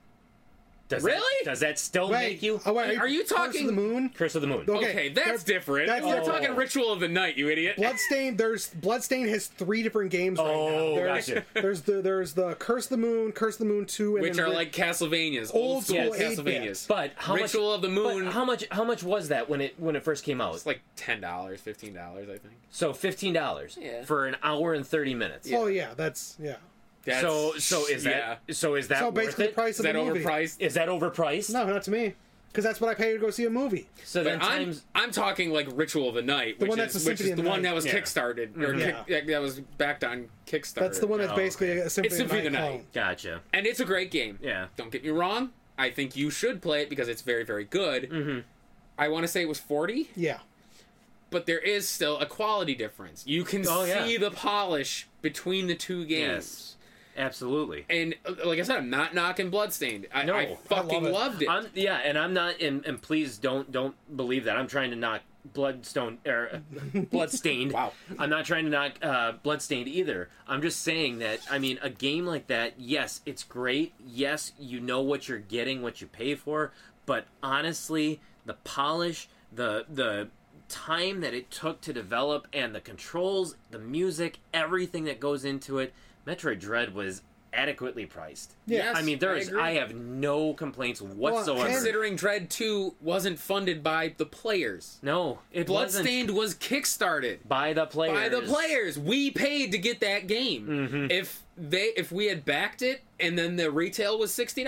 B: Does
A: Really?
B: That, does that still make you
C: oh, wait,
A: Are you
C: Curse of
A: talking-
C: the moon?
B: Curse of the Moon?
A: Okay, that's
C: they're-
A: different.
C: that's
A: We're
C: different.
A: talking Ritual of the Night, you idiot.
C: Bloodstain. There's Bloodstain has three different games
B: Oh,
C: right now. There's,
B: gotcha.
C: there's the there's the Curse of the Moon, Curse of the Moon Two, and
A: Which
C: then
A: are
C: Ri-
A: like Castlevanias,
C: Old
A: old school
C: school 8-bit.
A: Castlevanias.
B: But how
A: Ritual
B: much,
A: of the Moon-
B: But how much? How much was that when it when it first came out?
A: it's like ten dollars, fifteen dollars, I think.
B: so fifteen dollars
A: Yeah.
B: for an hour and thirty minutes.
C: Oh yeah, that's yeah.
A: That's,
B: So so is that so is that
C: So
B: worth
C: basically,
B: it?
C: price
A: is
C: of
A: that
C: the movie.
A: overpriced?
B: Is that overpriced?
C: No, not to me, because that's what I pay to go see a movie.
B: So
A: But
B: then
A: I'm
B: times
A: I'm talking like Ritual of the Night, which
C: one that's
A: is
C: the
A: which is
C: Symphony of
A: the
C: the
A: one
C: Night.
A: that was
B: Yeah. Mm-hmm.
A: kickstarted or kick,
C: Yeah.
A: that- that was backed on Kickstarter.
C: That's the one that's
B: Oh,
C: basically
B: okay.
C: a Symphony,
A: It's Symphony
C: of the Night.
B: gotcha.
A: and it's a great game.
B: Yeah.
A: Don't get me wrong. I think you should play it because it's very very good.
B: Mm-hmm.
A: I want to say it was forty.
C: Yeah.
A: but there is still a quality difference. You can
B: Oh, yeah.
A: see the polish between the two games.
B: Yes, absolutely.
A: And uh, like I said, I'm not knocking Bloodstained. I,
B: No, I
A: I
B: love
A: fucking
C: it.
A: loved it.
B: I'm, yeah, and I'm not, and, and please don't don't believe that I'm trying to knock Bloodstone or Bloodstained.
A: Wow.
B: I'm not trying to knock uh, Bloodstained either. I'm just saying that I mean a game like that. Yes, it's great. Yes, you know what you're getting, what you pay for. But honestly, the polish, the the time that it took to develop, and the controls, the music, everything that goes into it, Metroid Dread was adequately priced.
A: Yes,
B: I mean there
A: I
B: is
A: agree.
B: I have no complaints whatsoever.
C: and-
A: Considering Dread 2 wasn't funded by the players.
B: no, it wasn't
A: Bloodstained was kickstarted
B: by the players. Mm-hmm.
A: by the players. We paid to get that game. If they if we had backed it and then the retail was $60,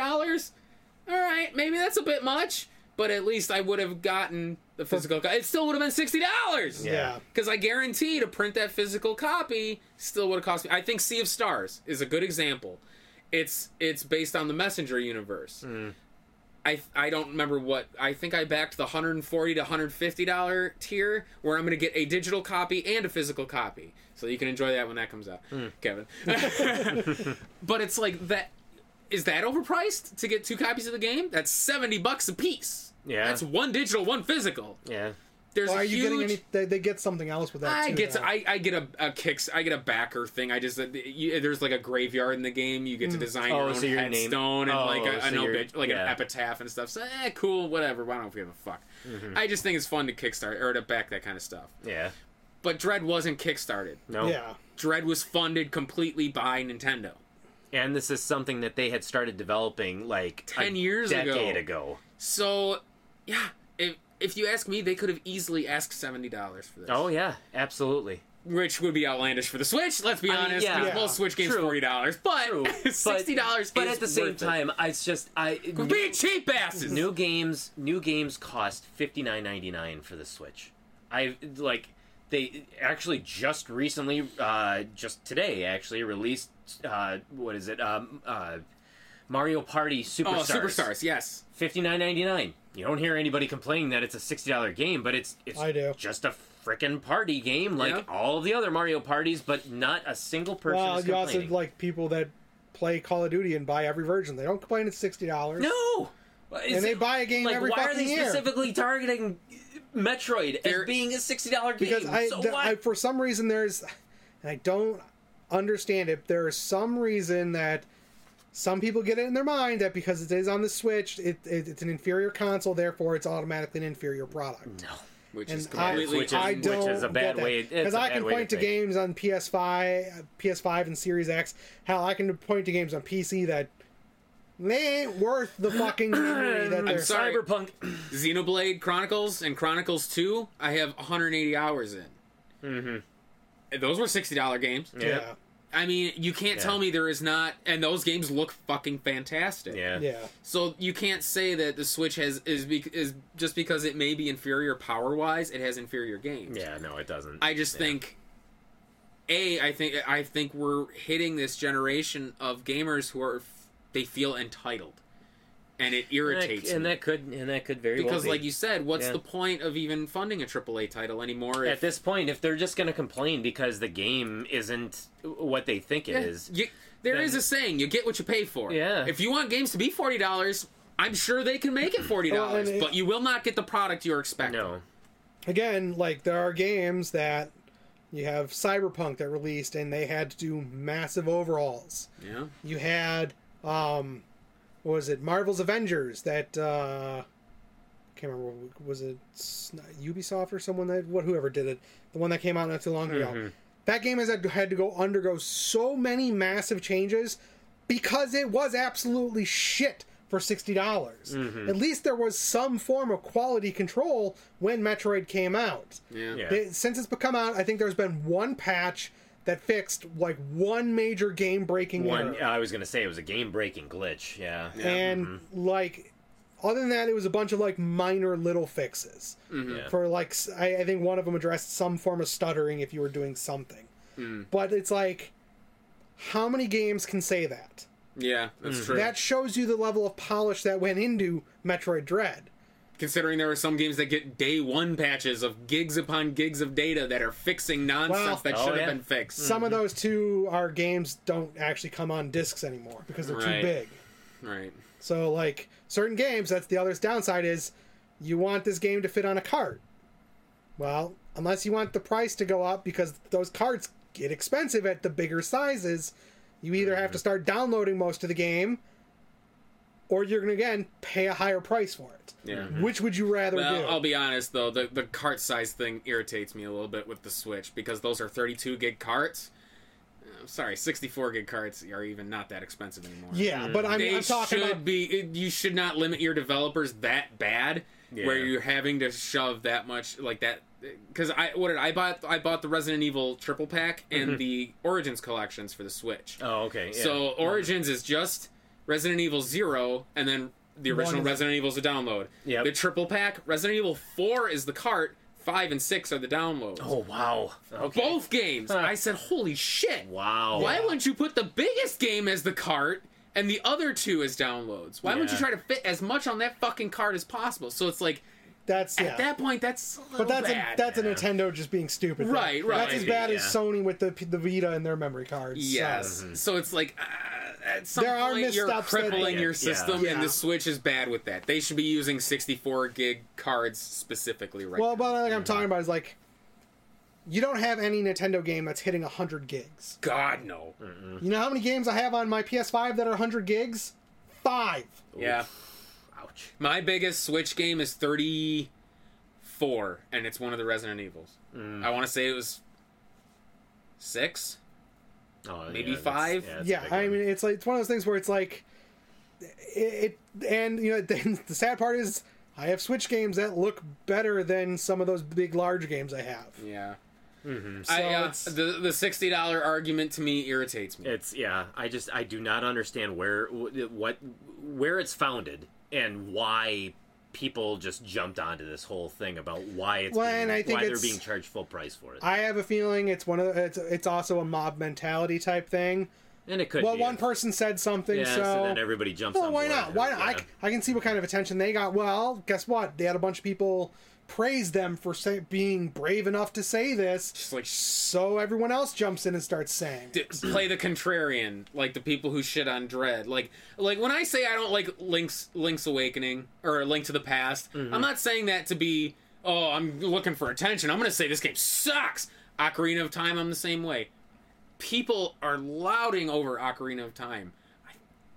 A: all right, maybe that's a bit much, but at least I would have gotten the physical co- It still would have been $60.
C: Yeah.
A: Because I guarantee to print that physical copy still would have cost me. I think Sea of Stars is a good example. It's it's based on the Messenger universe. I I don't remember what I think I backed the 140 to 150 dollar tier where I'm going to get a digital copy and a physical copy, so you can enjoy that when that comes out, Kevin. but it's like that. Is that overpriced to get two copies of the game? That's 70 bucks a piece.
B: Yeah.
A: that's one digital, one physical.
B: Yeah.
A: There's
C: Well,
A: a
C: are you getting
A: huge-
C: any? They, they get something else with that.
A: I
C: too,
A: get
C: though.
A: to, I, I get a, a kicks I get a backer thing. I just uh, you, there's like a graveyard in the game. You get
C: Mm.
A: to design your
B: Oh,
A: own
B: so your name-
A: headstone and
B: oh,
A: like a,
B: so
A: an
B: you're-
A: obit- like an
B: yeah.
A: epitaph and stuff. So eh, cool, whatever. I don't give a fuck.
B: Mm-hmm.
A: I just think it's fun to kickstart or to back that kind of stuff.
B: Yeah.
A: But Dread wasn't kickstarted.
B: No.
C: Yeah.
A: Dread was funded completely by Nintendo.
B: And this is something that they had started developing like
A: 10
B: a
A: years ago.
B: decade ago.
A: So yeah, if if you ask me, they could have easily asked seventy dollars for this,
B: Oh yeah, absolutely.
A: which would be outlandish for the Switch. Let's be
B: I mean,
A: honest,
B: yeah.
A: because
C: Yeah.
A: most Switch games
B: True.
A: forty dollars, but
B: True.
A: sixty dollars.
B: But at the same time, I it's just I
A: Be
B: new,
A: cheap asses.
B: new games new games cost fifty nine ninety nine for the Switch. I like they actually just recently uh just today actually released uh what is it um uh Mario Party
A: oh,
B: Superstars.
A: superstars. Yes,
B: fifty nine ninety nine. You don't hear anybody complaining that it's a sixty dollar game, but it's it's
C: I do.
B: just a frickin' party game like
A: Yeah.
B: all the other Mario parties, but not a single person
C: Well,
B: is
C: you also
B: complaining.
C: like people that play Call of Duty and buy every version. They don't complain it's sixty dollars.
B: no,
C: And they buy a game
B: like
C: every
B: why are
C: fucking
B: they
C: year.
B: specifically targeting Metroid
A: They're-
B: as being a sixty dollar game?
C: because I,
B: so
C: th-
B: what?
C: I for some reason there's and I don't understand it. There is some reason that some people get it in their mind that because it is on the Switch, it, it it's an inferior console, therefore it's automatically an inferior product.
B: no.
A: which
C: And
A: is
C: I,
A: completely.
B: Which is-
C: I
B: Hmm. which is
C: don't
B: a bad way- it's
C: because
B: a
C: I
B: bad
C: can
B: way to
C: point to,
B: think.
C: games on PS5, uh, PS5 and Series X. Hell, I can point to games on PC that they ain't worth the fucking memory that they're.
A: sorry.
B: Cyberpunk.
A: Xenoblade Chronicles and Chronicles Two. I have 180 hours in. Mm-hmm. Those were sixty dollar games.
C: Yeah,
A: I mean, you can't tell me there is not, and those games look fucking fantastic.
B: Yeah.
C: yeah.
A: So you can't say that the Switch has is bec is just because it may be inferior power wise, it has inferior games.
B: Yeah, No, it doesn't.
A: I just think a I think I think we're hitting this generation of gamers who are f- they feel entitled, and it
B: And that-
A: irritates
B: and
A: me.
B: that could and that could very well
A: because,
B: be.
A: like you said, what's
B: Yeah.
A: the point of even funding a AAA title anymore?
B: at this point, if they're just going to complain because the game isn't what they think it is,
A: you, there
B: then-
A: is a saying: you get what you pay for.
B: Yeah.
A: If you want games to be forty dollars, I'm sure they can make it forty
C: Well,
A: dollars,
C: and it-
A: but you will not get the product you're expecting.
B: no,
C: again, like there are games that you have Cyberpunk that released and they had to do massive overhauls.
A: Yeah.
C: You had um what was it Marvel's Avengers that uh can't remember what- was it S- not Ubisoft or someone that what whoever did it the one that came out not too long ago that game has had had to go undergo so many massive changes because it was absolutely shit for $60 dollars at least there was some form of quality control when Metroid came out
A: Yeah.
B: Yeah.
C: they- since it's become out, I think there's been one patch that fixed like one major game breaking
B: One, uh,
C: error.
B: I was gonna say it was a game-breaking glitch. Yeah,
C: And
A: Mm-hmm.
C: like, other than that, it was a bunch of like minor little fixes.
B: Yeah.
C: For like, s- I, I think one of them addressed some form of stuttering if you were doing something.
A: Mm-hmm.
C: But it's like, how many games can say that?
A: Yeah, that's true.
C: That shows you the level of polish that went into Metroid Dread.
A: Considering there are some games that get day one patches of gigs upon gigs of data that are fixing nonsense
C: Well-
A: that
B: Oh,
A: should have
B: yeah.
A: been fixed.
C: Some of those two are games don't actually come on discs anymore because they're
A: Right.
C: too big.
A: Right.
C: So like certain games, that's the other's downside is you want this game to fit on a cart. Well, unless you want the price to go up because those carts get expensive at the bigger sizes, you either
A: Mm-hmm.
C: have to start downloading most of the game or you're going to again pay a higher price for it.
A: Yeah.
C: Which would you rather do?
A: Well, I'll be honest though, the the cart size thing irritates me a little bit with the Switch because those are 32 gig carts. I'm sorry, 64 gig carts are even not that expensive anymore.
C: yeah, but I'm,
A: they
C: I'm talking
A: should
C: about
A: be. it- You should not limit your developers that bad, where
B: Yeah.
A: you're having to shove that much like that. Because I what did I bought? I bought the Resident Evil triple pack and the Origins collections for the Switch.
B: Mm-hmm. Oh, okay. Yeah.
A: So Origins is just Resident Evil Zero, and then the original
C: One.
A: Resident Evil is a download.
B: Yep.
A: The triple pack, Resident Evil Four is the cart, five and six are the downloads.
B: oh wow. Okay.
A: Both games. I said, holy shit.
B: Wow.
A: Why wouldn't you put the biggest game as the cart and the other two as downloads? Why wouldn't you
B: Yeah.
A: try to fit as much on that fucking cart as possible? So it's like
C: that's yeah.
A: at that point, that's a
C: but
A: little
C: that's
A: bad.
C: a, that's a Nintendo just being stupid. thing.
A: Right, right.
C: That's as bad as
B: Yeah.
C: Sony with the the Vita and their memory cards. so-
A: Yes. So it's like uh, at some
C: There are
A: point you're
C: missteps that-
A: crippling your
B: Yeah.
A: system,
C: Yeah.
A: and the Switch is bad with that. They should be using 64 gig cards specifically right
C: Well,
A: now.
C: but like I'm talking about is like, you don't have any Nintendo game that's hitting 100 gigs.
A: God no.
B: Mm-hmm.
C: You know how many games I have on my PS5 that are 100 gigs? Five.
A: Yeah.
B: Ouch.
A: My biggest Switch game is 34, and it's one of the Resident Evils. I want to say it was six.
B: Oh,
A: Maybe
B: yeah, that's-
A: five?
B: that's a
C: yeah,
B: big
C: I
B: one.
C: mean it's like it's one of those things where it's like, it, it and you know the, the sad part is I have Switch games that look better than some of those big large games I have.
A: Yeah. I, uh,
C: it's-
A: the the sixty dollar argument to me irritates me.
B: It's yeah. I just I do not understand where wh- what where it's founded and why people just jumped onto this whole thing about why it's
C: Well,
B: being-
C: and I think
B: why they're
C: it's-
B: being charged full price for it.
C: I have a feeling it's one of the, it's it's also a mob mentality type thing.
B: and it could
C: Well,
B: be
C: one person said something,
B: yeah, so, then everybody jumps.
C: Well,
B: on
C: why
B: board
C: not?
B: and-
C: Why not? I
B: yeah.
C: c I I, can see what kind of attention they got. Well, guess what? They had a bunch of people praise them for say, being brave enough to say this,
A: It's like
C: so everyone else jumps in and starts saying.
A: d- play the contrarian, like the people who shit on Dread. Like like when I say I don't like Link's Link's Awakening or A Link to the Past, I'm not saying that to be oh I'm looking for attention. I'm gonna say this game sucks. Ocarina of Time, I'm the same way. People are louding over Ocarina of Time. I,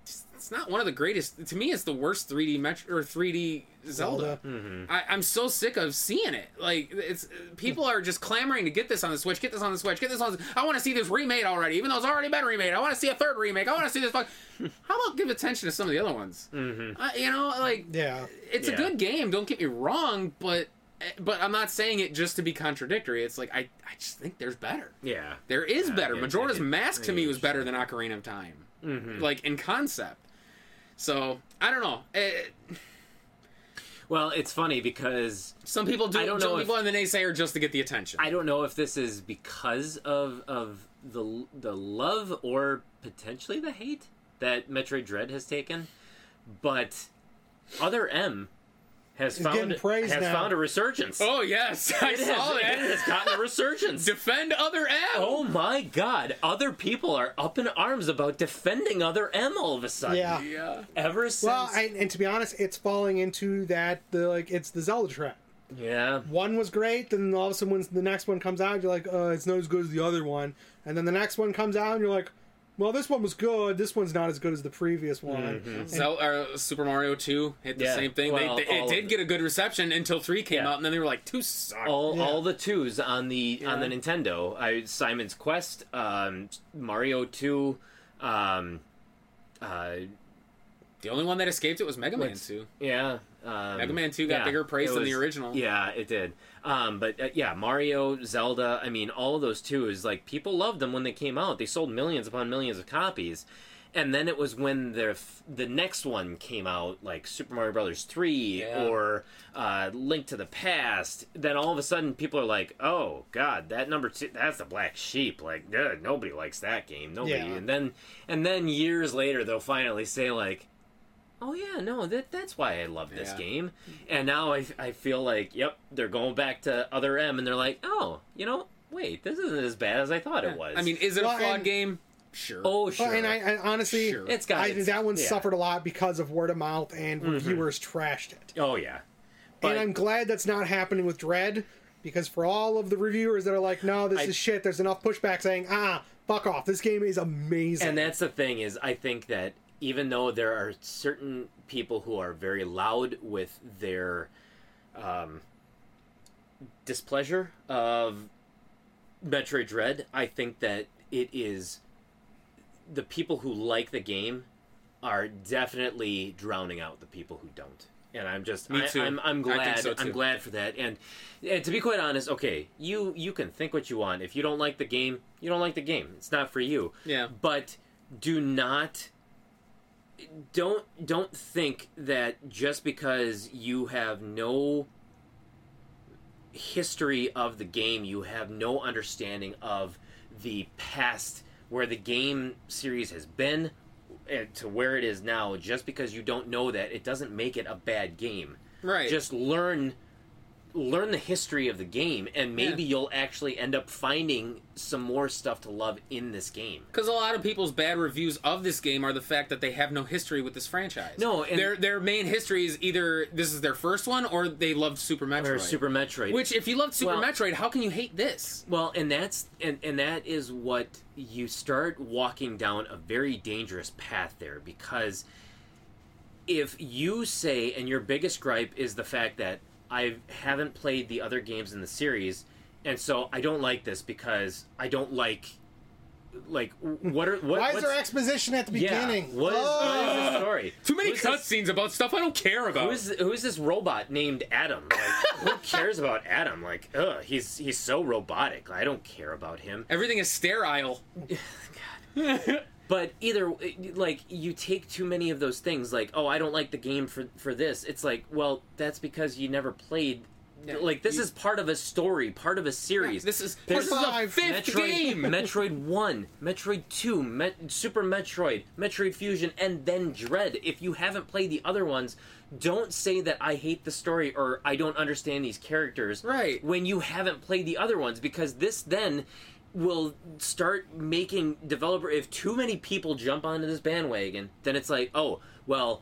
A: just, it's not one of the greatest. To me, it's the worst 3D Metro or 3D Zelda.
C: Zelda.
A: I, I'm so sick of seeing it. Like it's people are just clamoring to get this on the Switch, get this on the Switch, get this on. The, I want to see this remade already, even though it's already been remade. I want to see a third remake. I want to see this. Fuck. How about give attention to some of the other ones? Mm-hmm. Uh, you know, like
C: Yeah,
A: it's
B: Yeah.
A: a good game. Don't get me wrong, but but I'm not saying it just to be contradictory. It's like I I just think there's better.
B: Yeah.
A: There is
B: Yeah,
A: better.
B: yeah,
A: Majora's
B: yeah, yeah,
A: Mask to
B: yeah,
A: me
B: yeah,
A: was better than Ocarina of Time,
B: Mm-hmm.
A: like in concept. So I don't know. Eh,
B: Well, it's funny because
A: some people do.
B: I don't know
A: some
B: if-
A: people on the naysayer just to get the attention.
B: I don't know if this is because of of the the love or potentially the hate that Metroid Dread has taken, but Other M has found
C: getting praise
B: has
C: now.
B: found a resurgence.
A: Oh yes, I
B: it,
A: saw
B: has, it
A: that.
B: has gotten a resurgence.
A: Defend other M.
B: Oh my god, other people are up in arms about defending Other M all of a sudden.
C: yeah.
A: yeah.
B: Ever since
C: Well, I, and to be honest, it's falling into that the like it's the Zelda trap.
B: Yeah.
C: One was great, then all of a sudden when the next one comes out, you're like, uh, it's not as good as the other one, and then the next one comes out, and you're like, well, this one was good. This one's not as good as the previous one.
B: Mm-hmm.
A: So uh, Super Mario Two hit the
B: Yeah,
A: same thing.
B: well,
A: they, they, it
B: all of
A: did
B: it.
A: get a good reception until three came
B: Yeah. Oh.
A: out, and then they were like, two suck.
B: all,
C: Yeah.
B: all the twos on the on the
A: Yeah.
B: Nintendo. I Simon's Quest, um, Mario Two, um, uh,
A: The only one that escaped it was Mega Man Two.
B: yeah. Um,
A: Mega Man 2 got bigger praise
B: it
A: than the original.
B: Yeah, it did. Um, but uh, yeah, Mario, Zelda. I mean, all of those twos. Like people loved them when they came out. They sold millions upon millions of copies. And then it was when the f- the next one came out, like Super Mario Brothers three
A: Yeah.
B: or uh, Link to the Past. Then all of a sudden, people are like, "Oh God, that number two, that's the black sheep. Like, ugh, nobody likes that game. Nobody."
C: Yeah.
B: And then and then years later, they'll finally say like, "Oh yeah, no, that that's why I love this
A: Yeah.
B: game." And now I I feel like, yep, they're going back to other M, and they're like, "Oh, you know, wait, this isn't as bad as I thought it was."
A: I mean, is it
C: Well,
A: a flawed
C: and-
A: game? Sure.
B: oh sure,
C: Well, and I and honestly,
A: Sure.
B: it's got
C: I
B: its-
C: think that one
B: yeah.
C: suffered a lot because of word of mouth and
A: Mm-hmm.
C: reviewers trashed it.
B: Oh yeah,
C: and I'm glad that's not happening with Dread, because for all of the reviewers that are like, no, this
B: I-
C: is shit, there's enough pushback saying, ah, fuck off. This game is amazing.
B: And that's the thing is, I think that even though there are certain people who are very loud with their um, displeasure of Metroid Dread, I think that it is the people who like the game are definitely drowning out the people who don't. And I'm just,
A: Me
B: I,
A: too.
B: I'm, I'm
A: I think
B: glad,
A: so
B: I'm
A: too.
B: glad for that. And, and to be quite honest, okay, you you can think what you want. If you don't like the game, you don't like the game. It's not for you
A: Yeah.
B: but do not don't don't think that just because you have no history of the game you have no understanding of the past where the game series has been and to where it is now just because you don't know that it doesn't make it a bad game
A: Right.
B: just learn learn the history of the game and maybe you'll actually end up finding some more stuff to love in this game
A: Because a lot of people's bad reviews of this game are the fact that they have no history with this franchise.
B: No, and-
A: their their main history is either this is their first one or they loved Super Metroid.
B: or Super Metroid.
A: Which, if you loved Super
B: Well-
A: Metroid, how can you hate this?
B: well, and that's and and that is what you start walking down a very dangerous path there because if you say and your biggest gripe is the fact that I haven't played the other games in the series and so I don't like this because I don't like like what are what
C: Why is
B: what's-
C: there exposition at the
B: yeah,
C: beginning?
B: what is, what is the
A: Ugh.
B: story?
A: Too many
B: Who's this-
A: cutscenes about stuff I don't care about.
B: Who's who's this robot named Adam? Like, who cares about Adam? Like, ugh, he's he's so robotic. I don't care about him.
A: Everything is sterile.
B: But either uh, like you take too many of those things. Like, oh, I don't like the game for for this. It's like, well, that's because you never played. Like this
A: you-
B: is part of a story, part of a series.
A: This is
B: There's
A: this is the
C: five
A: fifth
B: Metroid,
A: game.
B: Metroid One, Metroid Two, Met- Super Metroid, Metroid Fusion, and then Dread. If you haven't played the other ones, don't say that I hate the story or I don't understand these characters.
A: Right.
B: When you haven't played the other ones, because this then will start making developer. If too many people jump onto this bandwagon, then it's like, oh well.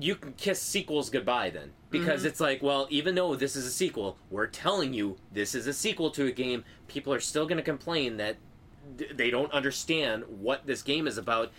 B: You can kiss sequels goodbye then. Because it's like, well, even though this is a sequel, we're telling you this is a sequel to a game. People are still going to complain that th- they don't understand what this game is about,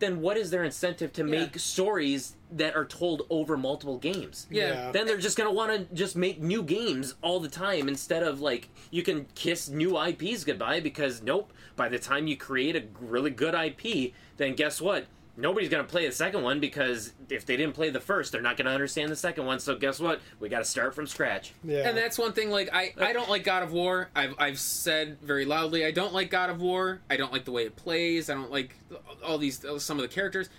B: then what is their incentive to make stories that are told over multiple games?
A: yeah.
B: Then they're just gonna want to just make new games all the time instead of like you can kiss new IPs goodbye because nope. By the time you create a really good IP, then guess what? Nobody's gonna play the second one because if they didn't play the first, they're not gonna understand the second one. So guess what? We got to start from scratch.
C: yeah.
A: And that's one thing. Like I, I don't like God of War. I've, I've said very loudly, I don't like God of War. I don't like the way it plays. I don't like all these some of the characters,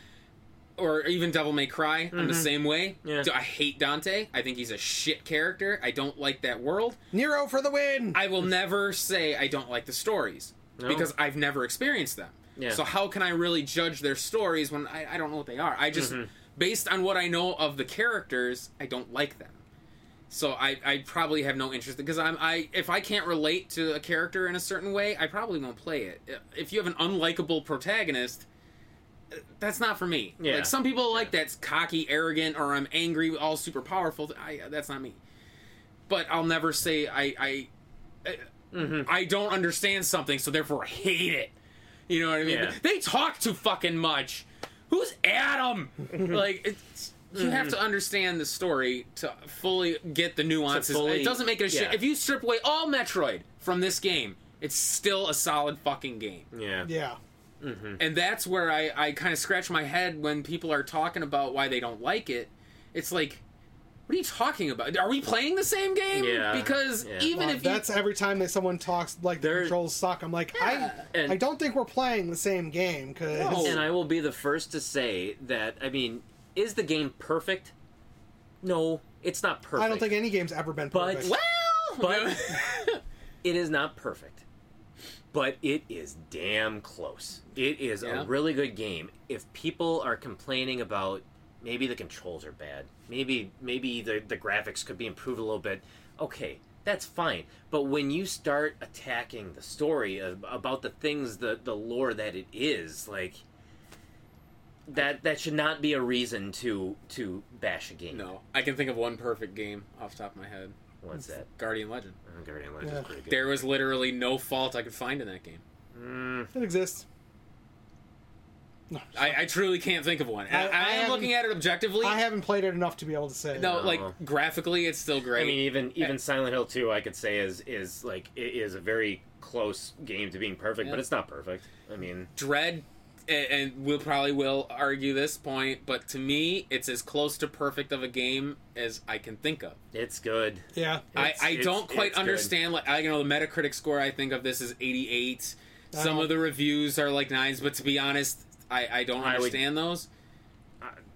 A: or even Devil May Cry. I'm the same way.
B: Mm-hmm. Yeah.
A: Do- I hate Dante. I think he's a shit character. I don't like that world.
C: Nero for the win!
A: I will never say I don't like the stories because I've never experienced them.
B: Yeah.
A: So how can I really judge their stories when I, I don't know what they are? I just
B: Mm-hmm.
A: based on what I know of the characters, I don't like them. So I, I probably have no interest because I'm I if I can't relate to a character in a certain way, I probably won't play it. If you have an unlikable protagonist, uh, that's not for me.
B: Yeah.
A: Like some people like that's cocky, arrogant, or I'm angry, all super powerful. I, that's not me. But I'll never say I I I don't understand something, so therefore I hate it. You know what I mean?
B: Yeah.
A: They talk too fucking much. Who's Adam? like, it's, you have to understand the story to fully get the nuances.
B: fully-
A: it doesn't make a shit.
B: yeah.
A: If you strip away all Metroid from this game, it's still a solid fucking game.
B: Yeah.
C: Yeah.
B: Mm.
A: And that's where I, I kind of scratch my head when people are talking about why they don't like it. It's like, what are you talking about? Are we playing the same game?
B: Yeah.
A: Because
B: Yeah.
A: even
C: Well,
A: if you
C: that's every time that someone talks like the
B: There-
C: controls suck. I'm like,
A: Yeah.
C: I
B: And-
C: I don't think we're playing the same game because
A: No.
B: And I will be the first to say that, I mean, is the game perfect? No, it's not perfect.
C: I don't think any game's ever been
B: But-
C: perfect.
A: well,
B: But- it is not perfect. But it is damn close. It is
A: Yeah.
B: a really good game. If people are complaining about maybe the controls are bad, maybe maybe the, the graphics could be improved a little bit, okay, that's fine. But when you start attacking the story of, about the things the the lore that it is, like that that should not be a reason to to bash a game.
A: no, I can think of one perfect game off the top of my head.
B: What's that?
A: Guardian Legend.
B: Oh, Guardian Legends
C: Yeah.
B: is pretty good.
A: There was literally no fault I could find in that game.
B: Mm,
C: it exists.
A: I, I truly can't think of one. I,
C: I-
A: I
C: I
A: am
C: haven't-
A: looking at it objectively.
C: I haven't played it enough to be able to say.
A: no,
B: No.
A: like graphically, it's still great.
B: I mean, even even Silent Hill Two, I could say is is like i- is a very close game to being perfect,
A: Yeah.
B: but it's not perfect. I mean,
A: Dread, a- and we'll probably will argue this point, but to me, it's as close to perfect of a game as I can think of.
B: it's good.
C: Yeah.
A: I,
B: It's-
A: I
B: it's-
A: don't quite
B: it's good.
A: understand. Like I you know the Metacritic score I think of this is 88. Some
C: Oh.
A: of the reviews are like nines, but to be honest, I, I don't
B: I would-
A: understand those.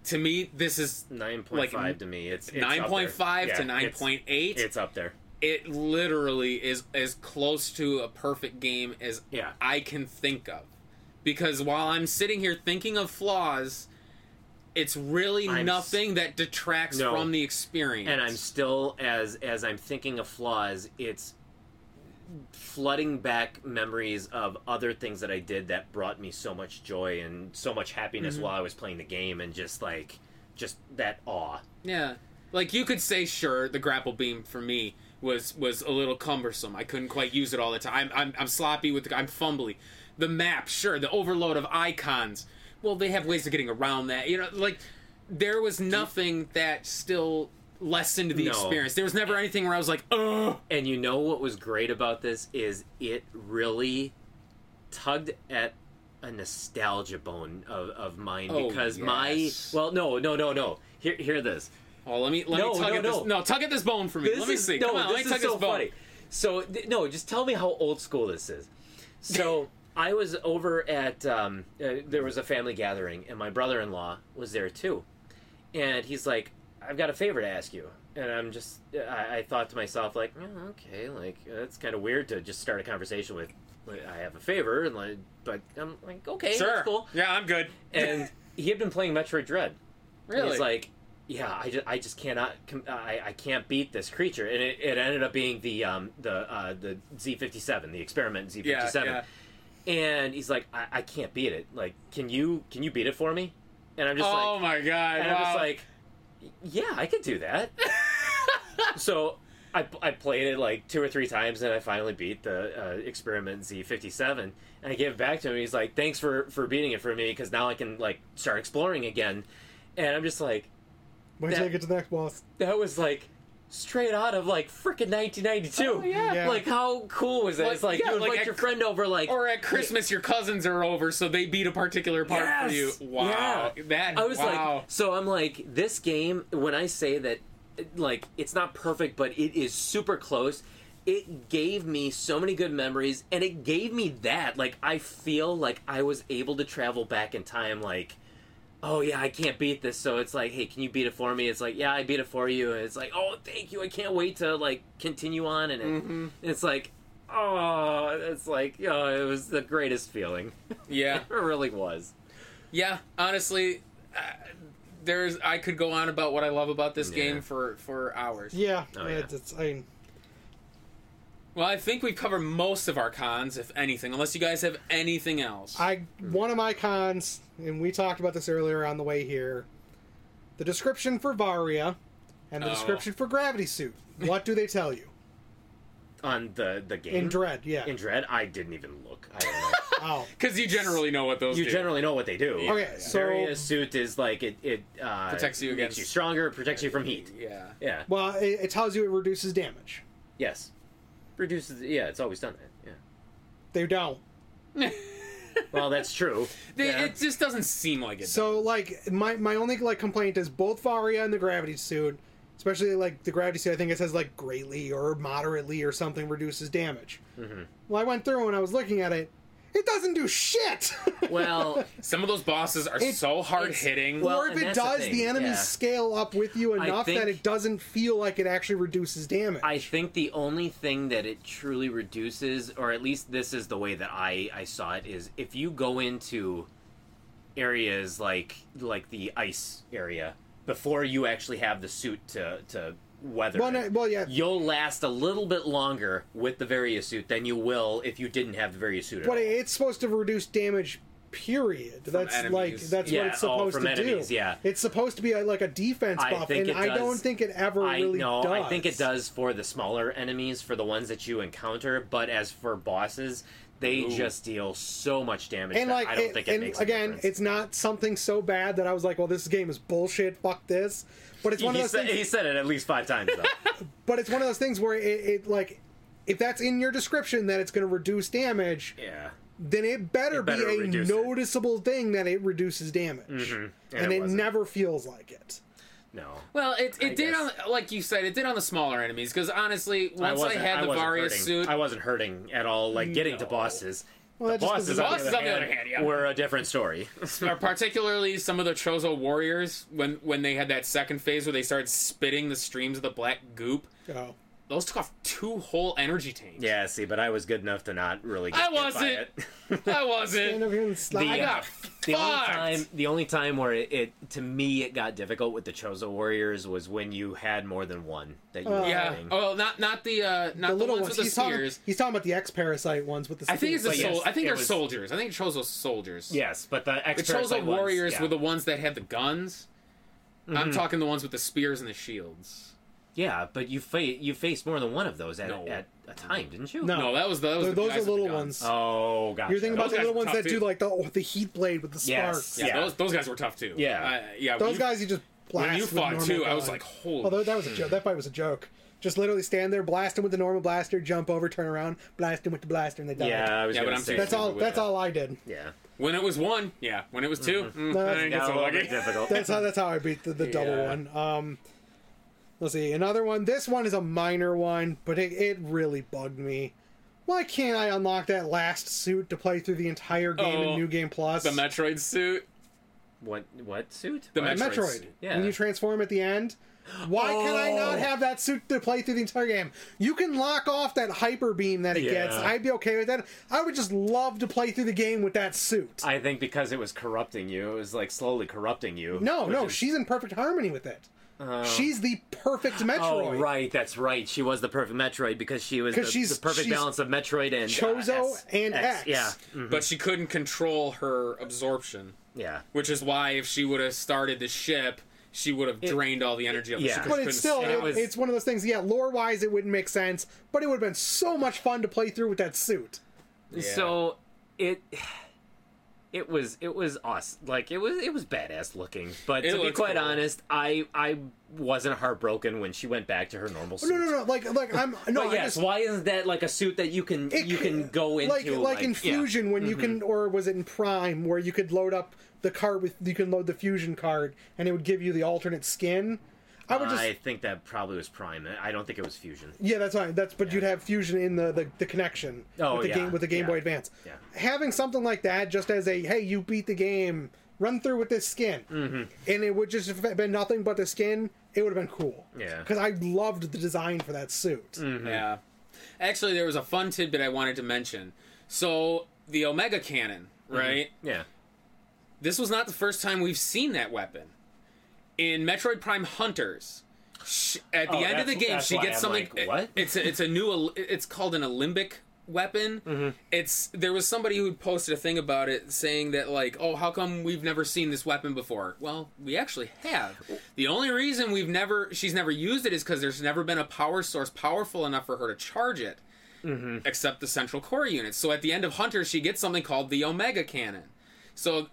A: to me, this is
B: Nine point five
A: Like,
B: to me. It's, it's up there.
A: nine point five
B: Yeah,
A: to nine
B: it's-
A: point eight.
B: It's, up there.
A: It literally is as close to a perfect game as
B: Yeah.
A: I can think of. Because while I'm sitting here thinking of flaws, it's really
B: I'm s-
A: nothing that detracts
B: No.
A: from the experience.
B: And I'm still as as I'm thinking of flaws. It's flooding back memories of other things that I did that brought me so much joy and so much happiness
A: Mm-hmm.
B: while I was playing the game, and just like just that awe.
A: Yeah. Like you could say, sure, the grapple beam for me was was a little cumbersome. I couldn't quite use it all the time. I'm I'm, I'm sloppy with the, I'm fumbly. The map, sure, the overload of icons. Well, they have ways of getting around that. You know, like there was nothing that still lessened the
B: No.
A: experience. There was never anything where I was like, oh,
B: And you know what was great about this is it really tugged at a nostalgia bone of, of mine
A: Oh,
B: because
A: yes.
B: my well no no no no hear hear this
A: oh, let me let
B: No,
A: me tug
B: no,
A: at
B: no.
A: this. No, tug at this bone for me.
B: This
A: let me
B: is-
A: see.
B: No,
A: Come on,
B: this
A: let me
B: is
A: tug at
B: so
A: this bone.
B: funny. So th- no, just tell me how old school this is. So I was over at um, uh, there was a family gathering, and my brother-in-law was there too, and he's like, "I've got a favor to ask you." And I'm just, I, I thought to myself, like, "Oh, okay, like that's kind of weird to just start a conversation with, like, I have a favor, and like, but I'm like, okay,
A: Sure.
B: that's cool.
A: Yeah, I'm good.
B: And he had been playing Metroid Dread,
A: really,
B: He's like, yeah, I just, I just cannot, com- I, I can't beat this creature, and it, it ended up being the um the uh, the Z fifty seven, the experiment Z
A: yeah,
B: fifty seven,
A: yeah.
B: and he's like, I, I can't beat it. Like, can you can you beat it for me? And I'm just
A: oh
B: like,
A: my god!
B: and I'm
A: wow.
B: just like, yeah, I could do that. so I, I played it like two or three times, and I finally beat the uh, experiment Z57. And I gave it back to him. and He's like, "Thanks for for beating it for me, because now I can like start exploring again." And I'm just like,
C: Wait till
B: that-
C: I get to the next boss.
B: that was like. Straight out of like freaking 1992.
A: Oh, yeah.
C: Yeah.
B: Like, how cool was that?
A: Like,
B: it's like
A: yeah,
B: you
A: like
B: invite
A: at-
B: your friend over, like,
A: Or at Christmas, your cousins are over, so they beat a particular part for you.
B: Yes!
A: Wow,
B: Yeah.
A: that
B: I was
A: wow.
B: like, so I'm like, this game. When I say that, like, it's not perfect, but it is super close. It gave me so many good memories, and it gave me that. Like, I feel like I was able to travel back in time. Like, oh yeah, I can't beat this. So it's like, hey, can you beat it for me? It's like, yeah, I beat it for you. And it's like, oh, thank you. I can't wait to like continue on. And, it,
A: Mm-hmm.
B: and it's like, oh, it's like, oh, it was the greatest feeling.
A: yeah,
B: it really was.
A: yeah. Honestly, uh, there's I could go on about what I love about this
B: Yeah.
A: game for for hours.
C: Yeah,
B: Oh, yeah.
C: it's, it's- I mean,
A: Well, I think we've covered most of our cons, if anything, unless you guys have anything else.
C: I one of my cons, and we talked about this earlier on the way here. The description for Varia, and the
A: Oh.
C: description for Gravity Suit. What do they tell you
B: on the the game Mm-hmm.
C: in Dread? Yeah,
B: In Dread, I didn't even look. I don't know.
C: Oh,
A: Because you generally know what those
B: you
A: do.
B: generally know what they do.
C: Okay, so-
B: Zarya suit is like it it uh,
A: Protects you
B: makes
A: against-
B: you stronger, protects you from heat.
A: yeah.
B: Yeah.
C: well, it, it tells you it reduces damage.
B: Yes. Reduces. Yeah, it's always done that. Yeah.
C: They don't.
B: Well, that's true.
A: They-
B: Yeah.
A: It just doesn't seem like it.
C: So like my my only like complaint is both Varia and the gravity suit, especially like the gravity suit. I think it says like greatly or moderately or something reduces damage.
B: Mm-hmm.
C: Well, I went through and I was looking at it. It doesn't do shit.
B: Well,
A: does. Some of those bosses are so hard hitting.
B: well-
C: or if
B: and
C: it
B: that's the
C: does, the,
B: thing,
C: enemies
B: yeah.
C: scale up with you
B: I
C: enough that
B: think-
C: it doesn't feel like it actually reduces damage.
B: I think the only thing that it truly reduces, or at least this is the way that I, I saw it, is if you go into areas like like the ice area before you actually have the suit to to weather.
C: Well,
B: it,
C: no- uh, well, yeah.
B: You'll last a little bit longer with the Varia suit than you will if you didn't have the Varia suit. At
C: but
B: all.
C: it's supposed to reduce damage. Period. that's like
A: enemies.
C: that's
B: Yeah,
C: what it's
B: oh,
C: supposed
B: from
C: to
B: enemies,
C: do.
B: yeah.
C: it's supposed to be a, like a defense
B: I
C: buff,
B: think
C: and
B: it
C: I
B: does.
C: don't think it ever
B: I
C: really
B: know.
C: does.
B: I think it does for the smaller enemies, for the ones that you encounter. But as for bosses, they just deal so much damage.
C: and
B: that
C: like
B: I don't
C: it-
B: think it
C: and
B: makes a
C: again
B: difference.
C: it's not something so bad that i was like well this game is bullshit fuck this but it's one of
B: he,
C: those
B: said,
C: things
B: he said it at least five times though.
C: but it's one of those things where it, it like if that's in your description that it's going to reduce damage
B: yeah.
C: then it better,
B: It better
C: be a
B: reduce it. Mm-hmm.
C: noticeable thing that it reduces damage and,
B: it
C: it,
B: wasn't.
C: never feels like it
B: No.
A: Well, it,
B: I
A: it did on
B: guess.
A: like you said, it did on the smaller enemies because honestly, once I,
B: wasn't-
A: had the
B: wasn't
A: Varia
B: hurting.
A: suit,
B: I wasn't hurting at all. Like getting to
A: No.
B: bosses.
C: Mm. Well,
B: the
C: that just
B: bosses,
C: doesn't-
B: on,
A: Bosses
B: the other hand,
A: yeah.
B: were a different story.
A: or particularly some of the Chozo warriors when when they had that second phase where they started spitting the streams of the black goop.
C: oh.
A: Those took off two whole energy tanks.
B: yeah. See, but I was good enough to not really. Get
A: I
B: hit by
A: wasn't. that
C: Stand over
A: wasn't.
C: here and slide.
B: The,
A: I got
B: uh, The only
A: fucked.
B: time, the only time where it, it to me it got difficult with the Chozo warriors was when you had more than one that you were
A: Yeah.
B: fighting.
A: Oh, well, not not the uh, not the,
C: the little
A: ones,
C: ones,
A: with the
C: he's, talking,
A: spears.
C: he's talking about the ex-parasite ones with the
A: I think it's the
B: But
C: spears.
B: yes,
A: sol- I think
B: it
A: they're
B: was-
A: soldiers. I think Chozo's soldiers.
B: Yes, but the
A: The
B: ex
A: Chozo warriors
B: yeah. Mm-hmm.
A: were the ones that had the guns. I'm talking the ones with the spears and the shields.
B: yeah, but you fa- you faced more than one of those at,
A: No.
B: at a time, didn't you?
C: No.
A: No, that was those.
C: Those- those are little ones
B: Oh, gotcha.
C: you're thinking about
A: Those
C: the
A: guys
C: little
A: were
C: ones
A: tough,
C: that
A: too.
C: do like the oh, the heat blade with the
B: Yes.
C: sparks
A: Yeah,
B: Yeah.
A: Those, those guys were toff too.
B: Yeah.
A: uh, yeah.
C: Those
A: we-
C: guys, you just blast.
A: When you
C: with
A: fought
C: normal
A: too, I
C: gun.
A: was like, holy.
C: although that was a joke. That fight was a joke. Just literally stand there, blast him with the normal blaster, jump over, turn around, blast him with the blaster, and they die.
B: Yeah, I was
A: Yeah, but
B: gonna
A: I'm
B: say
A: serious.
C: that's all.
A: with
C: That's
A: that.
C: all I did.
B: Yeah,
A: When it was one, yeah. When it was two,
B: Mm-hmm.
A: mm,
C: No,
A: I
C: that's-
A: didn't get
B: Got a
A: so
B: little bit
A: lucky.
B: difficult.
C: That's how. That's how I beat the, the double
A: Yeah.
C: one. Um, let's see another one. This one is a minor one, but it, it really bugged me. Why can't I unlock that last suit to play through the entire game
A: Oh,
C: in New Game Plus?
A: The Metroid suit.
B: What what suit?
A: The
B: What?
A: Metroid
C: Metroid.
A: suit.
B: Yeah.
C: When you transform at the end. Why can I not
B: Oh.
C: have that suit to play through the entire game? You can lock off that hyper beam that it
B: Yeah.
C: gets. I'd be okay with that. I would just love to play through the game with that suit.
B: I think because it was corrupting you, it was like slowly corrupting you.
C: no,
B: which
C: no,
B: is-
C: she's in perfect harmony with it. she's the perfect Metroid.
B: Oh right, that's right. She was the perfect Metroid because she was the,
C: 'Cause she's-
B: the perfect
C: she's
B: balance of Metroid and uh,
C: Chozo
B: S-
C: and X.
B: Yeah,
C: Mm-hmm.
A: But she couldn't control her absorption,
B: yeah.
A: which is why if she would have started the ship, she would have drained all the energy of the
B: yeah.
A: ship. 'cause
C: But
A: she
C: it's
A: couldn't
C: still,
A: stop
C: it-
B: was-
C: it's one of those things. Yeah, lore wise, it wouldn't make sense, but it would have been so much fun to play through with that suit.
A: Yeah.
B: So it it was it was awesome. Like it was it was badass looking. But
A: It
B: to be
A: looked
B: quite
A: cool.
B: honest, I I wasn't heartbroken when she went back to her normal suit.
C: No, no, no. Like, like I'm no.
B: But
C: I
B: yes,
C: just,
B: why isn't that like a suit that you can
C: It-
B: you can go into
C: like like, in
B: yeah. Mm-hmm.
C: fusion when you can or was it in prime where you could load up the card with you can load the fusion card and it would give you the alternate skin i would just
B: I think that probably was Prime. I don't think it was Fusion.
C: yeah that's fine that's but you'd have fusion in the the, the connection
B: Oh,
C: with the
B: yeah,
C: game with the game
B: yeah,
C: boy advance
B: yeah.
C: having something like that just as a hey you beat the game run through with this skin
B: Mm-hmm.
C: and it would just have been nothing but the skin it would have been cool
B: Yeah.
C: because i loved the design for that suit
A: Yeah. Actually, there was a fun tidbit I wanted to mention. So, the Omega Cannon,
C: Mm-hmm.
A: right?
B: Yeah.
A: This was not the first time we've seen that weapon. In Metroid Prime Hunters, sh at the
B: Oh,
A: end of the
B: that's-
A: game,
B: that's
A: she
B: why
A: gets
B: I'm
A: something.
B: like, what?
A: It's a, it's a new. al- It's called an alembic weapon.
B: Mm-hmm.
A: It's there was somebody who posted a thing about it saying that like, oh, how come we've never seen this weapon before? Well, we actually have. The only reason we've never she's never used it is because there's never been a power source powerful enough for her to charge it.
B: Mm-hmm.
A: except the central core unit. So at the end of Hunter, she gets something called the Omega Cannon. So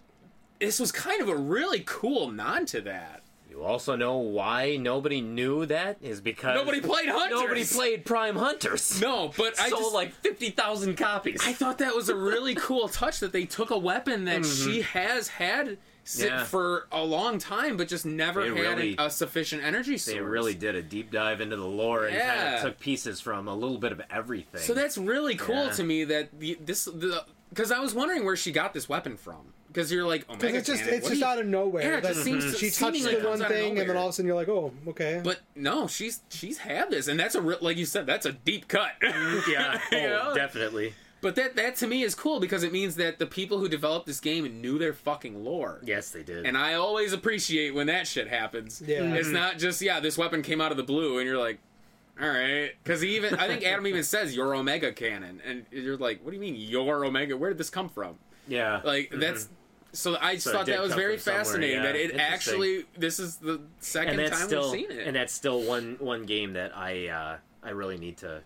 A: this was kind of a really cool nod to that.
B: You also know why nobody knew that is because
A: Nobody played Hunters.
B: Nobody played Prime Hunters.
A: No, but I
B: sold
A: just,
B: like fifty thousand copies.
A: I thought that was a really cool touch that they took a weapon that she has had sit
B: Mm-hmm. Yeah.
A: for a long time, but just never
B: They
A: had
B: really-
A: a sufficient energy source.
B: they really did a deep dive into the lore and kind
A: Yeah.
B: of took pieces from a little bit of everything.
A: So that's really cool
B: Yeah.
A: to me that the, this the because I was wondering where she got this weapon from because you're like oh my
C: Because it's just it's just out of nowhere.
A: Yeah, it
C: that
A: just seems to-
C: she touched
A: seemingly
C: the
A: comes
C: one
A: out of
C: thing, and then
A: nowhere.
C: all of a sudden you're like, oh, okay.
A: But no, she's she's had this, and that's a re- like you said that's a deep cut.
B: yeah, oh,
A: You know?
B: definitely.
A: but that that to me is cool because it means that the people who developed this game knew their fucking lore.
B: Yes, they did.
A: And I always appreciate when that shit happens.
C: Yeah.
B: Mm-hmm.
A: It's not just, yeah, this weapon came out of the blue, and you're like, all right. Because even, I think Adam even says, your Omega cannon. And you're like, what do you mean, your Omega? Where did this come from?
B: yeah,
A: Like, that's. So I just
B: Mm-hmm. So it
A: thought
B: did
A: that was
B: come
A: very
B: from somewhere,
A: fascinating
B: yeah.
A: that it
B: Interesting.
A: actually, this is the second
B: and that's
A: time
B: still
A: we've seen it.
B: and that's still one one game that I uh, I really need to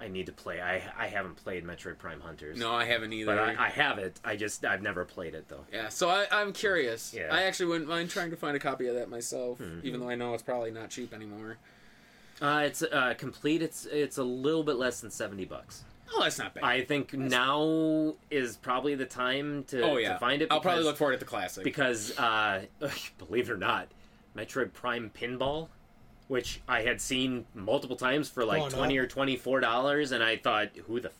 B: I need to play. I I haven't played Metroid Prime Hunters.
A: no, I haven't either.
B: But I, I have it. I just I've never played it though.
A: yeah, so I, I'm curious.
B: Yeah.
A: I actually wouldn't mind trying to find a copy of that myself, even though I know it's probably not cheap anymore.
B: Uh, it's uh, complete. It's it's a little bit less than seventy bucks.
A: Oh, that's not bad.
B: I think now is probably the time to,
A: oh, yeah.
B: to find it.
A: I'll probably
B: because-
A: look for it at the classic.
B: because uh, believe it or not, Metroid Prime Pinball, which I had seen multiple times for like
C: Oh, no.
B: twenty or twenty four dollars, and I thought, who the f-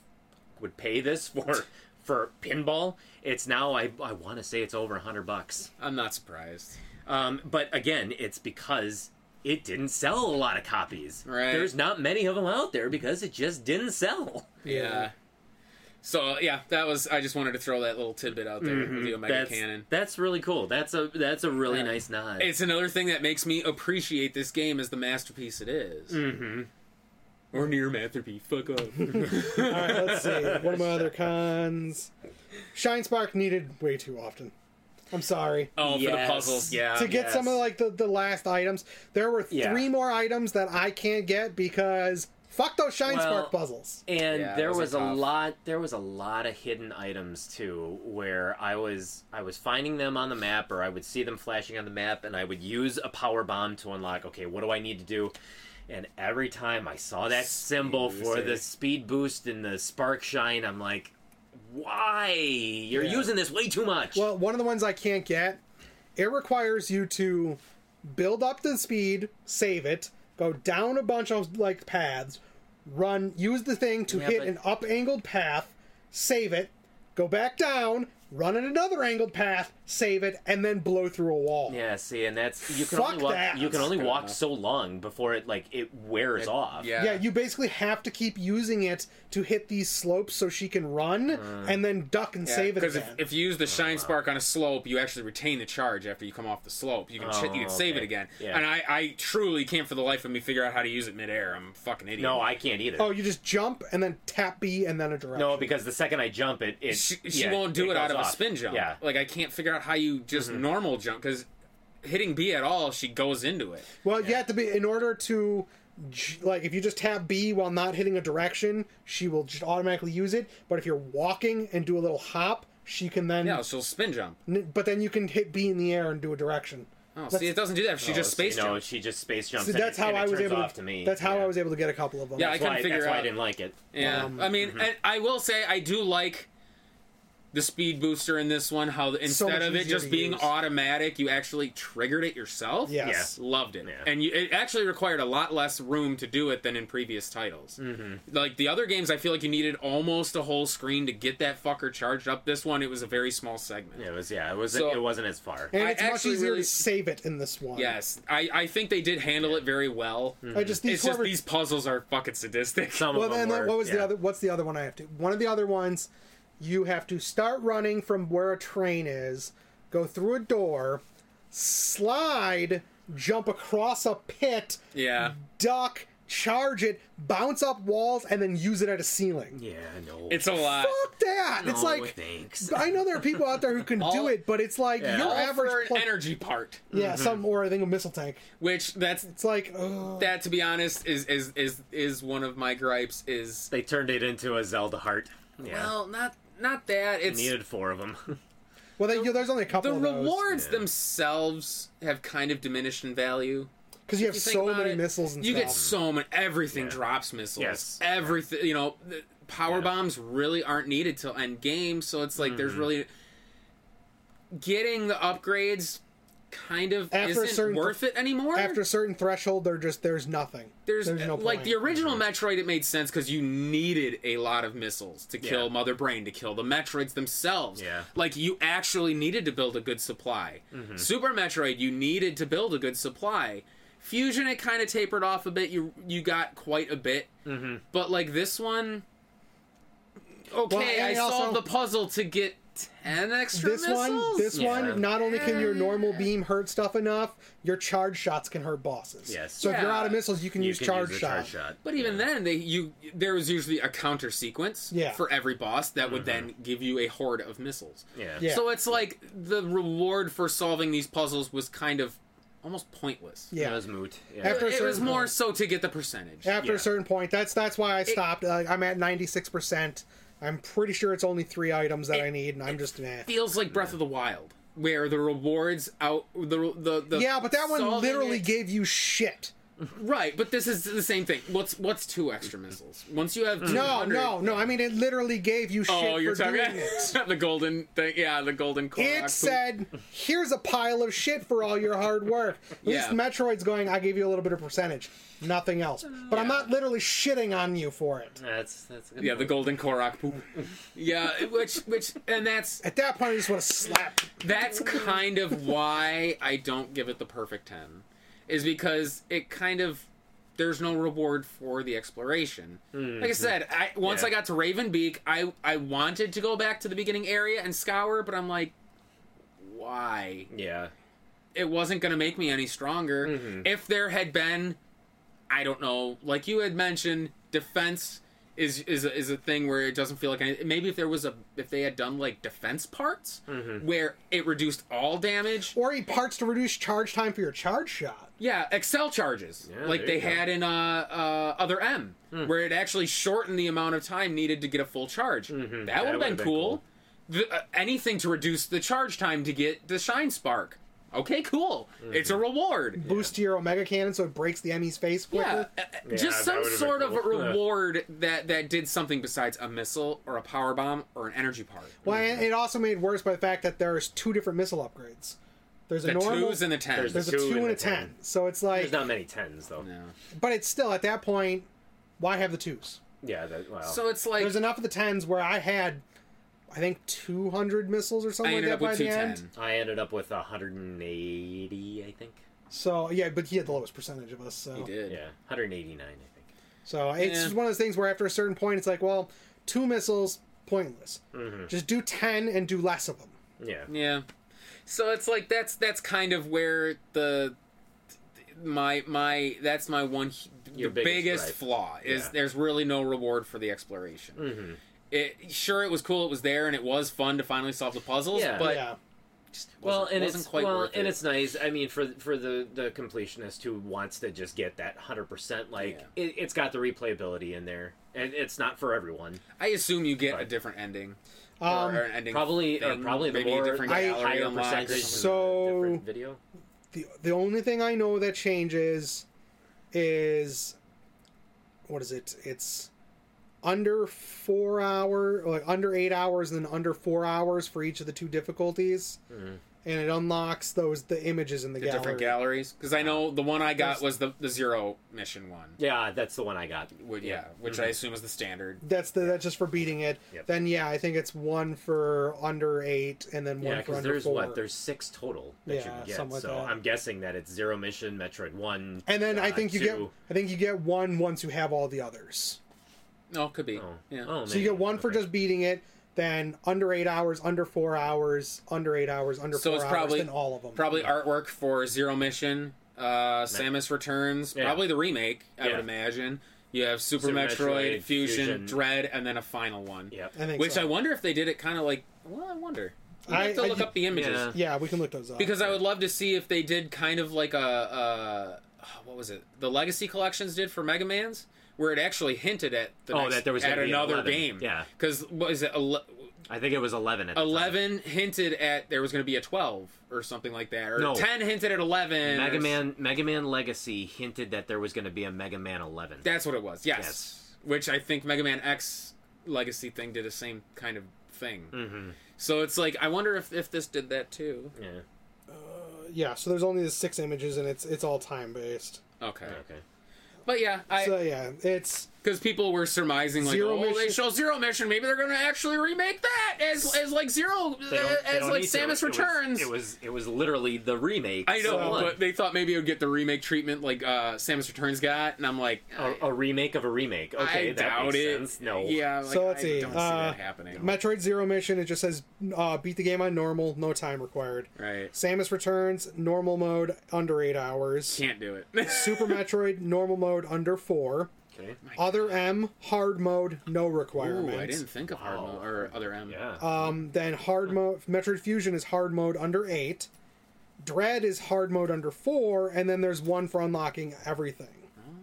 B: would pay this for for pinball? It's now I I want to say it's over a hundred bucks.
A: I'm not surprised.
B: Um, but again, it's because it didn't sell a lot of copies.
A: Right.
B: There's not many of them out there because it just didn't sell.
A: Yeah. So yeah, that was. I just wanted to throw that little tidbit out there with the Omega
B: That's
A: Cannon.
B: that's really cool. That's a that's a really
A: Yeah.
B: nice nod.
A: It's another thing that makes me appreciate this game as the masterpiece it Mm-hmm. Or near masterpiece. Fuck up.
C: all right, let's see. What are my other cons? Shine Spark needed way too often. I'm sorry.
A: oh, for the
B: Yes.
A: puzzles. Yeah.
C: to get some of
B: Uh, yes.
C: like the, the last items, there were three
B: Yeah.
C: more items that I can't get because fuck those Shine
B: Well,
C: Spark puzzles.
B: and
A: Yeah,
B: there
A: those are
B: was a
A: tough.
B: lot there was a lot of hidden items too where i was i was finding them on the map or i would see them flashing on the map and i would use a power bomb to unlock okay what do i need to do and every time i saw that symbol for
A: booster.
B: the speed boost and the spark shine i'm like why you're using this way too much
C: Well, one of the ones I can't get, it requires you to build up the speed, save it, go down a bunch of like paths, run, use the thing to
B: Yeah,
C: hit
B: but-
C: an up angled path, save it, go back down, run at another angled path, save it, and then blow through a wall.
B: yeah see and that's you can
C: Fuck
B: only walk
C: that.
B: you can only
A: Fair
B: walk
A: enough.
B: so long before it like it wears off
A: Yeah.
C: Yeah, you basically have to keep using it to hit these slopes so she can run
B: Mm.
C: and then duck and save it
A: Because
C: again.
A: if, if you use the shine spark on a slope, you actually retain the charge after you come off the slope. You can ch-
B: Oh,
A: you can save it
B: okay.
A: again.
B: Yeah.
A: And I, I truly can't for the life of me figure out how to use it midair. I'm a fucking idiot.
B: no i can't either
C: oh, you just jump and then tap B and then a direction.
B: No, because the second I jump, it it
A: she, she
B: yeah,
A: won't do it, out
B: goes
A: of a
B: off.
A: spin jump.
B: Yeah, Mm-hmm.
A: Like I can't figure out how you just normal jump because hitting B at all, she goes into it.
C: well, you have to be in order to j- like if you just tap B while not hitting a direction, she will just automatically use it. But if you're walking and do a little hop, she can then.
A: No, she'll spin jump.
C: N- but then you can hit B in the air and do a direction.
A: Oh, see, it doesn't do that. She just space
B: no,
A: jumps.
B: she just space jumps.
C: So
B: and
C: that's
B: it-
C: how
B: and it
C: I was
B: turns
C: able.
B: off
C: to,
B: to me.
C: That's how
B: yeah.
C: I was able to get a couple of them.
A: Yeah, I
B: That's why,
A: couldn't figure
B: that's why I
A: out.
B: didn't like it.
A: Yeah,
C: Um,
A: I mean,
B: Mm-hmm.
A: and I will say I do like the speed booster in this one. How the-
C: So
A: instead
C: much
A: of it
C: easier
A: just
C: to
A: being
C: use.
A: automatic, you actually triggered it yourself.
C: Yes.
A: loved it,
B: Yeah.
A: and you, it actually required a lot less room to do it than in previous titles.
B: Mm-hmm.
A: Like the other games, I feel like you needed almost a whole screen to get that fucker charged up. This one, it was a very small segment.
B: It was yeah, it wasn't
A: So-
B: it wasn't as far.
C: and
A: I
C: it's much
A: actually
C: easier
A: really-
C: to save it in this one.
A: Yes, I, I think they did handle it very well.
C: I just these
A: It's just
C: whoever-
A: these puzzles are fucking sadistic.
B: Mm-hmm. Some
C: well,
B: of them
C: then
B: were,
C: what was the
B: yeah.
C: other? What's the other one I have to? One of the other ones, you have to start running from where a train is, go through a door, slide, jump across a pit,
A: yeah,
C: duck, charge it, bounce up walls, and then use it at a ceiling.
B: Yeah, I know.
A: It's a lot.
C: Fuck that! it's
B: No,
C: like
B: thanks.
C: I know there are people out there who can
A: All-
C: do it, but it's like
B: Yeah.
C: your
A: All
C: average
A: for an
C: pla-
A: energy part,
C: yeah, some or I think a missile tank.
A: which that's
C: It's like ugh.
A: that to be honest is is is is one of my gripes. Is
B: They turned it into a Zelda heart. Yeah.
A: well, not not that it's
B: Needed four of them.
C: well, they, there's only a couple
A: the
C: of those
A: rewards
B: Yeah.
A: themselves have kind of diminished in value.
C: because you have
A: You think
C: so
A: about
C: many
A: it,
C: missiles and
A: you
C: stuff.
A: get so many. Everything
B: Yeah.
A: drops missiles.
B: Yes.
A: Everything. You know, the power
B: Yeah. Mm-hmm.
A: bombs really aren't needed till end game. So it's like there's really getting the upgrades kind of
C: After a
A: isn't
C: certain-
A: worth it anymore.
C: After a certain threshold, they're just there's nothing.
A: there's, uh,
C: no
A: like
C: point.
A: the original Metroid, it made sense because you needed a lot of missiles to kill
B: Yeah.
A: Mother Brain, to kill the Metroids themselves.
B: Yeah. Mm-hmm.
A: Like you actually needed to build a good supply. Super Metroid, you needed to build a good supply. Fusion, it kind of tapered off a bit. You you got quite a bit, mm-hmm. but like this one, okay,
C: and
A: I
C: it also-
A: solved the puzzle to get ten extra
C: this
A: missiles.
C: one, this
B: Yeah.
C: one, not only can your normal beam hurt stuff enough, your charge shots can hurt bosses.
B: Yes.
C: So if you're
A: Yeah.
C: out of missiles, you can
B: You
C: use
B: can
C: charge
B: use a
C: shot.
B: charge shot.
A: But even then, they you there was usually a counter sequence
C: Yeah.
A: for every boss that would then give you a horde of missiles.
B: Yeah.
C: Yeah.
A: So it's like the reward for solving these puzzles was kind of almost pointless.
C: Yeah.
B: That was moot. Yeah.
C: After-
A: It was
C: Certain-
A: more so to get the percentage.
C: After
B: Yeah.
C: a certain point, that's that's why I stopped. Uh, I'm at 96. percent I'm pretty sure it's only three items that I need, and I'm just nah.
A: Feels like Breath of the Wild, where the rewards out the the, the
C: Yeah, but that one
A: solving
C: literally
A: it-
C: gave you shit.
A: right. But this is the same thing. What's what's two extra missiles? Once you have
C: No,
A: 200
C: no, no. I mean, it literally gave you shit
A: Oh,
C: for
A: you're
C: doing
A: talking
C: it.
A: the golden thing. Yeah, the golden. Korok.
C: It said, "Here's a pile of shit for all your hard work." At least
A: Yeah.
C: Metroid's going, "I gave you a little bit of percentage, nothing else." But I'm not literally shitting on you for it.
B: That's that's a good
A: Yeah, the
B: point.
A: golden Korok poop. Yeah, which which and that's
C: At that point, I just want to slap.
A: that's kind of why I don't give it the perfect ten, is because it kind of there's no reward for the exploration. Like I said, I once
B: Yeah.
A: I got to Ravenbeak, I I wanted to go back to the beginning area and scour, but I'm like, why?
B: Yeah.
A: it wasn't going to make me any stronger.
B: Mm-hmm.
A: If there had been, I don't know, like you had mentioned, defense is is a, is a thing where it doesn't feel like any, maybe if there was a if they had done like defense parts
B: Mm-hmm.
A: where it reduced all damage.
C: Or he parts to reduce charge time for your charge shot.
A: Yeah, Excel charges
B: Yeah,
A: like
B: there
A: they
B: you go. Hmm.
A: had in uh, uh other M where it actually shortened the amount of time needed to get a full charge. That would have been,
B: Mm-hmm. would've been
A: cool. The, uh, anything to reduce the charge time to get the shine spark. Okay, cool.
B: Mm-hmm.
A: It's a reward.
C: Boost to your Omega Cannon so it breaks the Emmy's face
A: Yeah,
C: quicker.
A: uh,
B: Yeah,
A: just
B: that
A: some
B: would've been
A: sort of a
B: cool. Yeah.
A: reward that that did something besides a missile or a power bomb or an energy part.
C: Well, and it also made worse by the fact that there's two different missile upgrades. There's a
A: The
C: normal,
A: twos and the tens.
C: there's a two, and a ten. So it's like,
B: There's not many tens though.
A: Yeah.
C: but it's still at that point, why have the twos?
B: Yeah. That, wow.
A: So it's like
C: There's enough of the tens where I had, I think, 200 missiles or
A: I
C: something like
A: ended
C: that
A: up
C: by
A: with
C: the
A: two
C: end.
A: ten.
B: I ended up with 180, I think.
C: So yeah, but he had the lowest percentage of us. So
A: He did.
B: Yeah, 189, I think.
C: So it's
A: Yeah.
C: just one of those things where after a certain point, it's like, well, two missiles, pointless. Just do ten and do less of them.
B: Yeah.
A: Yeah. So it's like that's that's kind of where the my my that's my one hu-
B: Your
A: the biggest,
B: biggest gripe.
A: flaw is
B: Yeah. Mm-hmm.
A: there's really no reward for the exploration. It sure it was cool it was there and it was fun to finally solve the puzzles,
B: Yeah.
A: but
C: yeah,
B: Well,
A: wasn't-
B: and
A: wasn't
B: it's
A: quite
B: well,
A: worth
B: and
A: it.
B: it's nice. I mean, for for the the completionist who wants to just get that 100, percent like
A: Yeah.
B: it, it's got the replayability in there, and it's not for everyone.
A: I assume you get a
B: Right.
A: different ending.
C: Um,
A: or an ending
B: Probably or
A: thing,
B: probably the
A: maybe
B: more
A: a different
C: I-
A: gallery
B: Higher
A: unlocked or
B: percentage
A: something.
C: something.
B: of the
C: So-
B: different video.
C: the the only thing I know that changes is what is it? It's under four hour, like under eight hours, and then under four hours for each of the two difficulties,
B: Mm-hmm.
C: and it unlocks those the images in the,
A: the
C: gallery.
A: different galleries because I know the one I got was the, the zero mission one.
B: Yeah, that's the one I got.
A: Would, yeah, which
B: Mm-hmm.
A: I assume is the standard.
C: That's the that's just for beating it.
B: Yep.
C: Then yeah, I think it's one for under eight, and then one
B: Yeah,
C: for
B: because
C: under
B: there's
C: four.
B: what there's six total that you
C: Yeah,
B: can get.
C: something like
B: so
C: that.
B: I'm guessing that it's Zero Mission, Metroid One,
C: And then I
B: uh,
C: think you get
B: two.
C: I think you get one once you have all the others.
A: No, could be.
B: Oh,
A: Yeah.
B: oh,
C: So you get
B: maybe.
C: one for
B: Okay.
C: just beating it, then under eight hours, under four hours, under eight hours, under
A: So
C: four
A: it's
C: hours,
A: probably-
C: then all of them.
A: Probably artwork for zero mission, uh, uh, Samus Returns,
B: Yeah.
A: probably the remake, I
B: Yeah.
A: would imagine. You have Super,
B: Super
A: Metroid,
B: Metroid,
A: Fusion,
B: Fusion.
A: Dread, and then a final one.
B: Yep.
C: I think
A: Which
C: so.
A: I wonder if they did it kind of like. Well, I wonder. You
C: I-
A: have to
C: I
A: look
C: ju-
A: up the images
B: Yeah.
C: yeah, we can look those up.
A: because I would love to see if they did kind of like a, uh what was it? The Legacy Collections did for Mega Man's, where it actually hinted at the
B: Oh,
A: next-
B: that there was
A: at
B: gonna be an
A: another
B: 11.
A: game.
B: Yeah.
A: because what is it? ele-
B: I think it was eleven at the time.
A: Eleven hinted at there was going to be a twelve or something like that, or
B: No.
A: ten hinted at eleven. or
B: Mega
A: s-
B: Man Mega Man Legacy hinted that there was going to be a Mega Man 11.
A: That's what it was. Yes.
B: Yes.
A: Which I think Mega Man X Legacy thing did the same kind of thing. Mm-hmm. So it's like I wonder if if this did that too.
B: yeah.
C: yeah, so there's only the six images and it's it's all time based.
A: Okay.
B: Okay.
A: But yeah, I
C: So yeah, it's
A: Because people were surmising like,
C: Zero
A: oh, they
C: Mission-
A: show Zero Mission. Maybe they're going to actually remake that as as like Zero uh, as like Samus Returns.
B: It was, it was literally the remake.
A: I know,
B: so one.
A: but they thought maybe it would get the remake treatment like uh, Samus Returns got, and I'm like, I,
B: a, a remake of a remake. Oh, Okay,
A: I
B: that
A: doubt
B: makes
A: it.
B: sense. No.
A: yeah, like,
C: So let's
A: I
C: see,
A: don't
C: uh,
A: see that happening.
C: Metroid Zero Mission. It just says uh, beat the game on normal, no time required.
A: right,
C: Samus Returns normal mode under eight hours.
A: can't do it.
C: Super Metroid normal mode under four.
B: Okay.
C: Other M hard mode no
A: Ooh, I
C: requirements.
A: didn't think of hard
B: Wow.
A: mode or other M.
B: Oh. Yeah.
C: Um, then hard mode Metroid Fusion is hard mode under eight. Dread is hard mode under four, and then there's one for unlocking everything.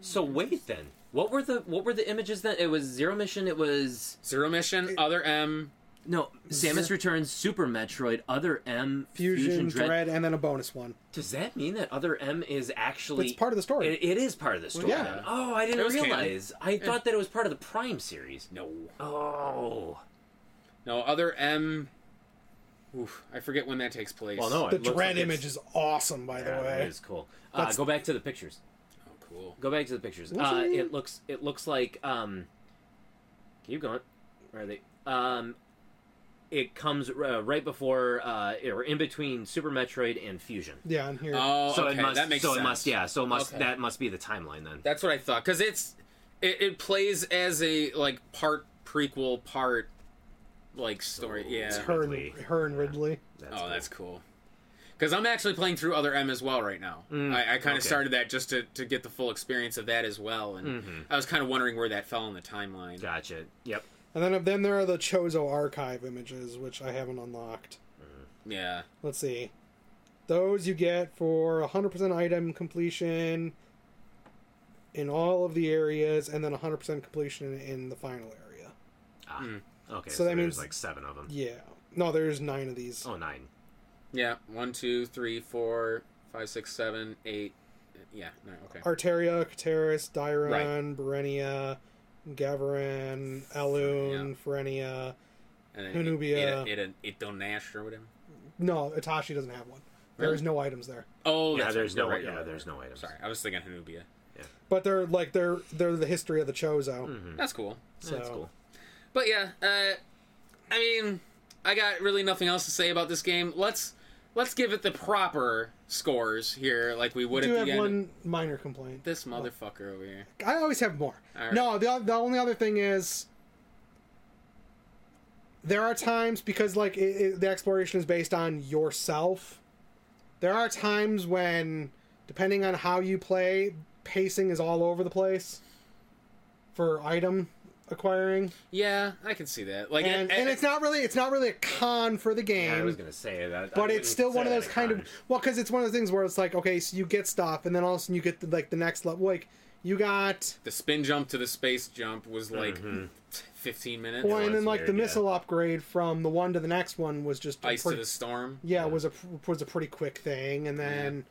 B: so wait then. What were the what were the images then? It was Zero Mission, it was
A: Zero Mission, other M.
E: No, Samus Returns, Super Metroid, Other M,
C: Fusion,
E: Dread.
C: Dread, and then a bonus one.
B: Does that mean that other M is actually
C: It's part of the story.
B: It, it is part of the story.
C: yeah.
B: then. Oh, I
A: It
B: didn't
A: was canon.
B: realize. I thought that it was part of the Prime series.
A: No,
B: Oh.
A: no, other M. Oof, I forget when that takes place.
B: Well, no.
C: The
B: it looks
C: Dread
B: like it's-
C: image is awesome, by the
B: Yeah,
C: way.
B: It is cool. Uh, go back to the pictures.
A: Oh, cool.
B: Go back to the pictures.
C: What's
B: Uh,
C: her name?
B: it looks. It looks like. Um, keep going. Where are they? Um, it comes uh, right before uh, or in between Super Metroid and Fusion.
C: Yeah, and here.
A: Oh,
B: so
A: okay,
B: it must.
A: that makes
B: so
A: sense.
B: it must. Yeah. So it must.
A: Okay.
B: That must be the timeline then.
A: That's what I thought because it's it, it plays as a like part prequel, part like story. yeah.
B: Oh, it's
C: her,
B: Ridley.
C: and, her and Ridley.
A: oh, that's cool. Because I'm actually playing through other M as well right now. I, I kind of
B: Mm, okay.
A: started that just to, to get the fuol experience of that as well, and
B: Mm-hmm.
A: I was kind of wondering where that fell in the timeline.
B: Gotcha. Yep.
C: And then, then there are the Chozo archive images, which I haven't unlocked.
A: Yeah,
C: Let's see. Those you get for 100% item completion in all of the areas, and then 100% completion in the final area.
B: Ah. Okay. So,
C: that
B: there's
C: means-
B: like seven of them.
C: Yeah. No, there's nine of these.
B: Oh, nine.
A: yeah. One, two, three, four, five, six, seven, eight. Yeah, no, okay.
C: Arteria, Cateris, Dyron,
A: Right.
C: Berenia, Gavarin, Elune, Ferenia.
A: And then
C: Hanubia.
A: It, it, it, it Nash or whatever.
C: No, Itachi doesn't have one.
A: Really?
C: There's no items there.
A: Oh,
B: Yeah.
A: that's
B: There's
A: right,
B: no.
A: you're right,
B: yeah.
A: you're right,
B: There's
A: you're
B: no items.
A: right. Sorry, I was thinking Hanubia.
C: But they're like they're they're the history of the Chozo.
A: Mm-hmm.
B: Hmm.
A: That's cool.
C: So
B: That's cool.
A: But yeah, uh, I mean, I got really nothing else to say about this game. Let's let's give it the proper scores here, like we would
C: I do
A: at
C: have
A: the end.
C: one minor complaint.
A: This motherfucker over here.
C: I always have more.
A: Alright.
C: No, the, the only other thing is there are times because like it, it, the exploration is based on yourself. There are times when, depending on how you play, pacing is all over the place for item acquiring,
A: Yeah, I can see that. Like,
C: and, and it's not really it's not really a con for the game.
B: Yeah, I was gonna say that.
C: but it's still one of those kind of well because it's one of those things where it's like okay so you get stuff and then all of a sudden you get the, like the next level like you got
A: the spin jump to the space jump was like
B: Mm-hmm.
A: fifteen minutes.
C: Well, and then
B: it's
C: like the
B: weird, yeah.
C: missile upgrade from the one to the next one was just a
A: Ice to
C: pretty-
A: the storm.
C: yeah, was a was a pretty quick thing, and then,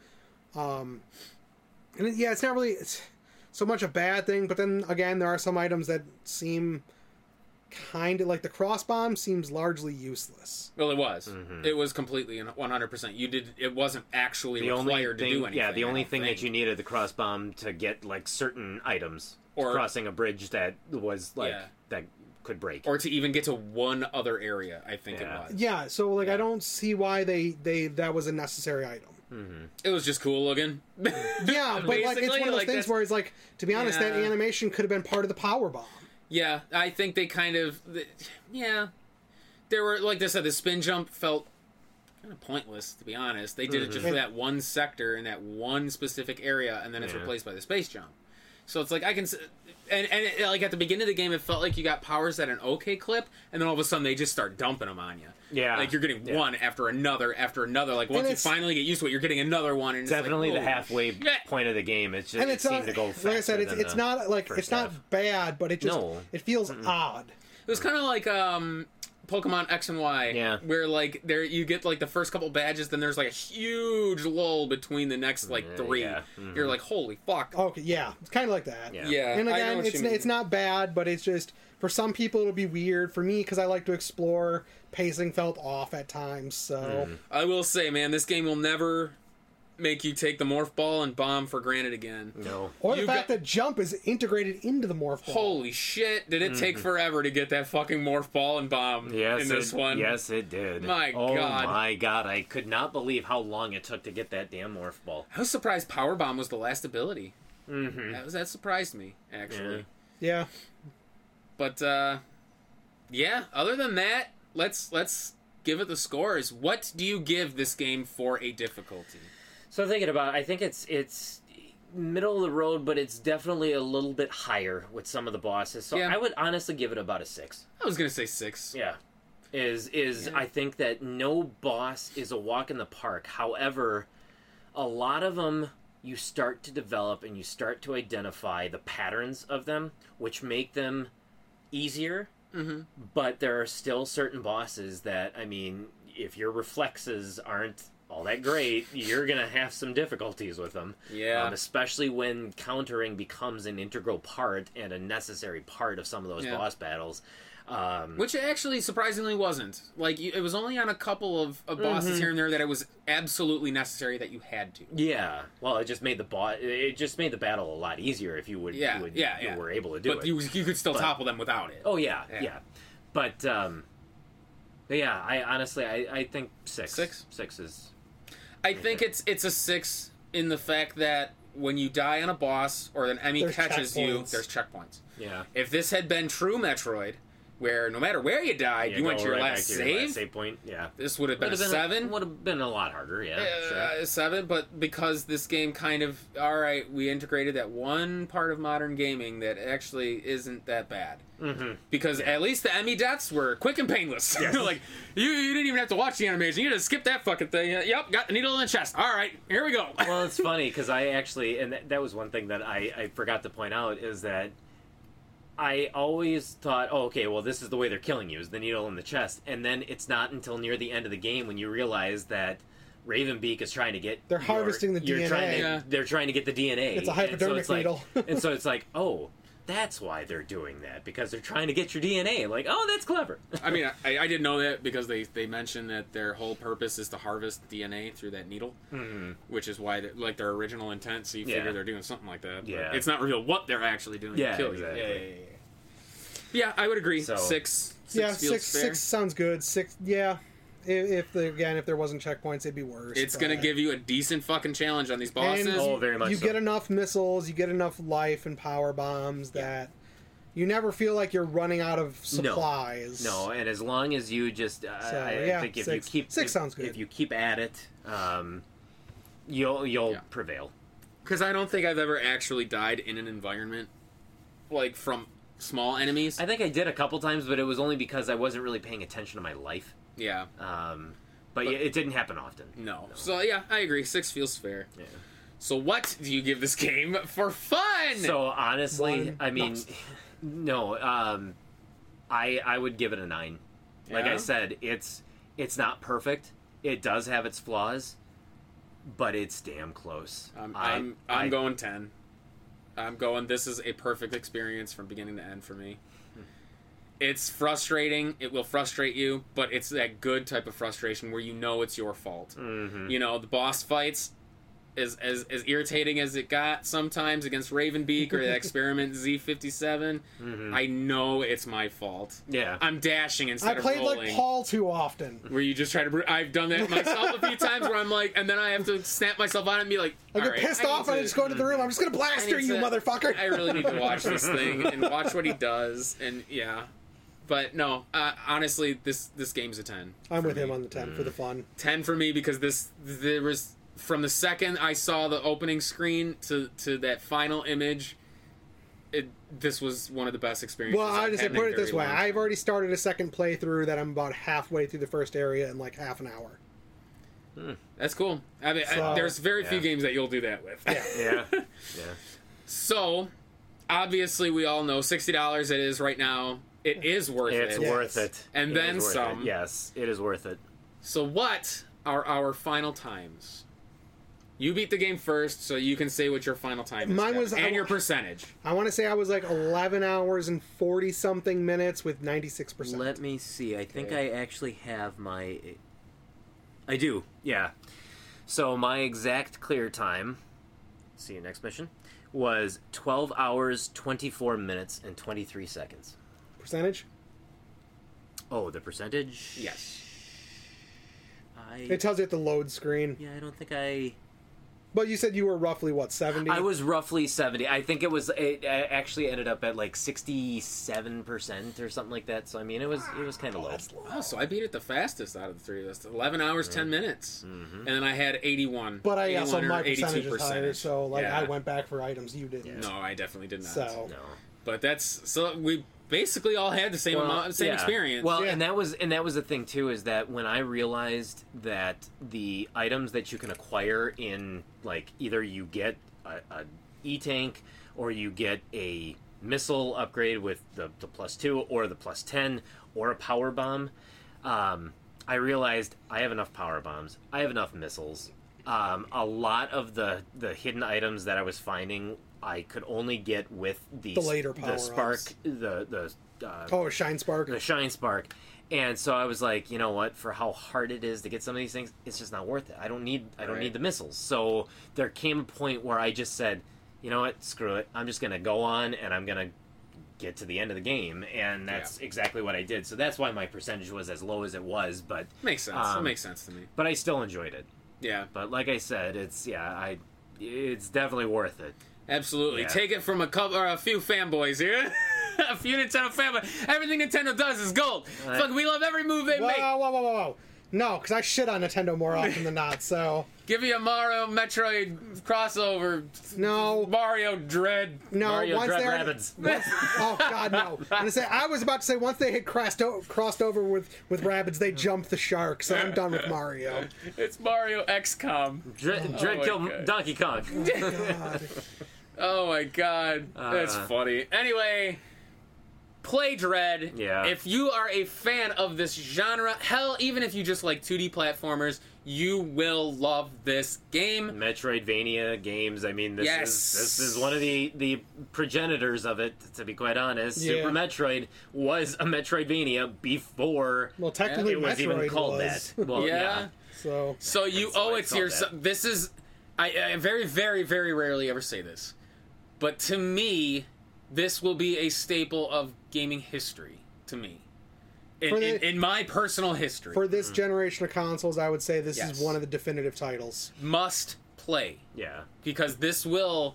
C: um, and it- yeah, it's not really it's so much a bad thing, but then again, there are some items that seem kind of like the cross bomb seems largely useless.
A: Well, it was.
B: Mm-hmm.
A: It was completely one hundred percent. You did. It wasn't actually
B: the only
A: required
B: thing,
A: to do anything.
B: yeah, the
A: I
B: only
A: don't
B: thing
A: think.
B: that you needed the cross bomb to get like certain items,
A: Or-
B: crossing a bridge that was like
A: Yeah.
B: that could break.
A: or to even get to one other area, I think
B: Yeah.
A: it was.
C: Yeah, so like I don't see why they they that was a necessary item.
A: It was just cool looking.
C: Yeah, but like it's
A: Basically,
C: one of those
A: like,
C: things
A: that's-
C: where it's like to be honest, that
A: Yeah.
C: animation could have been part of the power bomb.
A: Yeah, I think they kind of, th- yeah, there were like I said, the spin jump felt kind of pointless to be honest. They did it just for that one sector in that one specific area, and then it's
F: Yeah.
A: replaced by the space jump. So it's like I can, s- and and it, like at the beginning of the game, it felt like you got powers at an okay clip, and then all of a sudden they just start dumping them on you.
G: Yeah.
A: like you're getting one after another after another. Like once you
C: it's-
A: finally get used to it, you're getting another one. And it's like,
F: Definitely the
A: holy
F: halfway
A: shit.
F: point of the game. It's just
C: and
F: it
C: it's
F: seemed
C: not
F: to go
C: like I said,
F: faster
C: it's
F: than
C: it's
F: the
C: not like
F: first
C: it's not
F: half.
C: bad, but it just
F: No.
C: it feels odd.
A: It was kind of like um, Pokemon X and Y,
F: Yeah.
A: where like there you get like the first couple badges, then there's like a huge lull between the next like
F: Yeah,
A: three.
F: yeah.
A: You're like, holy fuck!
C: Okay, yeah, it's kind of like that.
F: Yeah.
A: yeah,
C: Oh, And
A: I know
C: again,
A: what
C: it's
A: you mean.
C: it's not bad, but it's just for some people it'll be weird. For me, because I like to explore, pacing felt off at times. So
F: Mm-hmm.
A: I will say, man, this game will never make you take the morph ball and bomb for granted again.
F: No.
C: or the
A: You
C: fact
A: got-
C: that jump is integrated into the morph ball.
A: Holy shit! Did it take forever to get that fucking morph ball and bomb
F: Mm-hmm. Yes,
A: in this
F: it,
A: one?
F: Yes, it did.
A: My
F: oh
A: God.
F: my god! I could not believe how long it took to get that damn morph ball.
A: I was surprised Power Bomb was the last ability. Mm-hmm.
F: Mm.
A: That was that surprised me actually.
F: Yeah.
C: yeah,
A: But uh yeah, other than that, let's let's give it the scores. What do you give this game for a difficulty?
B: So I'm thinking about, I think it's it's middle of the road, but it's definitely a little bit higher with some of the bosses. So
A: Yeah.
B: I would honestly give it about a six.
A: I was gonna say six.
B: Yeah. Is is I think that no boss is a walk in the park. However, a lot of them you start to develop and you start to identify the patterns of them, which make them easier. Mm-hmm. But there are still certain bosses that I mean, if your reflexes aren't all that great, you're gonna have some difficulties with them.
A: Yeah.
B: Um, especially when countering becomes an integral part and a necessary part of some of those
A: Yeah.
B: boss battles. Um,
A: Which it actually surprisingly wasn't. Like you, it was only on a couple of, of bosses
B: Mm-hmm.
A: here and there that it was absolutely necessary that you had to.
B: Yeah. Well, it just made the bo- it just made the battle a lot easier if you would
A: Yeah,
B: you, would,
A: yeah,
B: you
A: yeah.
B: were able to do
A: But
B: it.
A: you, you could still topple them without it.
B: oh yeah,
A: Yeah.
B: yeah. But um but yeah, I honestly I, I think 6.
A: Six?
B: 6 is
A: I think it's it's a six in the fact that when you die on a boss or an enemy
C: There's
A: catches you,
C: checkpoints.
A: there's checkpoints.
B: yeah.
A: If this had been true Metroid, where no matter where you died,
B: Yeah,
A: you went
B: go
A: to your,
B: right
A: last,
B: back to
A: save,
B: last save point. Yeah.
A: this would have been a seven.
B: would have been a lot harder, yeah. sure.
A: Uh, seven, but because this game kind of all right, we integrated that one part of modern gaming that actually isn't that bad. Mm-hmm. Because at least the Emmy deaths were quick and painless. like you, you didn't even have to watch the animation. You just skipped that fucking thing. Uh, Yep, got the needle in the chest. All right, here we go.
B: well, it's funny because I actually, and that, that was one thing that I, I forgot to point out is that I always thought, oh, okay, well, this is the way they're killing you is the needle in the chest, and then it's not until near the end of the game when you realize that Ravenbeak is trying to get
C: They're harvesting the
B: you're
C: DNA.
B: trying to-
A: Yeah.
B: They're trying to get the DNA.
C: It's a hypodermic
B: and so it's
C: needle.
B: Like, and so it's like, oh. That's why they're doing that because they're trying to get your DNA. Like, oh, that's clever.
A: I mean, I, I didn't know that because they, they mentioned that their whole purpose is to harvest DNA through that needle, which is why they, like their original intent. So you
B: Mm-hmm. Yeah.
A: figure they're doing something like that. but
B: Yeah.
A: it's not revealed what they're actually doing. to
B: Yeah,
A: kill
B: exactly.
A: you. Yeah, yeah, yeah, yeah. Yeah, I would agree.
B: So-
A: six, six,
C: yeah,
A: feels
C: six
A: fair.
C: six sounds good. Six, yeah. If, if the, again, if there wasn't checkpoints, it'd be worse.
A: It's gonna
C: but-
A: give you a decent fucking challenge on these bosses.
C: And
B: Oh, very much
C: you
B: so.
C: get enough missiles, you get enough life and power bombs that you never feel like you're running out of supplies.
B: No, and as long as you just, uh,
C: So,
B: I
C: yeah,
F: think
B: if
C: six.
B: you keep
C: six
B: if,
C: sounds good.
B: If you keep at it, um, you'll you'll
A: Yeah.
B: prevail.
A: Because I don't think I've ever actually died in an environment like from small enemies.
B: I think I did a couple times, but it was only because I wasn't really paying attention to my life.
A: yeah.
B: Um, but, yeah, it didn't happen often.
A: No. So yeah, I agree. Six feels fair.
B: Yeah.
A: So what do you give this game for fun?
B: So honestly,
C: One-
B: I mean, no, um, I I would give it a nine. Like
A: Yeah?
B: I said, it's it's not perfect. It does have its flaws, but it's damn close.
A: I'm
B: I-
A: I'm, I'm
B: I-
A: going ten. I'm going. This is a perfect experience from beginning to end for me.
B: Hmm.
A: It's frustrating. It will frustrate you, but it's that good type of frustration where you know it's your fault.
B: Mm-hmm.
A: You know the boss fights, as as as irritating as it got sometimes against Ravenbeak or the Experiment Z fifty seven.
B: Mm-hmm.
A: I know it's my fault.
B: Yeah.
A: I'm dashing
C: I
A: instead of
C: played
A: rolling.
C: like Paul too
B: Mm-hmm.
C: often.
A: where you just try to. br- I've done that myself a few times where I'm like, and then I have to snap myself out and be like,
C: I
A: "All
C: get
A: right,
C: pissed
A: need
C: off and I
A: to-
C: just go into the room. I'm just gonna
A: I
C: blaster
A: need
C: you,
A: to-
C: motherfucker.
A: I really need to watch this thing and watch what he does. And yeah, But no, uh, honestly, this this game's a ten.
C: I'm
A: for
C: with him
A: me.
C: on the 10 for the fun.
A: 10 for me because this there was from the second I saw the opening screen to to that final image it this was one of the best experiences.
C: Well, I
A: I've
C: just
A: had in
C: put
A: a
C: it this
A: very
C: way:
A: long time.
C: I've already started a second playthrough that I'm about halfway through the first area in like half an hour.
A: That's cool. I mean, I-
C: So-
A: there's very few
B: Yeah.
A: games that you'll do that with.
B: Yeah. yeah.
A: so, obviously, we all know sixty dollars it is right now. It is worth
B: It's
A: it.
C: Yeah.
B: worth it.
A: And
B: It
A: then
B: is worth
A: some.
B: It. Yes, it is worth it.
A: So, what are our final times? You beat the game first, so you can say what your final time is.
C: Mine
A: Kevin,
C: was- I-
A: and your percentage.
C: I want to say I was like 11 hours and 40 something minutes with 96 percent.
E: Let me see. I think
A: Okay.
E: I actually have my. I do.
B: Yeah. So my exact clear time. See you next mission. Was 12 hours 24 minutes and 23 seconds.
C: Percentage?
B: Oh, the percentage?
A: Yes.
E: I.
C: It tells you at the load screen.
E: yeah, I don't think I.
C: But you said you were roughly what 70?
B: I was roughly 70. I think it was it uh, actually ended up at like 67% or something like that. So I mean, it was it was kind of low.
A: Oh, so I beat it the fastest out of the three of us. 11 hours, 10 minutes. And then I had 81.
C: Mm-hmm. But I
A: 81
C: also
A: or
C: my percentage
A: 82
C: is higher, so like
A: Yeah.
C: I went back for items you didn't.
A: No, I definitely did not.
C: So
B: No.
A: But that's. So we basically all had the same amount, same
B: yeah.
A: experience.
B: Well,
C: Yeah.
B: and that was and that was the thing too is that when I realized that the items that you can acquire in like either you get a, a e tank or you get a missile upgrade with the, the plus two or the plus ten or a power bomb, um, I realized I have enough power bombs. I have enough missiles. Um, a lot of the the hidden items that I was finding. I could only get with the,
C: The later
B: the
C: power-ups.
B: spark the the uh,
C: oh, shine spark.
B: the shine spark and so i was like you know what for how hard it is to get some of these things it's just not worth it i don't need i don't
A: Right.
B: need the missiles so there came a point where i just said you know what screw it i'm just gonna go on and i'm gonna get to the end of the game and that's exactly what i did so that's why my percentage was as low as it was but
A: makes sense. it
B: um,
A: makes sense to me.
B: but i still enjoyed it
A: Yeah,
B: but like i said it's yeah i it's definitely worth it
A: absolutely.
B: Yeah.
A: Take it from a couple or a few fanboys here. a few Nintendo fanboys. Everything Nintendo does is gold.
B: Right.
A: Fuck, we love every move they
C: Whoa,
A: make.
C: whoa, whoa, whoa, whoa! No, because I shit on Nintendo more often than not. So
A: Give me a Mario Metroid crossover.
C: no,
A: Mario Dread.
C: no.
B: mario
C: once
B: Dread
C: they already-
B: rabbits
C: oh God, no! I'm gonna say I was about to say once they had crossed o- crossed over with with rabbits, they jumped the shark. So I'm done with Mario.
A: It's Mario XCOM.
B: Dread,
A: Oh
B: Dread
A: my
B: kill
A: God.
B: donkey kong
C: God.
A: Oh my god, that's
B: Uh.
A: funny. Anyway, play Dread.
B: Yeah.
A: If you are a fan of this genre, hell, even if you just like 2D platformers, you will love this game.
B: Metroidvania games. I mean, this
A: Yes.
B: is this is one of the the progenitors of it. To be quite honest,
C: Yeah.
B: Super Metroid was a Metroidvania before
C: Well, technically,
B: it was
C: Metroid
B: even called
C: was,
B: that. Well, yeah.
A: Yeah.
C: So
A: So you
B: That's
A: owe
B: why I
A: it to
B: called
A: your.
B: that.
A: This is, I, I very, very, very rarely ever say this, but to me, this will be a staple of gaming history. To me, in,
C: For the-
A: in, in my personal history,
C: for
B: Mm.
C: this generation of consoles, I would say this
A: Yes.
C: is one of the definitive titles.
A: must play.
B: yeah,
A: because this will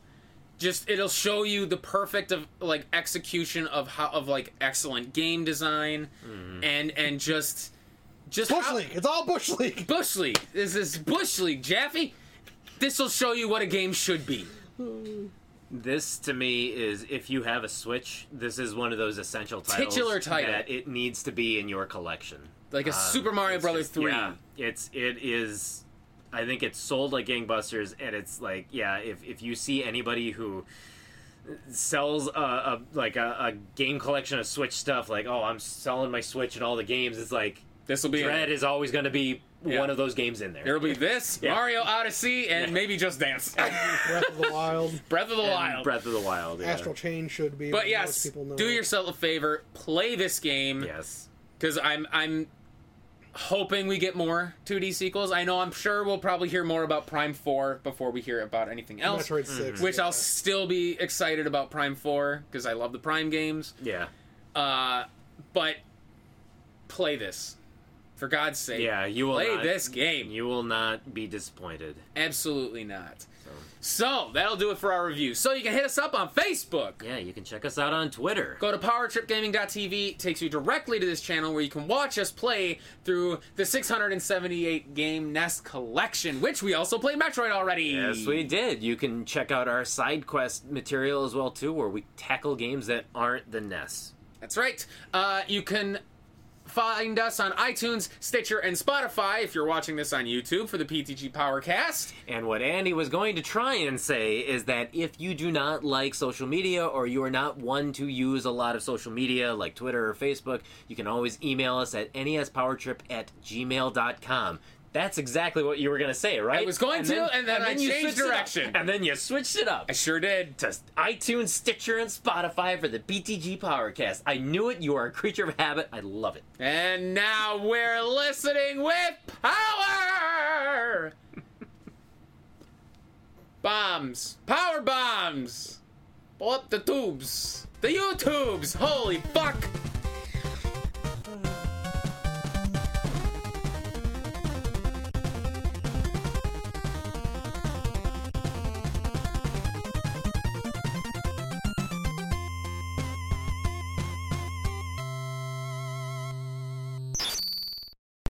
A: just it'll show you the perfect of like execution of how of like excellent game design
B: Mm-hmm.
A: and and just just
C: Bush
A: how-
C: League. It's all Bush League.
A: bush league this is bush league Jaffe this will show you what a game should be
B: This to me is if you have a Switch, this is one of those essential titles
A: Titular title.
B: that it needs to be in your collection.
A: like a
B: Um,
A: Super Mario
B: it's
A: Brothers
B: just-
A: three
B: Yeah, it's it is. I think it's sold like gangbusters, and it's like yeah, if if you see anybody who sells a, a like a, a game collection of Switch stuff, like oh, I'm selling my Switch and all the games, it's like
A: this will be in
B: Dread
A: it.
B: is always going to be
A: Yeah.
B: one of those games in there.
A: there'll be this
B: Yeah.
A: Mario Odyssey and maybe just dance
C: Breath of the Wild.
A: Breath of the
B: And
A: Wild
B: Breath of the Wild, yeah.
C: Astral Chain should be.
A: but
C: what most
A: yes
C: people know.
A: do yourself a favor play this game
B: Yes,
A: because I'm I'm hoping we get more 2D sequels. I know I'm sure we'll probably hear more about Prime Four before we hear about anything else,
C: Metroid Six,
A: Mm-hmm. which
C: yeah.
A: I'll still be excited about Prime Four because I love the Prime games.
B: yeah,
A: Uh, but play this, for God's sake.
B: yeah. You will
A: Play
B: not,
A: this game.
B: You will not be disappointed.
A: Absolutely not. So that'll do it for our review. So you can hit us up on Facebook.
B: Yeah, you can check us out on Twitter.
A: Go to powertripgaming.tv, takes you directly to this channel where you can watch us play through the 678 game NES collection, which we also play Metroid already.
B: Yes, we did. You can check out our side quest material as well too, where we tackle games that aren't the E NES.
A: That's right. Uh, you can find us on iTunes, Stitcher, and Spotify if you're watching this on YouTube for the PTG Powercast.
B: And what Andy was going to try and say is that if you do not like social media or you are not one to use a lot of social media like Twitter or Facebook, you can always email us at E nespowertrip at gmail.com. That's exactly what you were going to say, right?
A: I was going to, and then I changed
B: switched it up.
A: direction.
B: And then you switched it up
A: I sure did.
B: to iTunes, Stitcher, and Spotify for the BTG Powercast. I knew it. You are a creature of habit. I love it.
A: And now we're listening with power! bombs. Power bombs! Blow up the tubes. The YouTubes! Holy fuck!